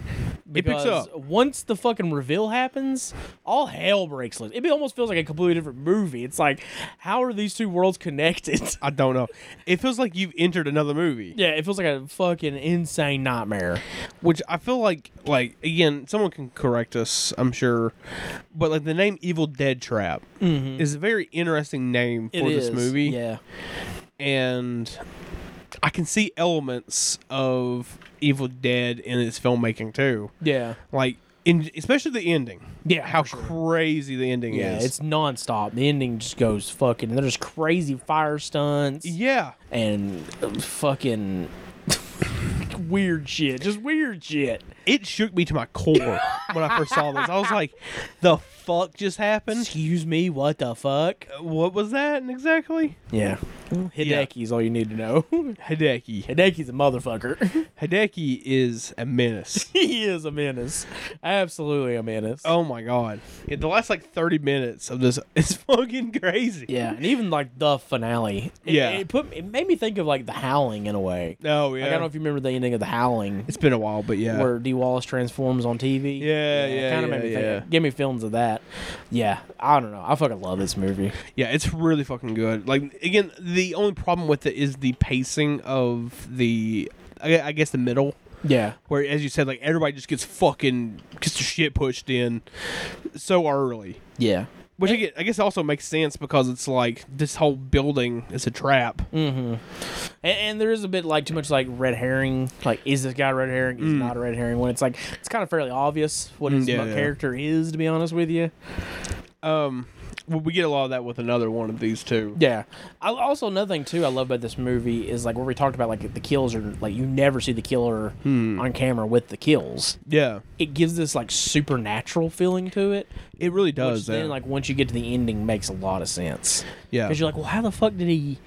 It picks
Because
up.
Once the fucking reveal happens, all hell breaks loose. It be- almost feels like a completely different movie. It's like, how are these two worlds connected?
I don't know. It feels like you've entered another movie.
yeah, it feels like a fucking insane nightmare.
which I feel like like again someone can correct us I'm sure but like the name Evil Dead Trap is a very interesting name for
It
this
is,
movie
Yeah.
and I can see elements of Evil Dead in its filmmaking too
Yeah.
like in especially the ending
Yeah,
how
for sure.
crazy the ending
Yeah,
is
it's nonstop. The ending just goes fucking. There's crazy fire stunts
yeah
and uh, fucking weird shit. Just weird shit.
it shook me to my core when I first saw this I was like the fuck just happened
Excuse me, what the fuck?
what was that exactly
Yeah. Hideki's all you need to know.
Hideki
Hideki's a motherfucker.
Hideki is a menace.
he is a menace. Absolutely a menace.
oh my god! Yeah, the last like thirty minutes of this is fucking crazy.
Yeah, and even like the finale. It,
Yeah.
it put it made me think of like the Howling in a way.
Oh yeah.
Like, I don't know if you remember the ending of the Howling,
it's been a while, but yeah.
where D Wallace transforms on TV.
Yeah, yeah,
kind of made
yeah,
me
yeah.
think. Give me films of that. Yeah, I don't know. I fucking love this movie.
yeah, it's really fucking good. Like again, the only problem with it is the pacing of the, I, I guess the middle.
Yeah,
Where, as you said, like everybody just gets fucking gets their shit pushed in so early,
yeah,
which I guess, I guess also makes sense because it's like this whole building is a trap.
Mm. and, and there is a bit like too much like red herring. Like, is this guy a red herring? Is he not a red herring? When it's like it's kind of fairly obvious what his
Mm. yeah,
mo-
yeah.
character is. To be honest with you,
Um, Well, we get a lot of that with another one of these two.
Yeah. I, also, another thing too I love about this movie is like where we talked about like the kills are like you never see the killer
Hmm.
on camera with the kills.
Yeah,
It gives this like supernatural feeling to it.
it really does.
Which then
yeah.
like once you get to the ending makes a lot of sense.
yeah,
Because you're like, well, how the fuck did he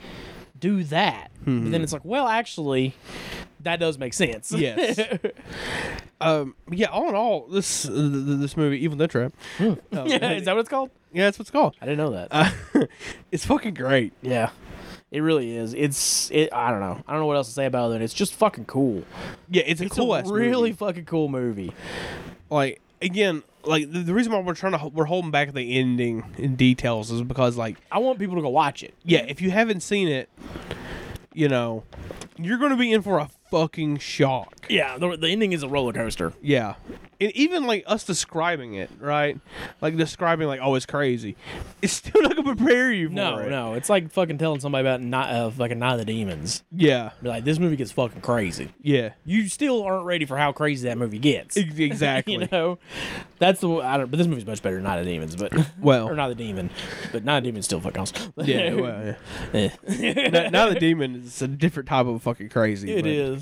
do that? But then it's like, well, actually, that does make sense.
Yes. um, yeah. All in all, this uh, th- th- this movie, Evil Dead Trap. Um,
Hmm. yeah. Is that what it's called?
yeah, that's what it's called.
I didn't know that.
Uh, it's fucking great.
yeah. It really is. It's it. I don't know. I don't know what else to say about it. other than It's just fucking cool.
Yeah, it's a
It's
cool
a
ass
really fucking cool movie.
like again like the, the reason why we're trying to h- we're holding back the ending in details is because like
I want people to go watch it.
yeah if you haven't seen it you know you're gonna be in for a fucking shock
Yeah, the, the ending is a roller coaster.
yeah and even like us describing it right like describing like oh it's crazy it's still not gonna prepare you for
No,
it
no, it's like fucking telling somebody about not uh, fucking Night of the Demons.
yeah
Be like, this movie gets fucking crazy.
yeah
You still aren't ready for how crazy that movie gets.
Ex- exactly
You know, that's the I don't. But this movie's much better than Night of the Demons, but
Well.
or not the demon, but Night of the Demons still fucking awesome.
yeah, well, yeah. now, now the demon is a different type of fucking crazy.
It
but-
is.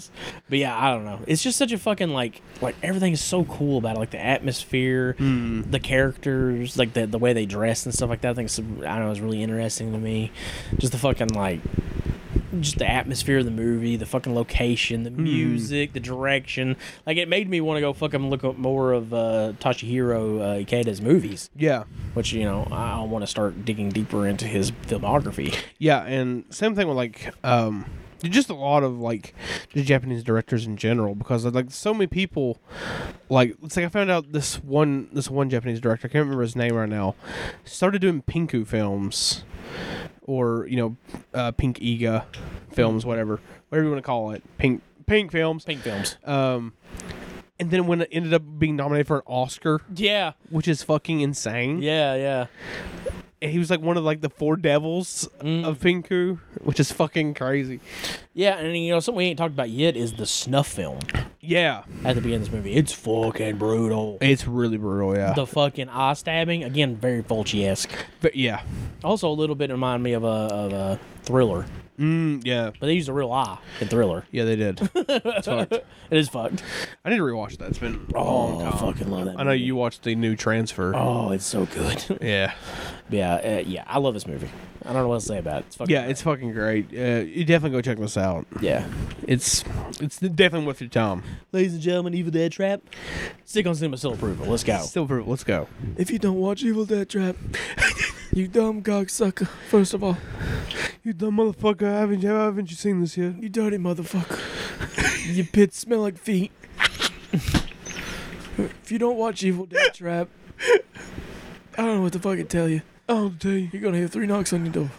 But yeah, I don't know. It's just such a fucking like like everything is so cool about it. Like the atmosphere, the characters, like the the way they dress and stuff like that. I think it's, I don't know, it's really interesting to me. Just the fucking like just the atmosphere of the movie, the fucking location, the music, the direction. Like it made me want to go fucking look up more of uh Toshihiro uh, Ikeda's movies,
Yeah.
which you know, I want to start digging deeper into his filmography.
Yeah, and same thing with like um just a lot of like just Japanese directors in general because like so many people like it's like I found out this one this one Japanese director, I can't remember his name right now, started doing Pinku films or, you know, uh, Pink Iga films, whatever. Whatever you want to call it. Pink Pink films.
Pink films.
Um and then when it ended up being nominated for an Oscar,
Yeah.
which is fucking insane.
Yeah, yeah.
And he was like one of like the four devils of Pinku, which is fucking crazy.
Yeah, and you know something we ain't talked about yet is the snuff film
Yeah.
at the beginning of this movie. It's fucking brutal.
It's really brutal, yeah.
The fucking eye stabbing again, very Fulci esque.
but yeah.
Also a little bit remind me of a of a thriller,
Mm, yeah.
but they used a real eye in thriller.
Yeah, they did. it's fucked.
It is fucked.
I need to rewatch that. It's been a
Oh,
long
I
time.
fucking love that.
I know
movie.
you watched the new transfer.
Oh, it's so good.
Yeah.
yeah, uh, yeah. I love this movie. I don't know what else to say about it. It's fucking
Yeah, it's fucking great. Uh, you definitely go check this out.
yeah.
It's it's definitely worth your time.
Ladies and gentlemen, Evil Dead Trap. Stick on cinema still approval. Let's go.
Still proof. Let's go.
If you don't watch Evil Dead Trap, you dumb cocksucker. First of all,
You dumb motherfucker. Haven't you, haven't you seen this yet?
you dirty motherfucker. Your pits smell like feet. if you don't watch Evil Dead Trap, I don't know what to fucking tell you. I'll tell you. You're gonna hear three knocks on your door.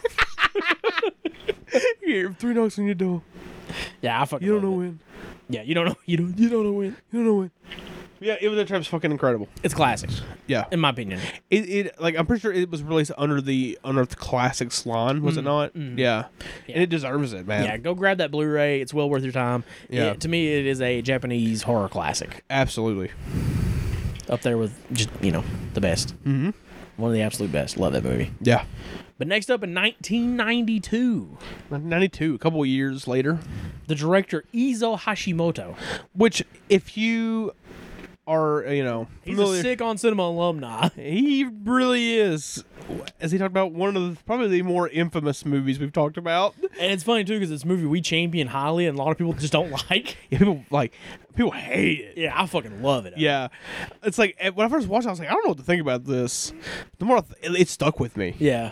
You hear three knocks on your door.
Yeah, I fucking.
You don't
love
know
it.
when.
Yeah, you don't know. You don't.
You don't know when.
You don't know when. Yeah, it was a trap's fucking incredible.
It's classic,
Yeah.
in my opinion.
It, it like I'm pretty sure it was released under the Unearthed Classics line, was it not? Mm. Yeah. And it deserves it, man.
Yeah, go grab that Blu-ray. It's well worth your time.
Yeah.
It- to me, it is a Japanese horror classic,
Absolutely.
up there with just you know the best. Mm-hmm. One of the absolute best. Love that movie.
Yeah.
But next up in 1992,
92, a couple of years later.
the director Izo Hashimoto.
Which, if you are, you know,
He's
familiar-
a sick on cinema alumni.
he really is. As he talked about, one of the probably the more infamous movies we've talked about.
And it's funny too because this movie we champion highly, and a lot of people just don't like.
Yeah, people like people hate it.
Yeah, I fucking love it.
Yeah, it's like eh, when I first watched, it, I was like, I don't know what to think about this. The more I th- it, it stuck with me,
Yeah.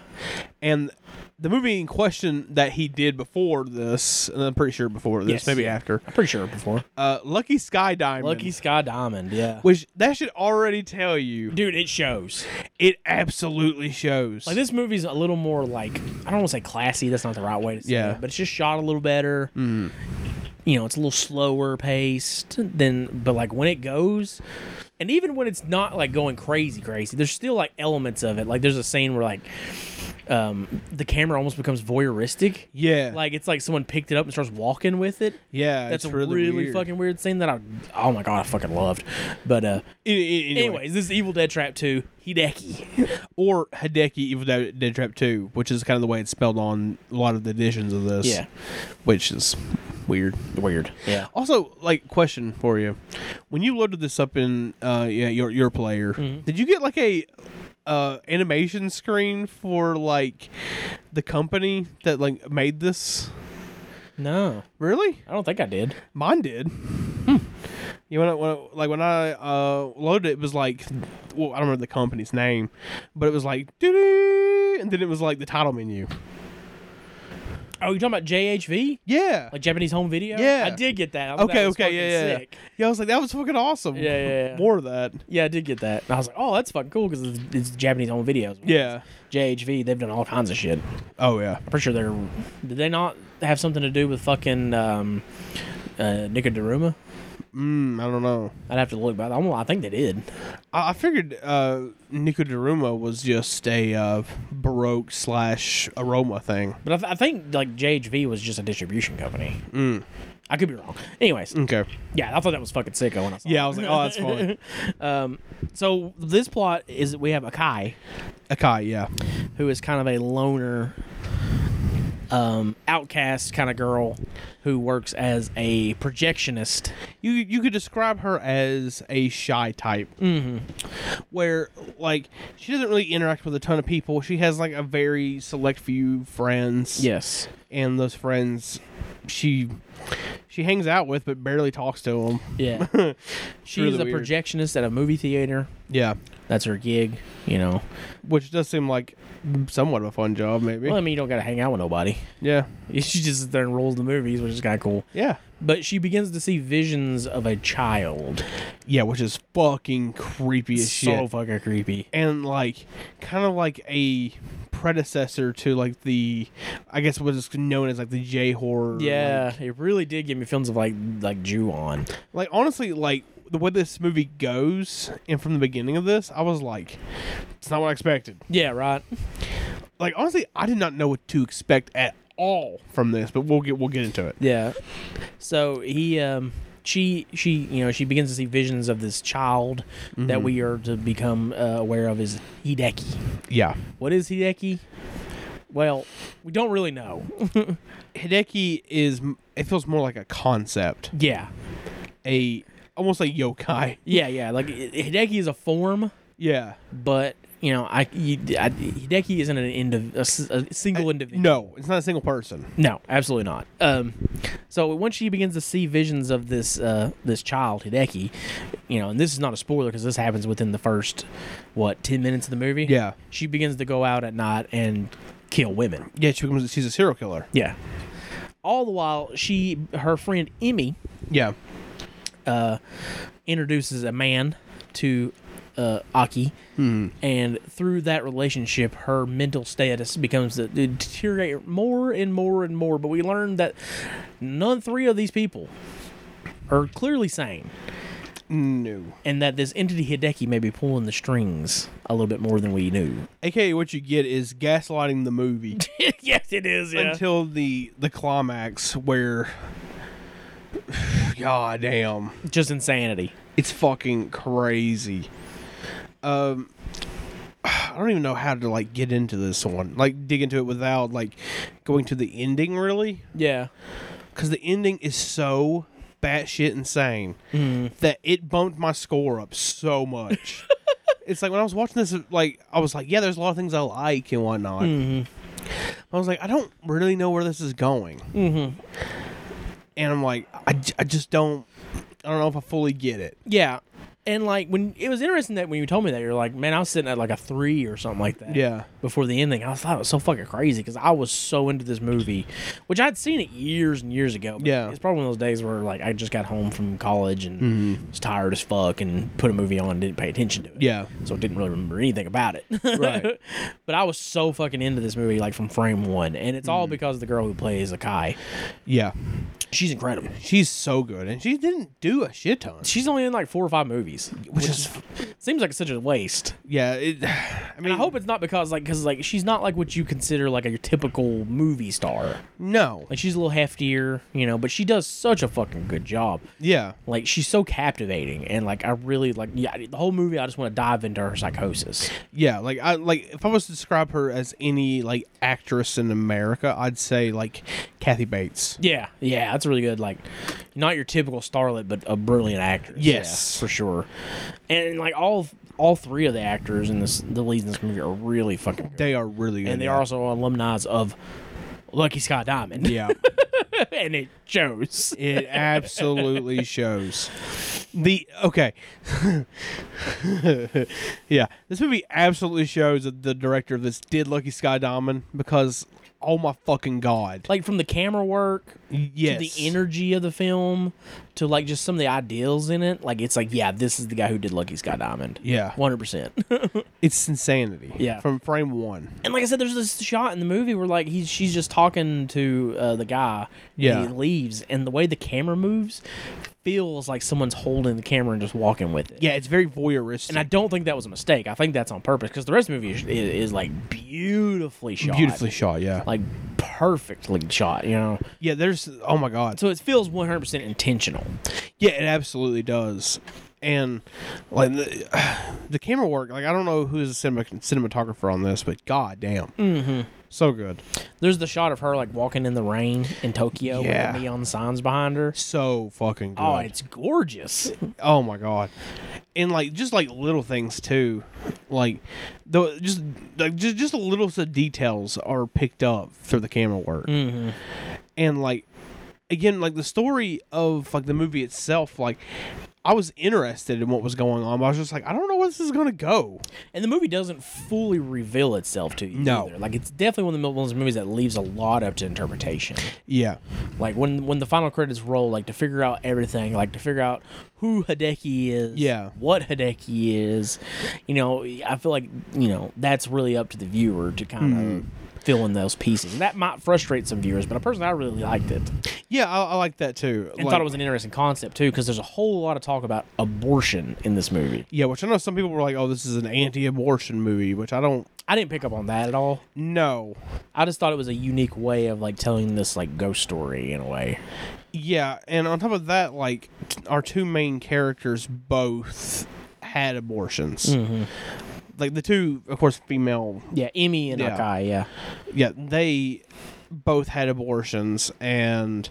and the movie in question that he did before this, and I'm pretty sure before this,
Yes.
maybe after,
I'm pretty sure before.
uh, Lucky Sky Diamond,
Lucky Sky Diamond. Yeah.
which that should already tell you
Dude, it shows.
It absolutely shows.
Like this movie's a little more like I don't want to say classy. That's not the right way to say
Yeah. Mm-hmm.
it, but it's just shot a little better. You know, it's a little slower paced than, but like when it goes, and even when it's not like going crazy, crazy, there's still like elements of it. Like there's a scene where like um, the camera almost becomes voyeuristic.
Yeah.
Like it's like someone picked it up and starts walking with it.
yeah.
That's
it's
a really,
weird.
fucking weird scene that I oh my god I fucking loved. But uh
A- a- anyway.
anyways, this is Evil Dead Trap 2, Hideki.
Or Hideki Evil Dead, Dead Trap 2, which is kind of the way it's spelled on a lot of the editions of this.
Yeah.
Which is weird.
Weird. Yeah.
Also, like, question for you: When you loaded this up in uh, yeah, your your player,
Mm-hmm.
did you get like a uh, animation screen for like the company that like made this?
No.
Really?
I don't think I did.
Mine did.
Hmm.
You know, when I, when I- like when I uh, loaded it, it was like, well, I don't remember the company's name, but it was like, doo-doo, and then it was like the title menu.
Oh, you talking about JHV?
Yeah.
Like Japanese home video?
Yeah.
I did get that. I thought
okay.
that was
Okay. Yeah.
fucking
Yeah.
sick.
Yeah. I was like, that was fucking awesome.
Yeah, yeah, yeah.
More of that.
Yeah, I did get that. And I was like, oh, that's fucking cool because it's, it's Japanese home videos.
Yeah.
JHV, they've done all kinds of shit.
Oh yeah.
I'm pretty sure they're. Did they not have something to do with fucking um, uh, Nicodaruma?
Mm, I don't know.
I'd have to look, but I'm, I think they did.
I I figured uh, Nico Daruma was just a uh, baroque slash aroma thing.
But I, th- I think like JHV was just a distribution company.
Mm.
I could be wrong. Anyways,
Okay.
yeah, I thought that was fucking sicko when I saw.
Yeah, I was like, oh, that's funny.
it. Um, so this plot is that we have Akai,
Akai, yeah.
who is kind of a loner, um, outcast kind of girl, who works as a projectionist.
You you could describe her as a shy type, mm-hmm. where like she doesn't really interact with a ton of people. She has like a very select few friends.
Yes.
and those friends, she she hangs out with, but barely talks to them.
Yeah. She's
really
a
weird.
projectionist at a movie theater.
Yeah,
That's her gig, you know.
which does seem like somewhat of a fun job, maybe.
Well, I mean, you don't gotta hang out with nobody.
yeah,
She just sits there and rolls the movies, which is kind of cool.
yeah,
But she begins to see visions of a child.
yeah, which is fucking creepy as
so
shit.
fucking creepy.
and like kind of like a predecessor to like the I guess what is known as like the J horror.
Yeah, it really did give me films of like like Jew on.
Like, like, honestly, like the way this movie goes and from the beginning of this, I was like, it's not what I expected.
Yeah, right.
Like honestly, I did not know what to expect at all from this, but we'll get we'll get into it.
Yeah. So he um she she you know she begins to see visions of this child that we are to become uh, aware of is Hideki.
Yeah.
What is Hideki? Well, we don't really know.
Hideki is it feels more like a concept.
yeah.
A almost like yokai.
Yeah, yeah. Like I- Hideki is a form,
Yeah.
but you know, I, you, I Hideki isn't an indiv- a s- a, single individual.
No, it's not a single person.
No, absolutely not. Um, so once she begins to see visions of this uh, this child Hideki, you know, and this is not a spoiler because this happens within the first what ten minutes of the movie.
Yeah.
she begins to go out at night and kill women.
Yeah, she becomes she's a serial killer.
Yeah. All the while, she her friend Emmy
Yeah.
introduces a man to uh, Aki, and through that relationship, her mental status becomes to deteriorate more and more and more. But we learned that none three of these people are clearly sane,
No.
and that this entity Hideki may be pulling the strings a little bit more than we knew.
AKA what you get is gaslighting the movie
yes, it is.
until the the climax where God damn.
just insanity.
It's fucking crazy. Um I don't even know how to like get into this one. Like dig into it without like going to the ending really.
Yeah,
because the ending is so batshit insane that it bumped my score up so much. it's like when I was watching this, like I was like, yeah, there's a lot of things I like and whatnot. I was like, I don't really know where this is going, mm-hmm. and I'm like, I, j- I just don't. I don't know if I fully get it.
yeah. And like when it was interesting that when you told me that you're like, man, I was sitting at like a three or something like that.
Yeah.
before the ending. I thought it was so fucking crazy because I was so into this movie, which I'd seen it years and years ago. but
Yeah.
it's probably one of those days where like I just got home from college and was tired as fuck and put a movie on and didn't pay attention to it.
Mm-hmm. Yeah.
so I didn't really remember anything about it.
Right.
but I was so fucking into this movie like from frame one, and it's
Mm-hmm.
all because of the girl who plays Akai.
Yeah.
She's incredible.
She's so good, and she didn't do a shit ton.
She's only in like four or five movies. movies, which, is, seems like such a waste.
Yeah, it, I mean,
I hope it's not because like because like she's not like what you consider like your typical movie star.
no.
Like she's a little heftier, you know, but she does such a fucking good job.
Yeah,
Like she's so captivating, and like I really like yeah the whole movie. I just want to dive into her psychosis.
yeah. Like I like if I was to describe her as any like actress in America, I'd say like Kathy Bates.
Yeah, yeah, that's really good. Like, not your typical starlet, but a brilliant actress.
Yes.
Yeah, for sure. And like all all three of the actors in this the leads in this movie are really fucking good.
They are really good.
and they
yeah.
are also alumni of Lucky Scott Diamond.
Yeah,
and it shows.
it absolutely shows. The okay, yeah, this movie absolutely shows that the director of this did Lucky Sky Diamond because oh my fucking god,
Like from the camera work
yes,
to the energy of the film to like just some of the ideals in it. Like it's like, yeah, this is the guy who did Lucky Scott Diamond.
Yeah.
Hundred percent.
it's insanity.
Yeah.
from frame one.
and like I said, there's this shot in the movie where like he's she's just talking to uh, the guy. and
Yeah.
he leaves, and the way the camera moves feels like someone's holding the camera and just walking with it.
Yeah, it's very voyeuristic.
And I don't think that was a mistake. I think that's on purpose because the rest of the movie is, is, like beautifully shot,
beautifully shot. Yeah,
like perfectly shot. You know,
yeah. There's oh my god.
so it feels 100 percent intentional.
Yeah, it absolutely does. And like the, the camera work, like I don't know who's a cinema, cinematographer on this, but god damn, mm-hmm. so good,
There's the shot of her like walking in the rain in Tokyo
Yeah.
with the neon signs behind her.
so fucking good.
Oh, it's gorgeous.
Oh my god. And like just like little things too. Like the just like just just the little s- details are picked up through the camera work. Mm-hmm. And like again like the story of like the movie itself like I was interested in what was going on, but I was just like, I don't know where this is gonna go.
And the movie doesn't fully reveal itself to you.
No.
either. like it's definitely one of the mo- one of those movies that leaves a lot up to interpretation.
Yeah,
Like when when the final credits roll, like to figure out everything, like to figure out who Hideki is,
Yeah.
what Hideki is. You know, I feel like you know that's really up to the viewer to kind of.
Mm.
Fill in those pieces, and that might frustrate some viewers. But a person I really liked it
yeah, I, I like that too.
and
Like-
thought it was an interesting concept too, because there's a whole lot of talk about abortion in this movie.
yeah, which I know some people were like, "Oh, this is an anti-abortion movie," which I don't
I didn't pick up on that at all.
know.
I just thought it was a unique way of like telling this like ghost story in a way.
Yeah, and on top of that, like t- our two main characters both had abortions.
Mm-hmm.
Like the two, of course, female.
Yeah, Emmy and
Yeah.
Akai. Yeah,
Yeah, they both had abortions, and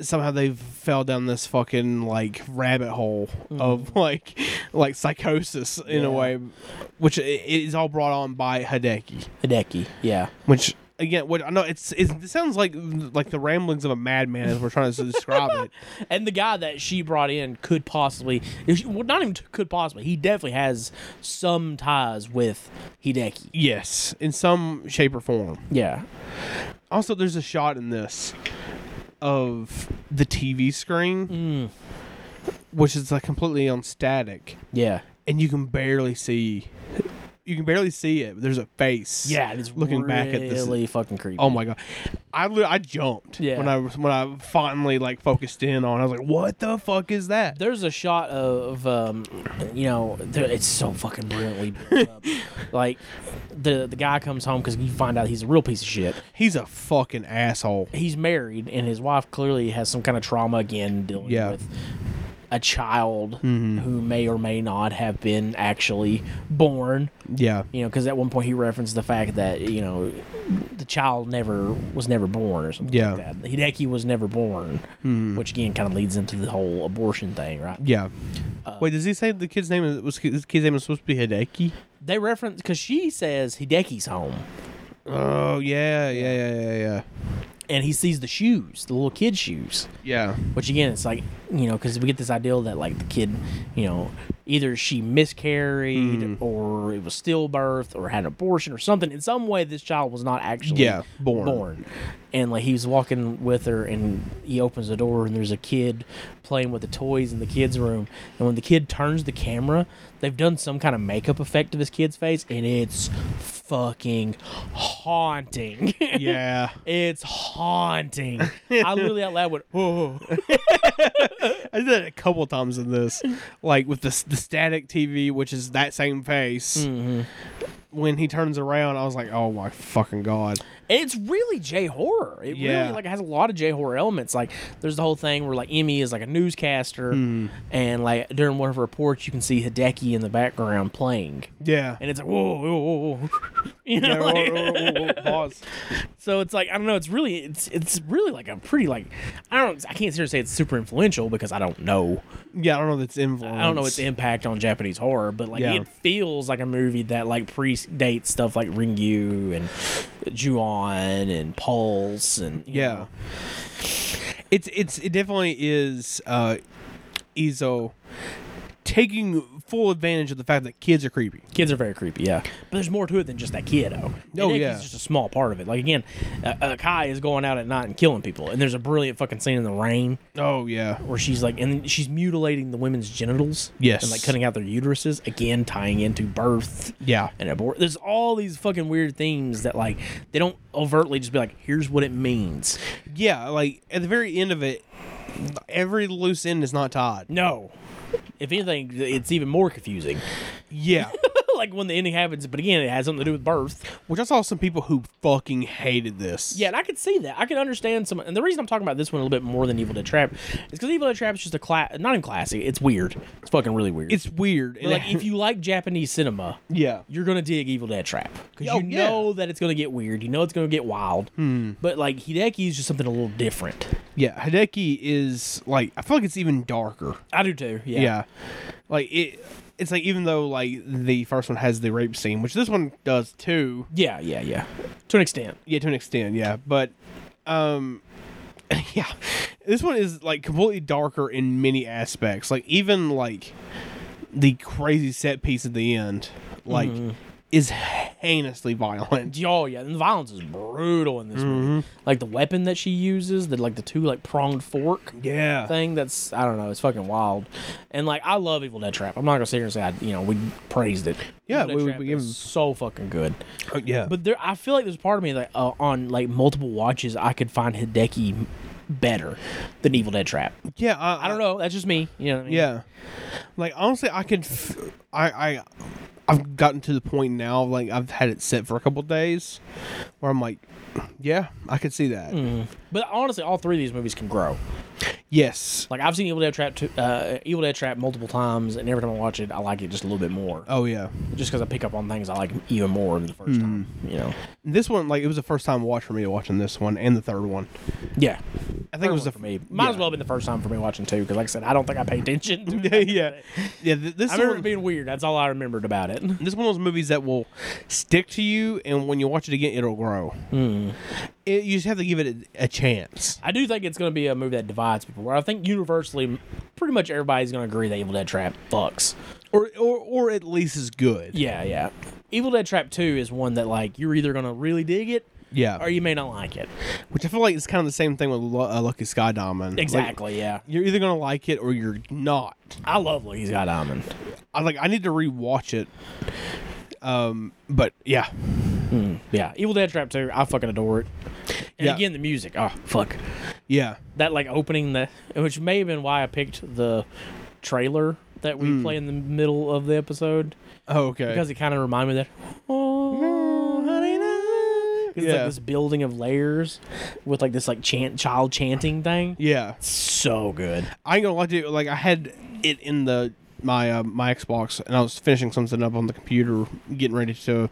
somehow they fell down this fucking like rabbit hole of like like psychosis in a way, which i- it is all brought on by Hideki.
Hideki. Yeah,
Which again, what I know it's, it's it sounds like like the ramblings of a madman as we're trying to describe it.
and the guy that she brought in could possibly, if she- well, not even could possibly. He definitely has some ties with Hideki.
Yes, in some shape or form.
Yeah,
Also, there's a shot in this of the TV screen,
Mm.
which is like completely on static,
yeah,
and you can barely see. You can barely see it. But there's a face.
yeah. It's
looking back at this.
really fucking creepy.
Oh my god, I li- I jumped
Yeah.
when I was- when I finally like focused in on. it. I was like, what the fuck is that?
There's a shot of, um, you know, there, it's so fucking brilliantly built up. like the the guy comes home because you find out he's a real piece of shit.
He's a fucking asshole.
he's married and his wife clearly has some kind of trauma again dealing
Yeah. Mm-hmm.
with a child who may or may not have been actually born
Yeah,
you know because at one point he referenced the fact that you know the child never was never born or something
Yeah. Mm-hmm.
like that hideki was never born which again kind of leads into the whole abortion thing right
yeah.
Uh,
Wait, does he say the kid's name is, was his kid's name is supposed to be Hideki?
they reference because she says hideki's home
Oh yeah, yeah, yeah, yeah, yeah.
and he sees the shoes the little kid shoes
Yeah.
Which again, it's like you know, because we get this ideal that like the kid, you know, either she miscarried
Mm.
or it was stillbirth or had an abortion or something. In some way, this child was not actually
Yeah, born.
And like he was walking with her, and he opens the door, and there's a kid playing with the toys in the kids' room. And when the kid turns the camera, they've done some kind of makeup effect to this kid's face, and it's fucking haunting.
yeah.
it's haunting. I literally out loud went, "Whoa!"
I did it a couple times in this, like with the the static TV, which is that same face.
Mm-hmm.
When he turns around, I was like, "Oh my fucking god!"
And it's really J horror. It
Yeah.
really like has a lot of J horror elements. Like there's the whole thing where like Emmy is like a newscaster,
Hmm.
and like during one of her reports, you can see Hideki in the background playing,
Yeah.
and it's like whoa, whoa, whoa, whoa. you know. like-
Pause.
So it's like I don't know. It's really it's it's really like a pretty like I don't I can't seriously say it's super influential because I don't know
Yeah, I don't know if it's influence.
I don't know its impact on Japanese horror, but like
Yeah.
it feels like a movie that like predates stuff like Ringyu and Ju-on and Pulse and you
Yeah.
know.
It's it's it definitely is uh Izo taking full advantage of the fact that kids are creepy.
Kids are very creepy, yeah. But there's more to it than just that kiddo.
Oh,
Hideki's
yeah.
just a small part of it. Like again, uh, uh, Kai is going out at night and killing people, and there's a brilliant fucking scene in the rain
Oh yeah.
where she's like, and she's mutilating the women's genitals,
Yes.
and like cutting out their uteruses. Again, tying into birth.
Yeah.
and abort. There's all these fucking weird themes that like they don't overtly just be like, here's what it means.
Yeah, like at the very end of it every loose end is not tied.
No. If anything, it's even more confusing.
Yeah.
like when the ending happens, but again, it has something to do with birth.
Which I saw some people who fucking hated this.
Yeah, and I could see that. I could understand some. And the reason I'm talking about this one a little bit more than Evil Dead Trap is because Evil Dead Trap is just a class, not even classy. It's weird. It's fucking really weird.
It's weird.
But, like if you like Japanese cinema,
Yeah.
you're gonna dig Evil Dead Trap because
Oh,
you
yeah. Hmm.
know that it's gonna get weird. You know it's gonna get wild. But like Hideki is just something a little different.
Yeah. Hideki is like I feel like it's even darker.
I do too.
Yeah. Like it it's like even though like the first one has the rape scene, which this one does too.
Yeah, yeah, yeah. To an extent.
Yeah, to an extent, yeah. But um yeah. This one is like completely darker in many aspects. Like even like the crazy set piece at the end, like is heinously violent.
Oh yeah, and the violence is brutal in this
Mm-hmm.
movie. Like the weapon that she uses, the like the two like pronged fork
Yeah.
thing. That's I don't know, it's fucking wild. And like I love Evil Dead Trap. I'm not gonna sit here and say I, you know we praised it.
Yeah,
Evil Dead
we-
Trap
we give
is
him-
so fucking good.
Oh, yeah. But
But there, I feel like there's part of me that uh, on like multiple watches I could find Hideki better than Evil Dead Trap.
yeah, I,
I don't know. That's just me. You know what I mean?
Yeah. Like honestly, I could f- I I I've gotten to the point now like I've had it set for a couple days where I'm like yeah, I could see that.
But honestly, all three of these movies can grow.
Yes.
Like I've seen Evil Dead Trap, two, uh, Evil Dead Trap multiple times, and every time I watch it, I like it just a little bit more.
Oh Mm-hmm. yeah.
Just because I pick up on things I like even more than the 1st time. You know.
This one, like, it was the first time watch for me watching this one and the third one.
Yeah.
I think it was the
for me. Might as well have been the first time for me watching too, because like I said, I don't think I paid attention. To it.
yeah, yeah, yeah. th- This
I remember
one,
it being weird. That's all I remembered about it.
this one of those movies that will stick to you, and when you watch it again, it'll grow. It, you just have to give it a, a chance.
Hmm. I do think it's going to be a movie that divides people. Where I think universally, pretty much everybody's going to agree that Evil Dead Trap fucks.
or or or at least is good.
Yeah, yeah. Evil Dead Trap Two is one that like you're either going to really dig it,
Yeah.
or you may not like it.
Which I feel like it's kind of the same thing with Lu- uh, Lucky Sky Diamond. Like,
Exactly. yeah.
you're either gonna like it or you're not.
I love Lucky's Got Diamond.
I like. I need to rewatch it. Um, but yeah,
Yeah, Evil Dead Trap 2, I fucking adore it. And
Yeah.
again, the music. Oh, fuck.
yeah,
That, like, opening, the, which may have been why I picked the trailer that we play in the middle of the episode
oh, okay.
because it kind of reminded me of that. Oh, honey, no. 'Cause It's
Yeah.
like this building of layers with, like, this, like, chant, child chanting thing.
yeah,
So good.
I ain't gonna lie to you. Like I had it in the my uh, my Xbox, and I was finishing something up on the computer, getting ready to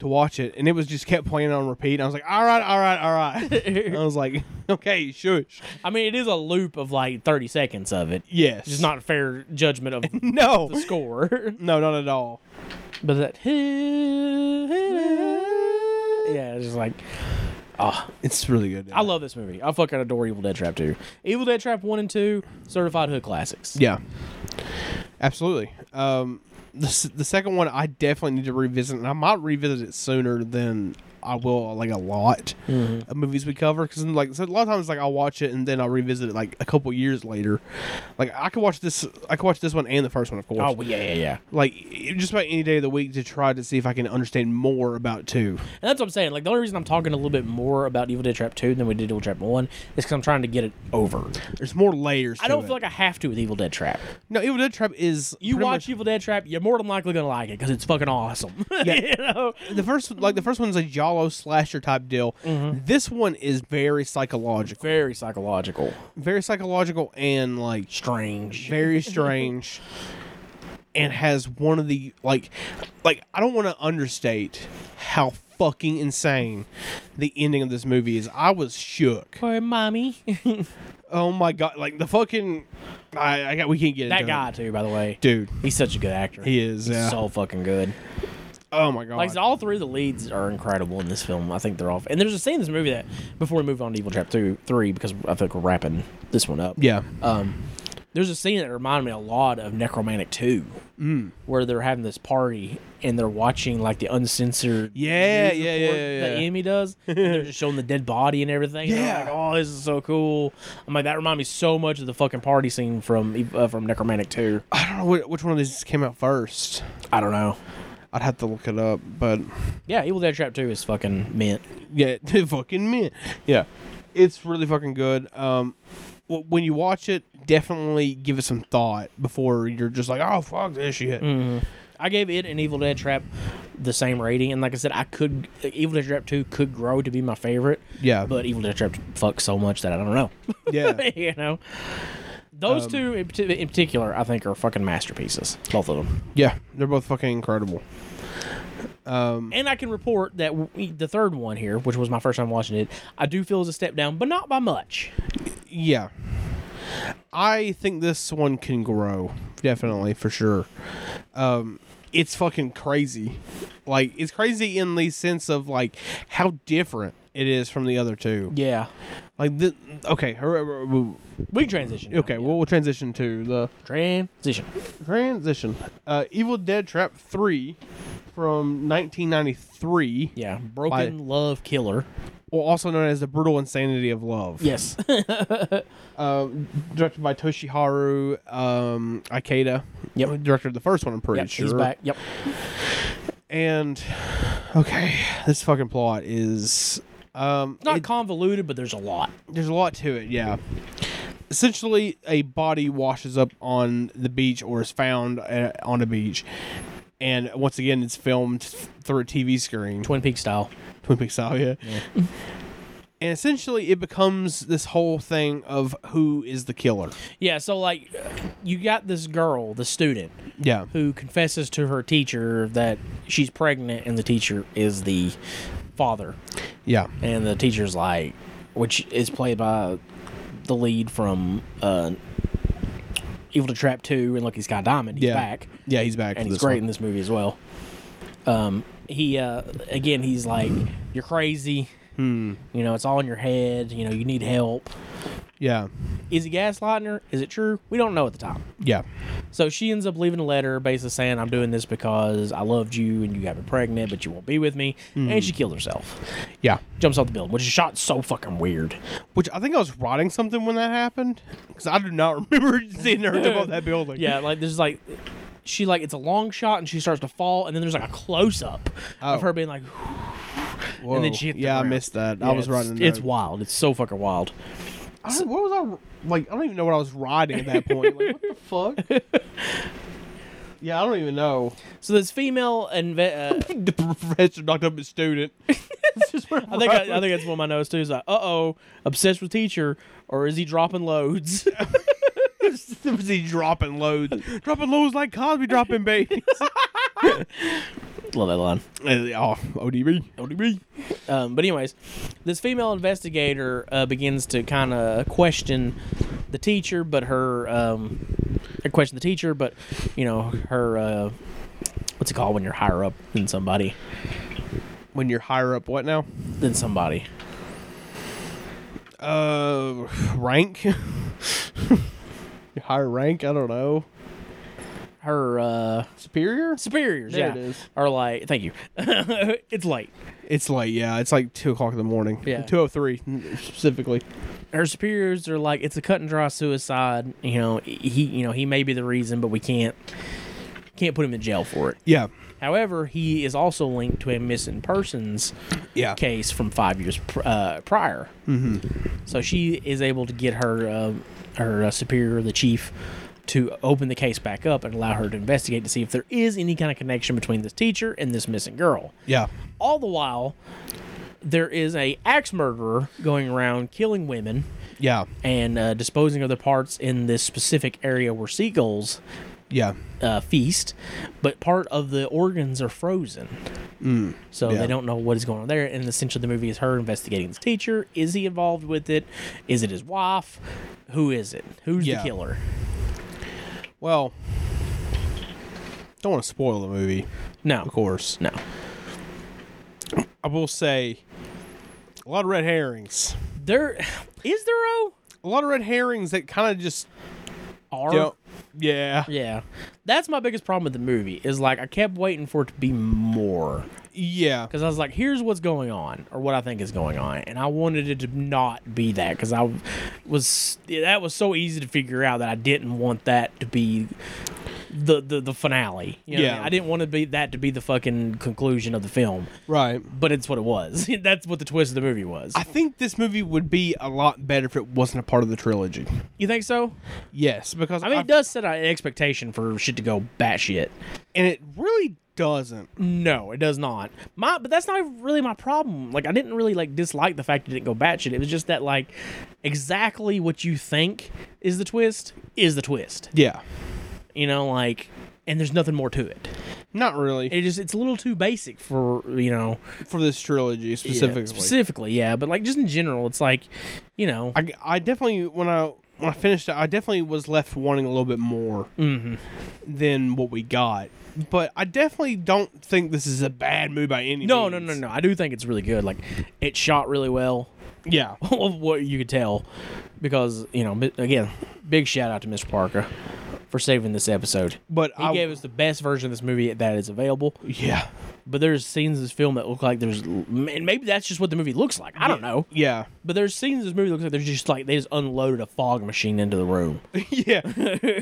to watch it, and it was just kept playing on repeat. And I was like, all right, all right, all right. I was like, okay, shush.
I mean, it is a loop of, like, 30 seconds of it.
Yes,
Just not a fair judgment of
no,
the score.
no, not at all.
But that yeah, it's just like
It's really good.
I love this movie. I fucking adore Evil Dead Trap Two. Evil Dead Trap One and Two, certified hood classics.
Yeah, absolutely. Um, the s- the second one I definitely need to revisit, and I might revisit it sooner than I will like a lot
Mm-hmm.
of movies we cover because like so a lot of times like I'll watch it and then I'll revisit it like a couple years later. Like I could watch this, I could watch this one and the first one of course.
Oh yeah, yeah, yeah.
Like it- just about any day of the week to try to see if I can understand more about two.
And that's what I'm saying. Like the only reason I'm talking a little bit more about Evil Dead Trap Two than we did Evil Trap One is because I'm trying to get it over.
There's more layers.
I
to
don't
it.
feel like I have to with Evil Dead Trap.
no Evil Dead Trap is
You
pretty
watch Evil Dead Trap, you're more than likely gonna like it because it's fucking awesome.
Yeah.
you know?
much- the first like the first one's a Jalo slasher type deal.
Mm-hmm.
This one is very psychological,
Very psychological,
very psychological and like
strange.
very strange and has one of the like like I don't want to understate how fucking insane the ending of this movie is. I was shook.
Or mommy.
Oh my god, like the fucking I I got we can't get
that
into
guy
it.
too, by the way.
Dude,
He's such a good actor.
he is
He's
yeah.
so fucking good.
oh my god.
Like all three of the leads are incredible in this film. I think they're all. And there's a scene in this movie that before we move on to Evil Trap Two, Three, because I think we're wrapping this one up.
yeah.
Um, there's a scene that reminded me a lot of Necromantic Two,
Mm.
where they're having this party and they're watching like the uncensored.
Yeah,
news
yeah, yeah,
report
yeah,
That
yeah.
Emmy does. and they're just showing the dead body and everything. and I'm
Yeah.
like, oh, this is so cool. I'm like, that reminded me so much of the fucking party scene from Ev- uh, from Necromantic Two.
I don't know whi- which one of these came out first.
I don't know.
I'd have to look it up, but
Yeah, Evil Dead Trap Two is fucking mint.
Yeah, it fucking man. Yeah, it's really fucking good. Um, w- when you watch it, definitely give it some thought before you're just like, oh fuck this shit.
I gave it and Evil Dead Trap the same rating, and like I said, I could Evil Dead Trap Two could grow to be my favorite,
Yeah,
but Evil Dead Trap fucks so much that I don't know.
yeah,
you know, those two in, parti- in particular, I think are fucking masterpieces, both of them.
yeah. They're both fucking incredible.
And I can report that w- e, the third one here, which was my first time watching it, I do feel is a step down, but not by much.
Yeah, I think this one can grow definitely for sure. Um, it's fucking crazy. Like it's crazy in the sense of like how different it is from the other two.
Yeah,
Like the okay, hur- hur- hur-
we can transition. now.
okay. Well, we'll transition to the
transition.
Transition. Uh, Evil Dead Trap 3 from 1993,
Yeah, broken love killer.
or also known as The Brutal Insanity of Love.
Yes,
Um, directed by Toshiharu um, Ikeda.
Yep.
Director of the first one, I'm pretty
yep,
sure.
he's back. Yep.
And, okay, this fucking plot is. Um,
Not
it-
convoluted, but there's a lot.
there's a lot to it, yeah. Essentially, a body washes up on the beach or is found uh, on a beach. And once again, it's filmed through a TV screen.
Twin Peaks style.
Twin Peaks style, yeah. and essentially, it becomes this whole thing of who is the killer.
Yeah, so like you got this girl, the student,
Yeah,
who confesses to her teacher that she's pregnant and the teacher is the father.
yeah,
And the teacher's like which is played by the lead from uh Evil to Trap 2 and Lucky Sky Diamond. He's
yeah.
back.
Yeah, he's back.
And
for
he's
this
great in
one.
this movie as well. Um he uh again he's like you're crazy.
Hmm.
You know, it's all in your head, you know, you need help.
Yeah,
Is he gaslighting her? Is it true? We don't know at the time.
yeah,
So she ends up leaving a letter basically saying, I'm doing this because I loved you and you got me pregnant, but you won't be with me.
Hmm.
And she killed herself.
yeah.
Jumps off the building, which is shot so fucking weird.
Which I think I was writing something when that happened because I do not remember seeing her jump off that building.
Yeah, like there's like she like it's a long shot and she starts to fall and then there's like a close up
Oh.
of her being like
Whoa.
then she hit the
yeah, I
ground.
missed that.
Yeah,
I was
it's,
writing.
It's wild. It's so fucking wild.
I don't, what was I like? I don't even know what I was riding at that point. Like, what the fuck? yeah, I don't even know.
So this female inve- uh,
the professor knocked up his student.
I think I, I think that's one of my notes too. Is like, uh oh, obsessed with teacher, or is he dropping loads?
Was he dropping loads? dropping loads like Cosby dropping babies.
Love that line.
oh, ODB. ODB.
Um, but anyways, this female investigator uh, begins to kind of question the teacher, but her um, or question the teacher, but you know her uh, what's it called when you're higher up than somebody
When you're higher up, what now?
than somebody.
Uh, rank. Your higher rank. I don't know.
her uh,
Superior?
superiors,
There
yeah,
it is.
are like, thank you. it's late.
It's late, yeah. It's like two o'clock in the morning.
Yeah.
two o three specifically.
Her superiors are like, it's a cut and dry suicide. You know, he, you know, he may be the reason, but we can't, can't put him in jail for it.
Yeah,
However, he is also linked to a missing persons
yeah.
case from five years pr- uh, prior. Mm-hmm. So she is able to get her uh, her uh, superior, the chief, to open the case back up and allow her to investigate to see if there is any kind of connection between this teacher and this missing girl.
Yeah,
All the while, there is a axe murderer going around killing women
yeah,
and uh, disposing of their parts in this specific area where seagulls
yeah.
uh, feast, but part of the organs are frozen. So
Mm, yeah.
they don't know what is going on there. And essentially, the movie is her investigating this teacher. Is he involved with it? Is it his wife? Who is it? Who's
Yeah.
the killer?
Well, don't want to spoil the movie,
No.
of course.
No.
I will say a lot of red herrings.
There is there a
A lot of red herrings that kind of just
R?
don't. Yeah,
Yeah. That's my biggest problem with the movie is like I kept waiting for it to be more.
yeah,
because I was like, here's what's going on, or what I think is going on, and I wanted it to not be that because I was that was so easy to figure out that I didn't want that to be the the, the finale. You know what I mean?
Yeah.
I didn't want to be that to be the fucking conclusion of the film,
right.
but it's what it was. That's what the twist of the movie was.
I think this movie would be a lot better if it wasn't a part of the trilogy.
You think so?
Yes, because
I mean,
I've-
it does set an expectation for shit to go batshit.
and it really doesn't.
No, it does not. My, but that's not really my problem. Like, I didn't really like dislike the fact it didn't go batshit. It was just that like exactly what you think is the twist is the twist.
Yeah,
You know, like, and there's nothing more to it.
not really
It just it's a little too basic for you know
for this trilogy specifically.
specifically, yeah. But like just in general, it's like, you know,
I, I definitely when I when I finished it, I definitely was left wanting a little bit more
Mm-hmm.
than what we got. But I definitely don't think this is a bad movie by any
no, no,
means.
no, no. I do think it's really good. Like, it shot really well.
Yeah,
of what you could tell because you know mi- again big shout out to mr parker for saving this episode
but
he
I
gave us the best version of this movie that is available
yeah
but there's scenes in this film that look like there's and maybe that's just what the movie looks like i don't know
yeah
but there's scenes in this movie that looks like they're just like they just unloaded a fog machine into the room
yeah.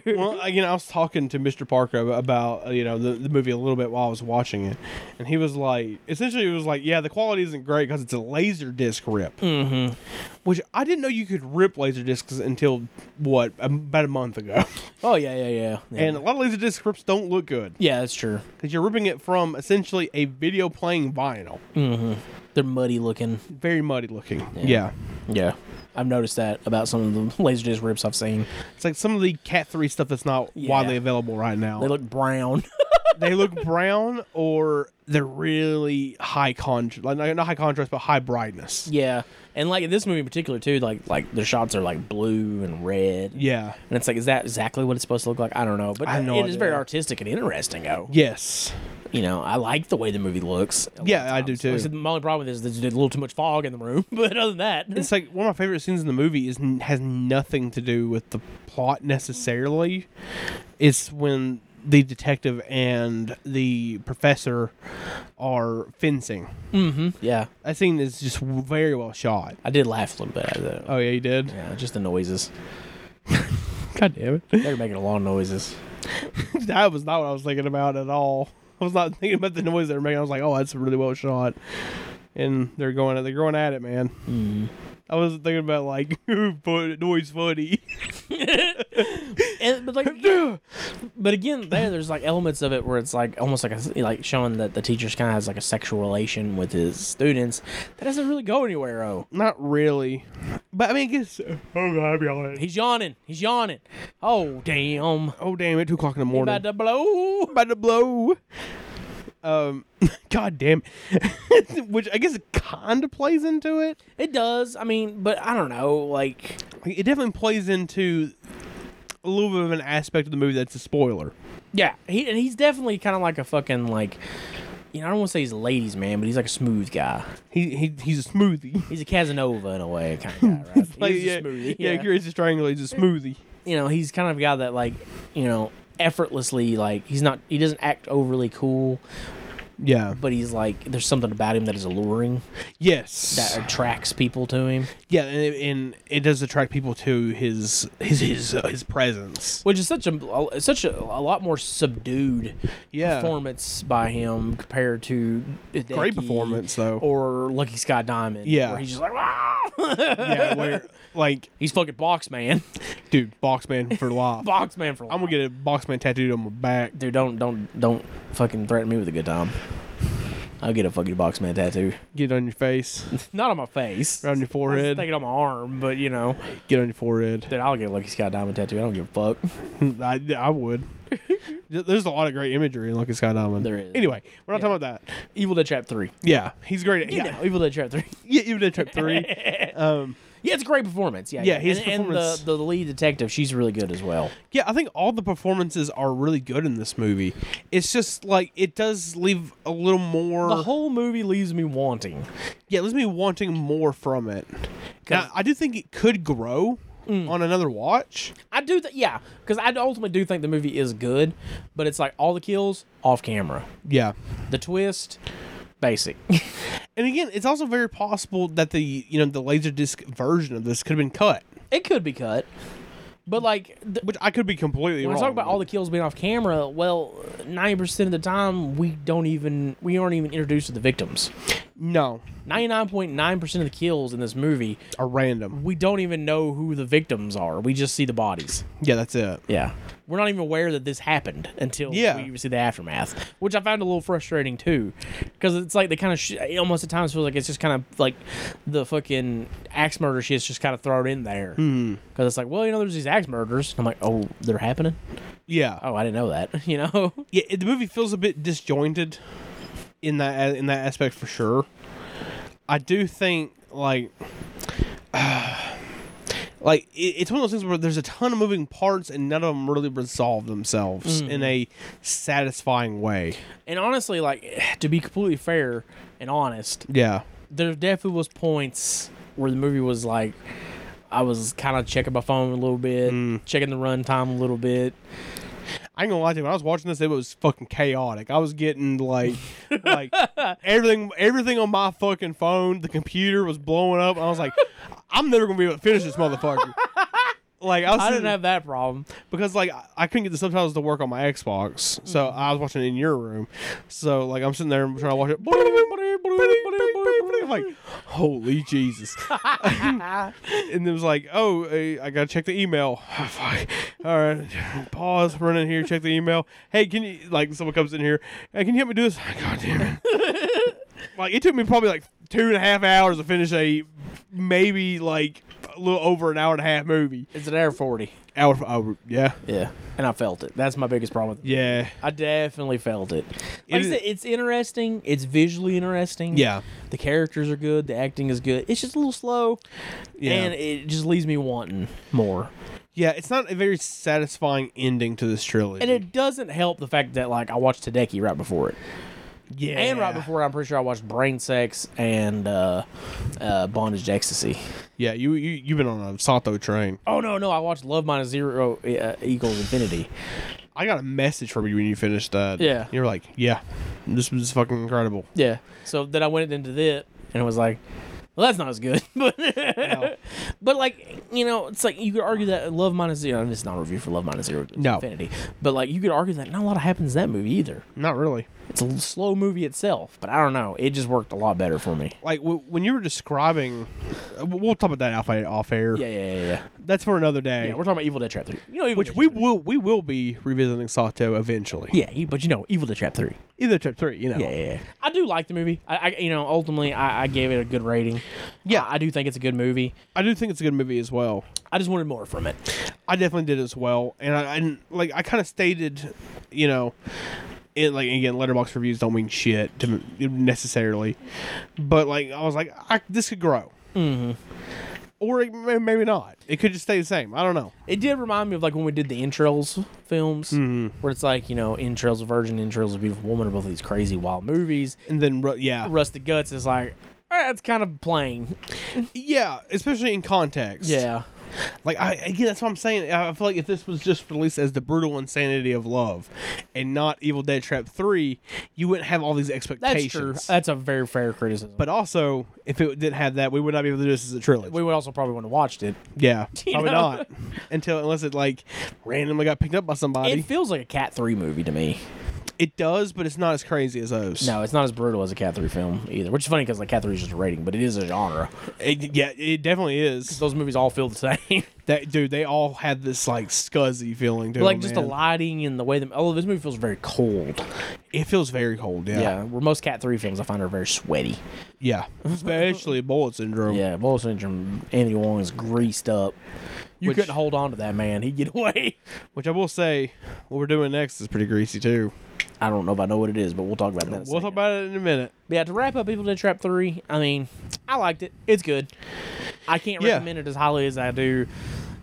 well, again, I was talking to Mr. Parker ab- about uh, you know the, the movie a little bit while I was watching it, and he was like, essentially, he was like, yeah, the quality isn't great because it's a laser disc rip, mm-hmm. which I didn't know you could rip laser discs until what about a month ago,
oh yeah yeah yeah, yeah.
and a lot of laser disc rips don't look good
yeah that's true
because you're ripping it from essentially a video playing vinyl,
they're muddy looking
very muddy looking. Yeah.
yeah i've noticed that about some of the laserdisc rips i've seen
it's like some of the Cat Three stuff that's not
Yeah.
widely available right now.
they look brown
they look brown or they're really high contrast, like not not high contrast, but high brightness.
Yeah, and like in this movie in particular too, like like the shots are like blue and red.
Yeah.
and it's like is that exactly what it's supposed to look like? I don't know, but
I have no
it is very
idea.
artistic and interesting though.
Yes.
You know, I like the way the movie looks. a lot
Yeah,
of
I do,
times. Like
too.
said, the only problem with it is there's a little too much fog in the room, but other than that,
It's like one of my favorite scenes in the movie is has nothing to do with the plot necessarily. It's when the detective and the professor are fencing.
yeah,
That scene is just very well shot.
I did laugh a little bit. At that.
Oh yeah, you did.
Yeah, just the noises.
God damn it!
They're making a lot of noises.
that was not what I was thinking about at all. I was not thinking about the noise they were making. I was like, oh, that's really well shot. And they're going at they're going at it, man. I was thinking about like fu- noise funny.
And, but like, but again, there there's like elements of it where it's like almost like a, like showing that the teacher's kind of has like a sexual relation with his students. That doesn't really go anywhere. Oh,
Not really, but I mean, I guess. Oh god, y'all.
He's yawning. He's yawning. Oh damn!
Oh damn it! Two o'clock in the
He
morning.
about to blow.
About to blow. Um, god damn. it. Which I guess it kind of plays into it.
It does. I mean, but I don't know. Like,
It definitely plays into a little bit of an aspect of the movie that's a spoiler.
yeah, he and he's definitely kind of like a fucking like. You know, I don't want to say he's a ladies' man, but he's like a smooth guy.
He, he he's a smoothie.
He's a Casanova in a way, kind of guy, right?
Like,
he's
yeah,
a smoothie.
yeah,
Yeah,
Curious Triangle is a smoothie.
you know, he's kind of a guy that like, you know, effortlessly like he's not he doesn't act overly cool,
Yeah.
but he's like there's something about him that is alluring
Yes.
that attracts people to him.
yeah, and it, and it does attract people to his his his uh, his presence.
Which is such a such a, a lot more subdued
Yeah.
performance by him compared to Hideki
Great performance though.
or Lucky Sky Diamond.
Yeah.
where he's just like "Wah!"
yeah, where like
he's fucking box man,
dude, Boxman for life.
box man for life.
I'm gonna get a Boxman tattooed on my back.
dude. Don't don't don't fucking threaten me with a good time. I'll get a fucking box man tattoo.
Get it on your face,
Not on my face.
around
I
your
was
forehead.
thinking on my arm, but you know,
Get it on your forehead.
dude, I'll get a Lucky Sky Diamond tattoo. I don't give a fuck.
I, I would. There- There's a lot of great imagery in Lucky Sky Diamond.
There is.
Anyway, we're not
Yeah.
talking about that.
Evil Dead Trap Three.
Yeah, he's great. At,
You
yeah,
know, Evil Dead Trap Three.
yeah, even in Trip Three. um,
Yeah, it's a great performance. Yeah,
Yeah, his
and, and
performance-
the, the lead detective, she's really good as well.
yeah, I think all the performances are really good in this movie. It's just like it does leave a little more.
The whole movie leaves me wanting.
yeah, it leaves me wanting more from it. Now, I do think it could grow
Mm.
on another watch.
I do, th- yeah, because I ultimately do think the movie is good, but it's like all the kills off camera,
Yeah.
the twist, basic.
And again, it's also very possible that the you know the laserdisc version of this could have been cut,
it could be cut, but like th-
which I could be completely
when I
wrong.
talk about all the kills being off camera, well, ninety percent of the time we don't even we aren't even introduced to the victims.
no
Ninety nine point nine percent of the kills in this movie,
are random.
we don't even know who the victims are. We just see the bodies.
Yeah, that's it.
Yeah. We're not even aware that this happened until
Yeah.
we see the aftermath, which I found a little frustrating too, because it's like they kind of sh- it almost at times feels like it's just kind of like the fucking axe murder shit's just kind of thrown in there, because it's like, well, you know, there's these axe murders. I'm like, oh, they're happening.
Yeah.
Oh, I didn't know that. You know,
yeah, it- the movie feels a bit disjointed in that in that aspect for sure. I do think like like it, it's one of those things where there's a ton of moving parts and none of them really resolve themselves in a satisfying way.
and honestly, like to be completely fair and honest,
Yeah.
there definitely was points where the movie was like I was kind of checking my phone a little bit, checking the runtime a little bit.
I ain't gonna lie to you. When I was watching this, it was fucking chaotic. I was getting like, like everything, everything on my fucking phone. The computer was blowing up. I was like, I'm never gonna be able to finish this motherfucker. Like I was,
I
sitting-
didn't have that problem.
because like I- I couldn't get the subtitles to work on my Xbox, so I was watching it in your room. So like I'm sitting there trying to watch it, like holy Jesus! and it was like, oh, eh, I gotta check the email. Fuck. All right, pause, run in here, check the email. Hey, can you like someone comes in here? Hey, can you help me do this? God damn it! like it took me probably like two and a half hours to finish a maybe like a little over an hour and a half movie.
It's an Air 40.
Hour, hour yeah.
Yeah. And I felt it. That's my biggest problem. with it.
Yeah.
I definitely felt it. Like
It is-
I said, it's interesting. It's visually interesting.
Yeah.
The characters are good. The acting is good. It's just a little slow.
Yeah.
And it just leaves me wanting more.
yeah, it's not a very satisfying ending to this trilogy.
And it doesn't help the fact that, like, I watched Hideki right before it.
yeah.
And right before, I'm pretty sure I watched Brain Sex and uh, uh, Bondage to Ecstasy.
Yeah, you you you've been on a Sato train.
Oh, no, no. I watched Love Minus Zero uh, Equals Infinity.
I got a message from you when you finished that.
Yeah.
You're like, yeah, this was fucking incredible.
Yeah. So then I went into that and it was like, well, that's not as good. but, but like, you know, it's like you could argue that Love Minus Zero, and it's not a review for Love Minus Zero, it's
No.
Infinity. But like, you could argue that not a lot happens in that movie either.
Not really.
It's a l- slow movie itself, but I don't know. It just worked a lot better for me.
Like w- when you were describing, uh, we'll talk about that off air. Off air.
Yeah, yeah, yeah, yeah.
That's for another day.
Yeah, we're talking about Evil Dead Trap 3. You know, Evil
which
Dead
we
Trap
will we will be revisiting Sato eventually.
3. Yeah, he- but you know, Evil Dead Trap 3.
Either trip three, you know.
Yeah, yeah, yeah. Oh. I do like the movie. I, I you know, ultimately, I, I gave it a good rating. Yeah, I do think it's a good movie.
I do think it's a good movie as well.
I just wanted more from it.
I definitely did as well, and I and, like I kind of stated, you know, it like again, letterbox reviews don't mean shit to me necessarily, but like I was like, I, this could grow, mm-hmm. or it, may- maybe not. It could just stay the same. I don't know.
It did remind me of like when we did the entrails films, where it's like you know entrails of virgin, entrails of beautiful woman, are both these crazy wild movies.
And then ru- yeah,
Rusted guts is like eh, it's kind of plain.
yeah, especially in context.
Yeah,
Like I again, that's what I'm saying. I I feel like if this was just released as the brutal insanity of love, and not Evil Dead Trap Three, you wouldn't have all these
That's
expectations.
true. That's a very fair criticism.
but also, if it didn't have that, we would not be able to do this as a trilogy.
we would also probably want to watched it.
yeah,
You
probably
know?
not until unless it like randomly got picked up by somebody.
It feels like a Cat Three movie to me.
It does, but it's not as crazy as those.
No, it's not as brutal as a Cat Three film either, which is funny because like Cat Three is just a rating, but it is a genre.
It- yeah, it definitely is.
Those movies all feel the same.
That dude, they all had this like scuzzy feeling to
like
them,
just the
man.
lighting and the way them. Oh, this movie feels very cold.
It feels very cold.
Yeah.
Yeah,
where most Cat Three films I find are very sweaty.
yeah, especially Bullet Syndrome.
Yeah, Bull Syndrome. Andy Wong is greased up. You
Which-
couldn't hold on to that man. He'd get away.
Which I will say, what we're doing next is pretty greasy too.
I don't know if I know what it is, but we'll talk about that.
We'll talk about it in a minute.
yeah, to wrap up Evil Dead Trap 3, I mean, I liked it. It's good. I can't
Yeah.
recommend it as highly as I do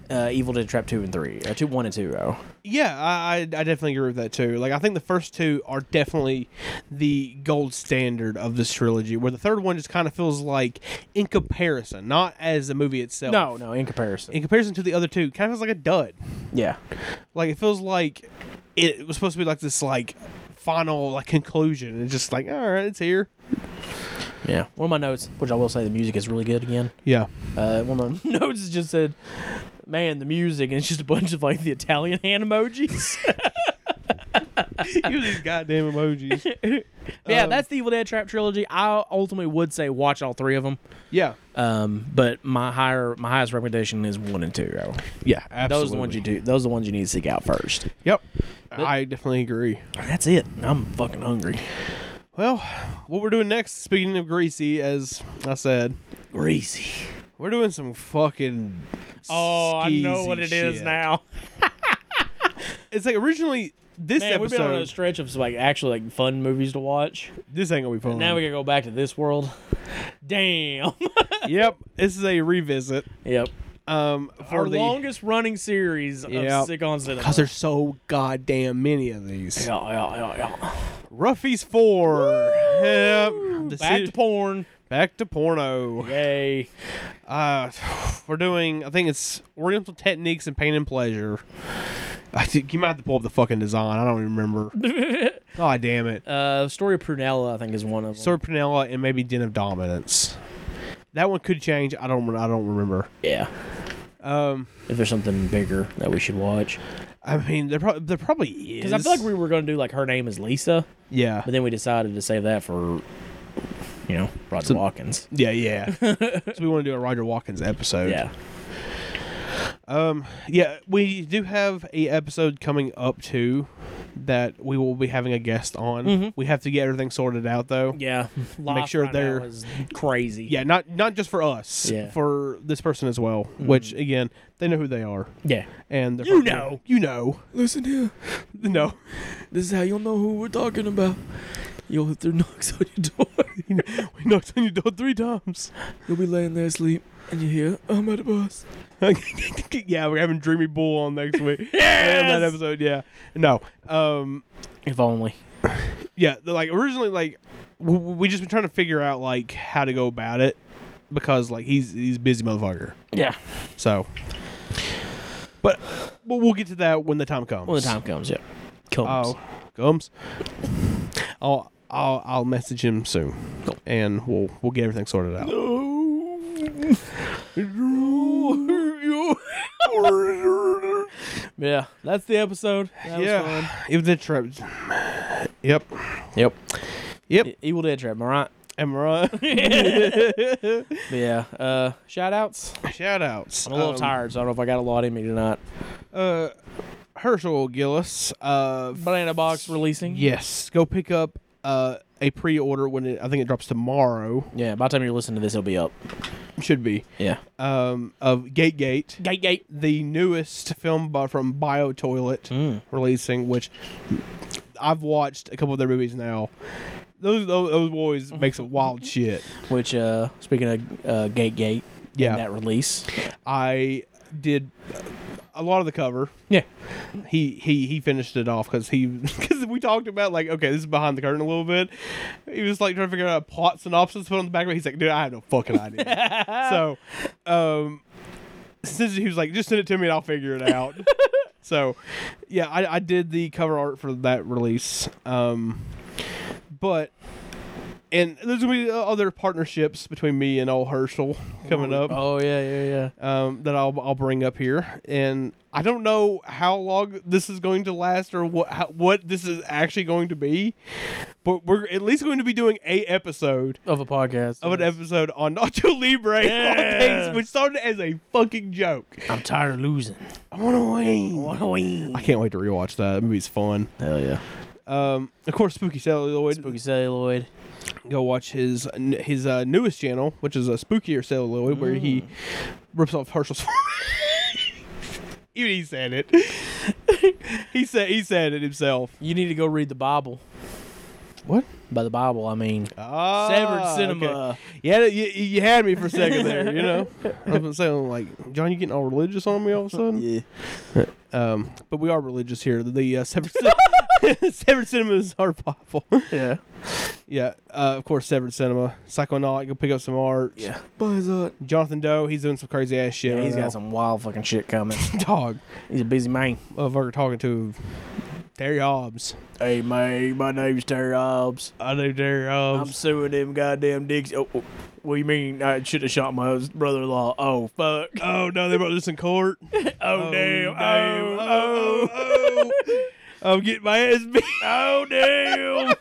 uh, Evil Dead Trap 2 and 3. Or 2, 1 and 2, oh.
Yeah, I, I I definitely agree with that too. Like I think the first two are definitely the gold standard of this trilogy, where the third one just kind of feels like in comparison, not as the movie itself.
No, no, in comparison.
In comparison to the other two, kind of feels like a dud.
yeah.
Like it feels like it was supposed to be like this like final like conclusion, and it's just like all right, it's here.
Yeah. One of my notes, which I will say the music is really good again.
Yeah,
Uh, one of my notes just said, man, the music, and it's just a bunch of like the Italian hand emojis.
you these goddamn emojis.
yeah, that's the Evil Dead Trap trilogy. I ultimately would say watch all three of them.
Yeah,
Um, but my higher, my highest recommendation is one and two. oh.
yeah, absolutely.
Those are the ones you do. Those are the ones you need to seek out first.
Yep, I definitely agree.
That's it. I'm fucking hungry.
Well, what we're doing next, speaking of greasy, as I said,
Greasy.
we're doing some fucking.
Oh, I know what it is now.
It's like originally this
Man, we've been on a
episode.
stretch of some, like actually like fun movies to watch.
This ain't gonna be fun.
Now we gotta go back to this world. Damn.
yep, this is a revisit.
yep.
Um, for
Our
the
longest running series
Yep.
of sick on cinema.
because there's so goddamn many of these.
Yeah, yeah, yeah, yeah.
Ruffies four. Yep. The
Back
se-
to porn.
back to porno.
Yay.
Uh, we're doing. I think it's Oriental techniques and pain and pleasure. I think you might have to pull up the fucking design. I don't even remember. God damn it.
Uh, story of Prunella, I think, is one of them.
Sword Pinella and maybe Den of Dominance. That one could change. I don't. I don't remember.
yeah.
Um,
If there's something bigger that we should watch.
I mean, there probably there probably is.
Because I feel like we were going to do like her name is Lisa,
yeah,
but then we decided to save that for, you know, Roger Watkins.
yeah, yeah. so we want to do a Roger Watkins episode.
Yeah.
Um. Yeah, we do have a episode coming up too that we will be having a guest on. We have to get everything sorted out though.
Mm-hmm. Yeah.
Make sure they're-
was crazy.
Yeah, not not just for us.
Yeah.
For this person as well. Which again, they know who they are.
Yeah.
And they're
You
probably-
know.
You know.
Listen here.
No.
This is how you'll know who we're talking about. You'll hit their knocks on your door.
we knocked on your door three times.
You'll be laying there asleep, and you hear, "Oh, I'm at the bus.
yeah, we're having Dreamy Bull on next week. And that episode, yeah. No. Um
If only.
yeah, the- like originally like w- w- we just been trying to figure out like how to go about it because like he's he's a busy motherfucker.
Yeah.
So but but we'll get to that when the time comes.
When the time comes. Yeah. Comes.
Oh, comes. I'll I'll I'll message him soon, and we'll we'll get everything sorted out.
Yeah. That's the episode. That was
yeah, if the trap. Yep,
fun. Yep.
yep.
E- Evil Dead Trap, am I right?
Am I right?
But yeah. Uh, shout outs.
Shout outs.
I'm a little
Um,
tired, so I don't know if I got a lot in me tonight.
Uh, Herschel Gillis. Uh,
Banana Box releasing.
yes, go pick up uh a pre-order when it. I think it drops tomorrow.
Yeah. By the time you're listening to this, it'll be up.
Should be.
Yeah.
Um, of Gate Gate.
Gate gate.
the newest film bu- from Bio Toilet
Hmm.
releasing, which I've watched a couple of their movies now. Those those, those boys make some wild shit.
Which, uh, speaking of uh, Gate Gate, and
Yeah.
that release.
I did a lot of the cover.
Yeah.
He he he finished it off because he because we talked about like okay this is behind the curtain a little bit. He was like trying to figure out a plot synopsis put on the back of it. He's like dude I have no fucking idea. so, um, since he was like, just send it to me and I'll figure it out. so, yeah, I, I did the cover art for that release. Um, but and there's gonna be other partnerships between me and old Herschel coming up
Oh yeah, yeah, yeah.
um, that I'll I'll bring up here, and I don't know how long this is going to last or what how, what this is actually going to be, but we're at least going to be doing a episode
Of a podcast.
of an episode on Nacho Libre, on things which started as a fucking joke.
I'm tired of losing.
I want to win. I want to win. I can't wait to rewatch that. That movie's fun.
Hell yeah.
Um, of course, Spooky Celluloid.
Spooky celluloid.
Go watch his his uh, newest channel, which is a spookier celluloid, where he rips off Herschel's. Even he said it. he said he said it himself.
You need to go read the Bible.
What?
By the Bible, I mean
Ah,
Severed
okay.
Cinema.
Yeah, you, you had me for a second there. You know, I was saying like, John, you getting all religious on me all of a sudden? Yeah. Um, but we are religious here. The uh, severed, Cin- severed cinema is our Bible.
Yeah.
Yeah, uh, of course, Severed Cinema, Psychonaut. Go pick up some art.
Yeah.
Buy his art.
Jonathan Doe, he's doing some crazy ass shit.
Yeah,
right
he's
now.
got some wild fucking shit coming.
dog.
He's a busy man.
Motherfucker talking to Terry Hobbs.
Hey, man, my name's Terry Hobbs.
I know Terry
I'm
Hobbs.
suing them goddamn dicks. Oh, oh, what do you mean I should have shot my hus- brother-in-law? Oh, fuck.
oh no, they brought this in court.
Oh, damn. Oh,
oh,
oh.
oh, oh. I'm getting my ass beat. Oh damn.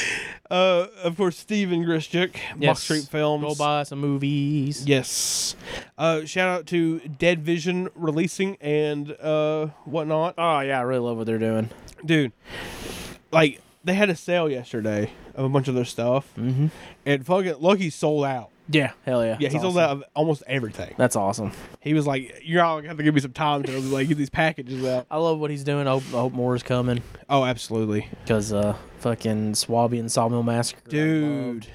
uh, of course, Steven Grischuk, Mock
Yes.
Street Films.
Go buy some movies.
Yes. Uh, shout out to Dead Vision Releasing and uh, whatnot.
Oh, yeah, I really love what they're doing.
dude like they had a sale yesterday of a bunch of their stuff mm-hmm. and fucking lucky sold out
Yeah. Hell yeah.
yeah he
That's
sold
awesome.
out of almost everything
That's awesome.
he was like you're all gonna have to give me some time to like get these packages out
I love what he's doing. I hope, I hope more is coming.
oh absolutely
Because uh, fucking Swabian Sawmill Massacre. I
dude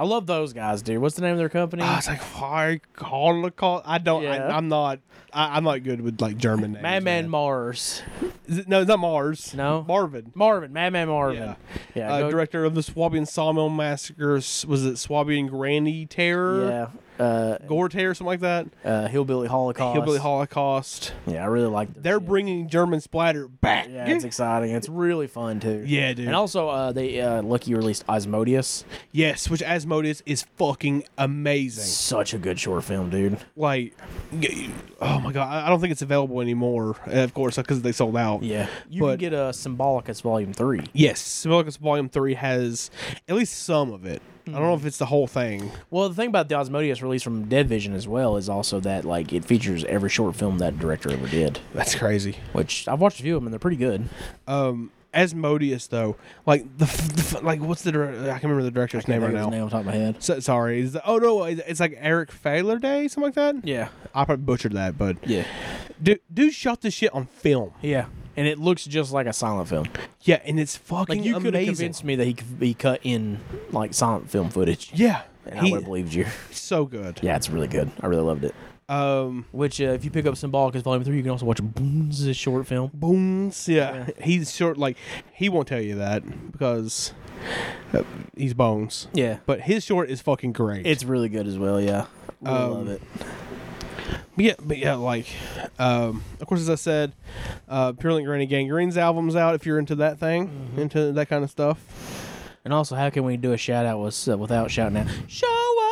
I love those guys, dude. What's the name of their company?
i was Ah, like why call the call i don't
Yeah.
I, i'm not I, i'm not good with like german names
Madman
man.
Mars.
Is it- no it's not mars
No?
marvin
Marvin. Madman Marvin.
Yeah.
Yeah.
uh,
go-
director of the Swabian Sawmill Massacre, s- was it Swabian Granny Terror,
yeah. Uh,
Gore Terror, something like that?
uh, Hillbilly Holocaust.
Hillbilly Holocaust.
Yeah, I really like their
They're
shit.
bringing German splatter back.
Yeah, it's exciting. It's really fun too.
Yeah, dude.
And also, uh, they uh, Lucky released Osmodius.
yes, which Asmodeus is fucking amazing.
Such a good short film, dude.
Like, y- oh my god, I- I don't think it's available anymore. uh, Of course, because they sold out.
Yeah, you
But-
can get a uh, Symbolicus Volume Three.
Yes, Symbolicus Volume Three has at least some of it. I don't
Hmm.
know if it's the whole thing.
Well, the thing about the Osmodius release from Dead Vision as well is also that like it features every short film that director ever did,
That's crazy.
which I've watched a few of them and they're pretty good.
Um, Asmodeus though, like the, f- the f- like what's the dir- I can't remember the director's name right
Think of
now.
his name off the top of my head.
So, sorry, it's, oh no, it's, it's like Eric Failer Day, something like that.
Yeah,
I probably butchered that, but
yeah,
dude, dude shot this shit on film.
yeah. And it looks just like a silent film.
Yeah, and it's fucking
Like you could have
amazing.
convinced me that he he cut in like silent film footage.
yeah,
And I
he,
would have believed you.
so good.
Yeah, it's really good. I really loved it.
Um,
Which, uh, if you pick up Symbolicus Volume 3, you can also watch Boone's short film.
booms. Yeah. he's short. Like he won't tell you that because uh, he's bones.
Yeah.
But his short is fucking great.
It's really good as well, yeah. I
Um,
love it.
But yeah, but yeah, like, um, of course, as I said, uh, Pure Link Granny Gangrene's album's out. If you're into that thing,
Mm-hmm.
into that kind of stuff.
And also, how can we do a shout out with, uh, without shouting out,
Show up.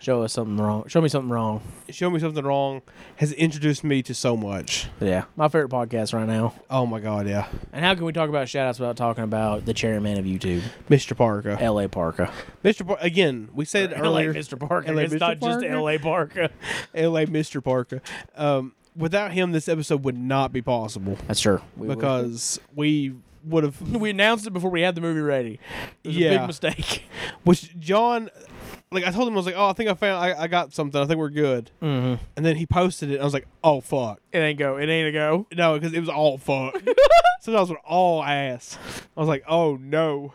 show us something wrong? Show me something wrong.
Show me something wrong has introduced me to so much.
Yeah. My favorite podcast right now.
Oh my god, yeah,
And how can we talk about shout outs without talking about the chairman of YouTube,
Mr. Parker.
L.A. Parker?
Mr. Par- again, we said earlier,
Parker.
LA It's Mr. not just Parker. LA
Parker.
LA Mr. Parker. Um, without him, this episode would not be possible
That's true. We, we-
because we would have.
we announced it before we had the movie ready. It was a
Yeah.
big mistake.
Which John, like I told him, I was like, "Oh, I think I found, I, I got something. I think we're good." Mm-hmm. And then he posted it. And I was like, "Oh fuck,
It ain't go. It ain't a go.
no," because it was all fuck. so that was an all ass. I was like, "Oh no."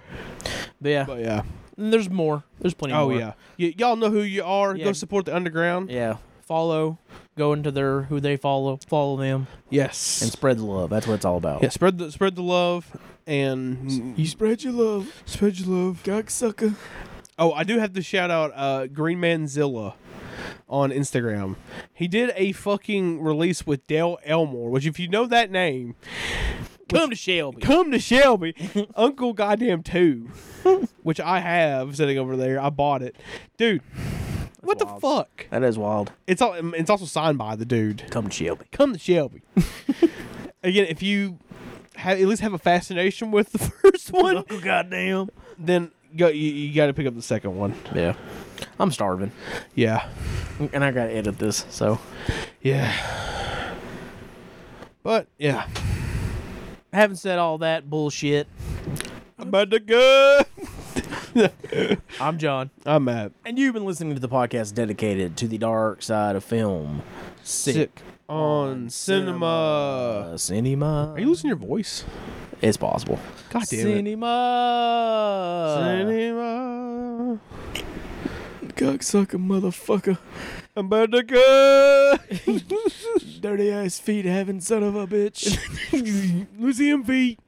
But yeah.
But yeah.
And there's more. There's plenty
Oh
more.
yeah. Y- y'all know who you are. Go
Yeah.
support the underground.
Yeah. Follow, go into their who they follow, follow them,
Yes.
and spread the love. That's what it's all about.
yeah. Spread the spread the love and
You spread your love.
Mm. spread your love.
Cocksucker.
Oh, I do have to shout out uh, Green Manzilla. on Instagram. He did a fucking release with Dale Elmore, which if you know that name,
Come to Shelby.
come to Shelby, Uncle Goddamn Two, which I have sitting over there. I bought it, dude. what the fuck?
That is wild.
It's all. It's also signed by the dude.
Come to Shelby.
Come to Shelby. Again, if you have, at least have a fascination with the first one,
Oh, goddamn.
then go, you, you got to pick up the second one.
Yeah. I'm starving,
Yeah.
and I gotta edit this. So
Yeah. But yeah.
having said all that bullshit,
I'm about to go.
I'm John,
I'm Matt.
and you've been listening to the podcast dedicated to the dark side of film. Sick,
on cinema.
Uh, cinema.
Are you losing your voice?
It's possible.
God damn it.
Cinema.
Cinema.
Cocksucker motherfucker.
I'm about to go.
Dirty ass feet having son of a bitch.
Losing feet.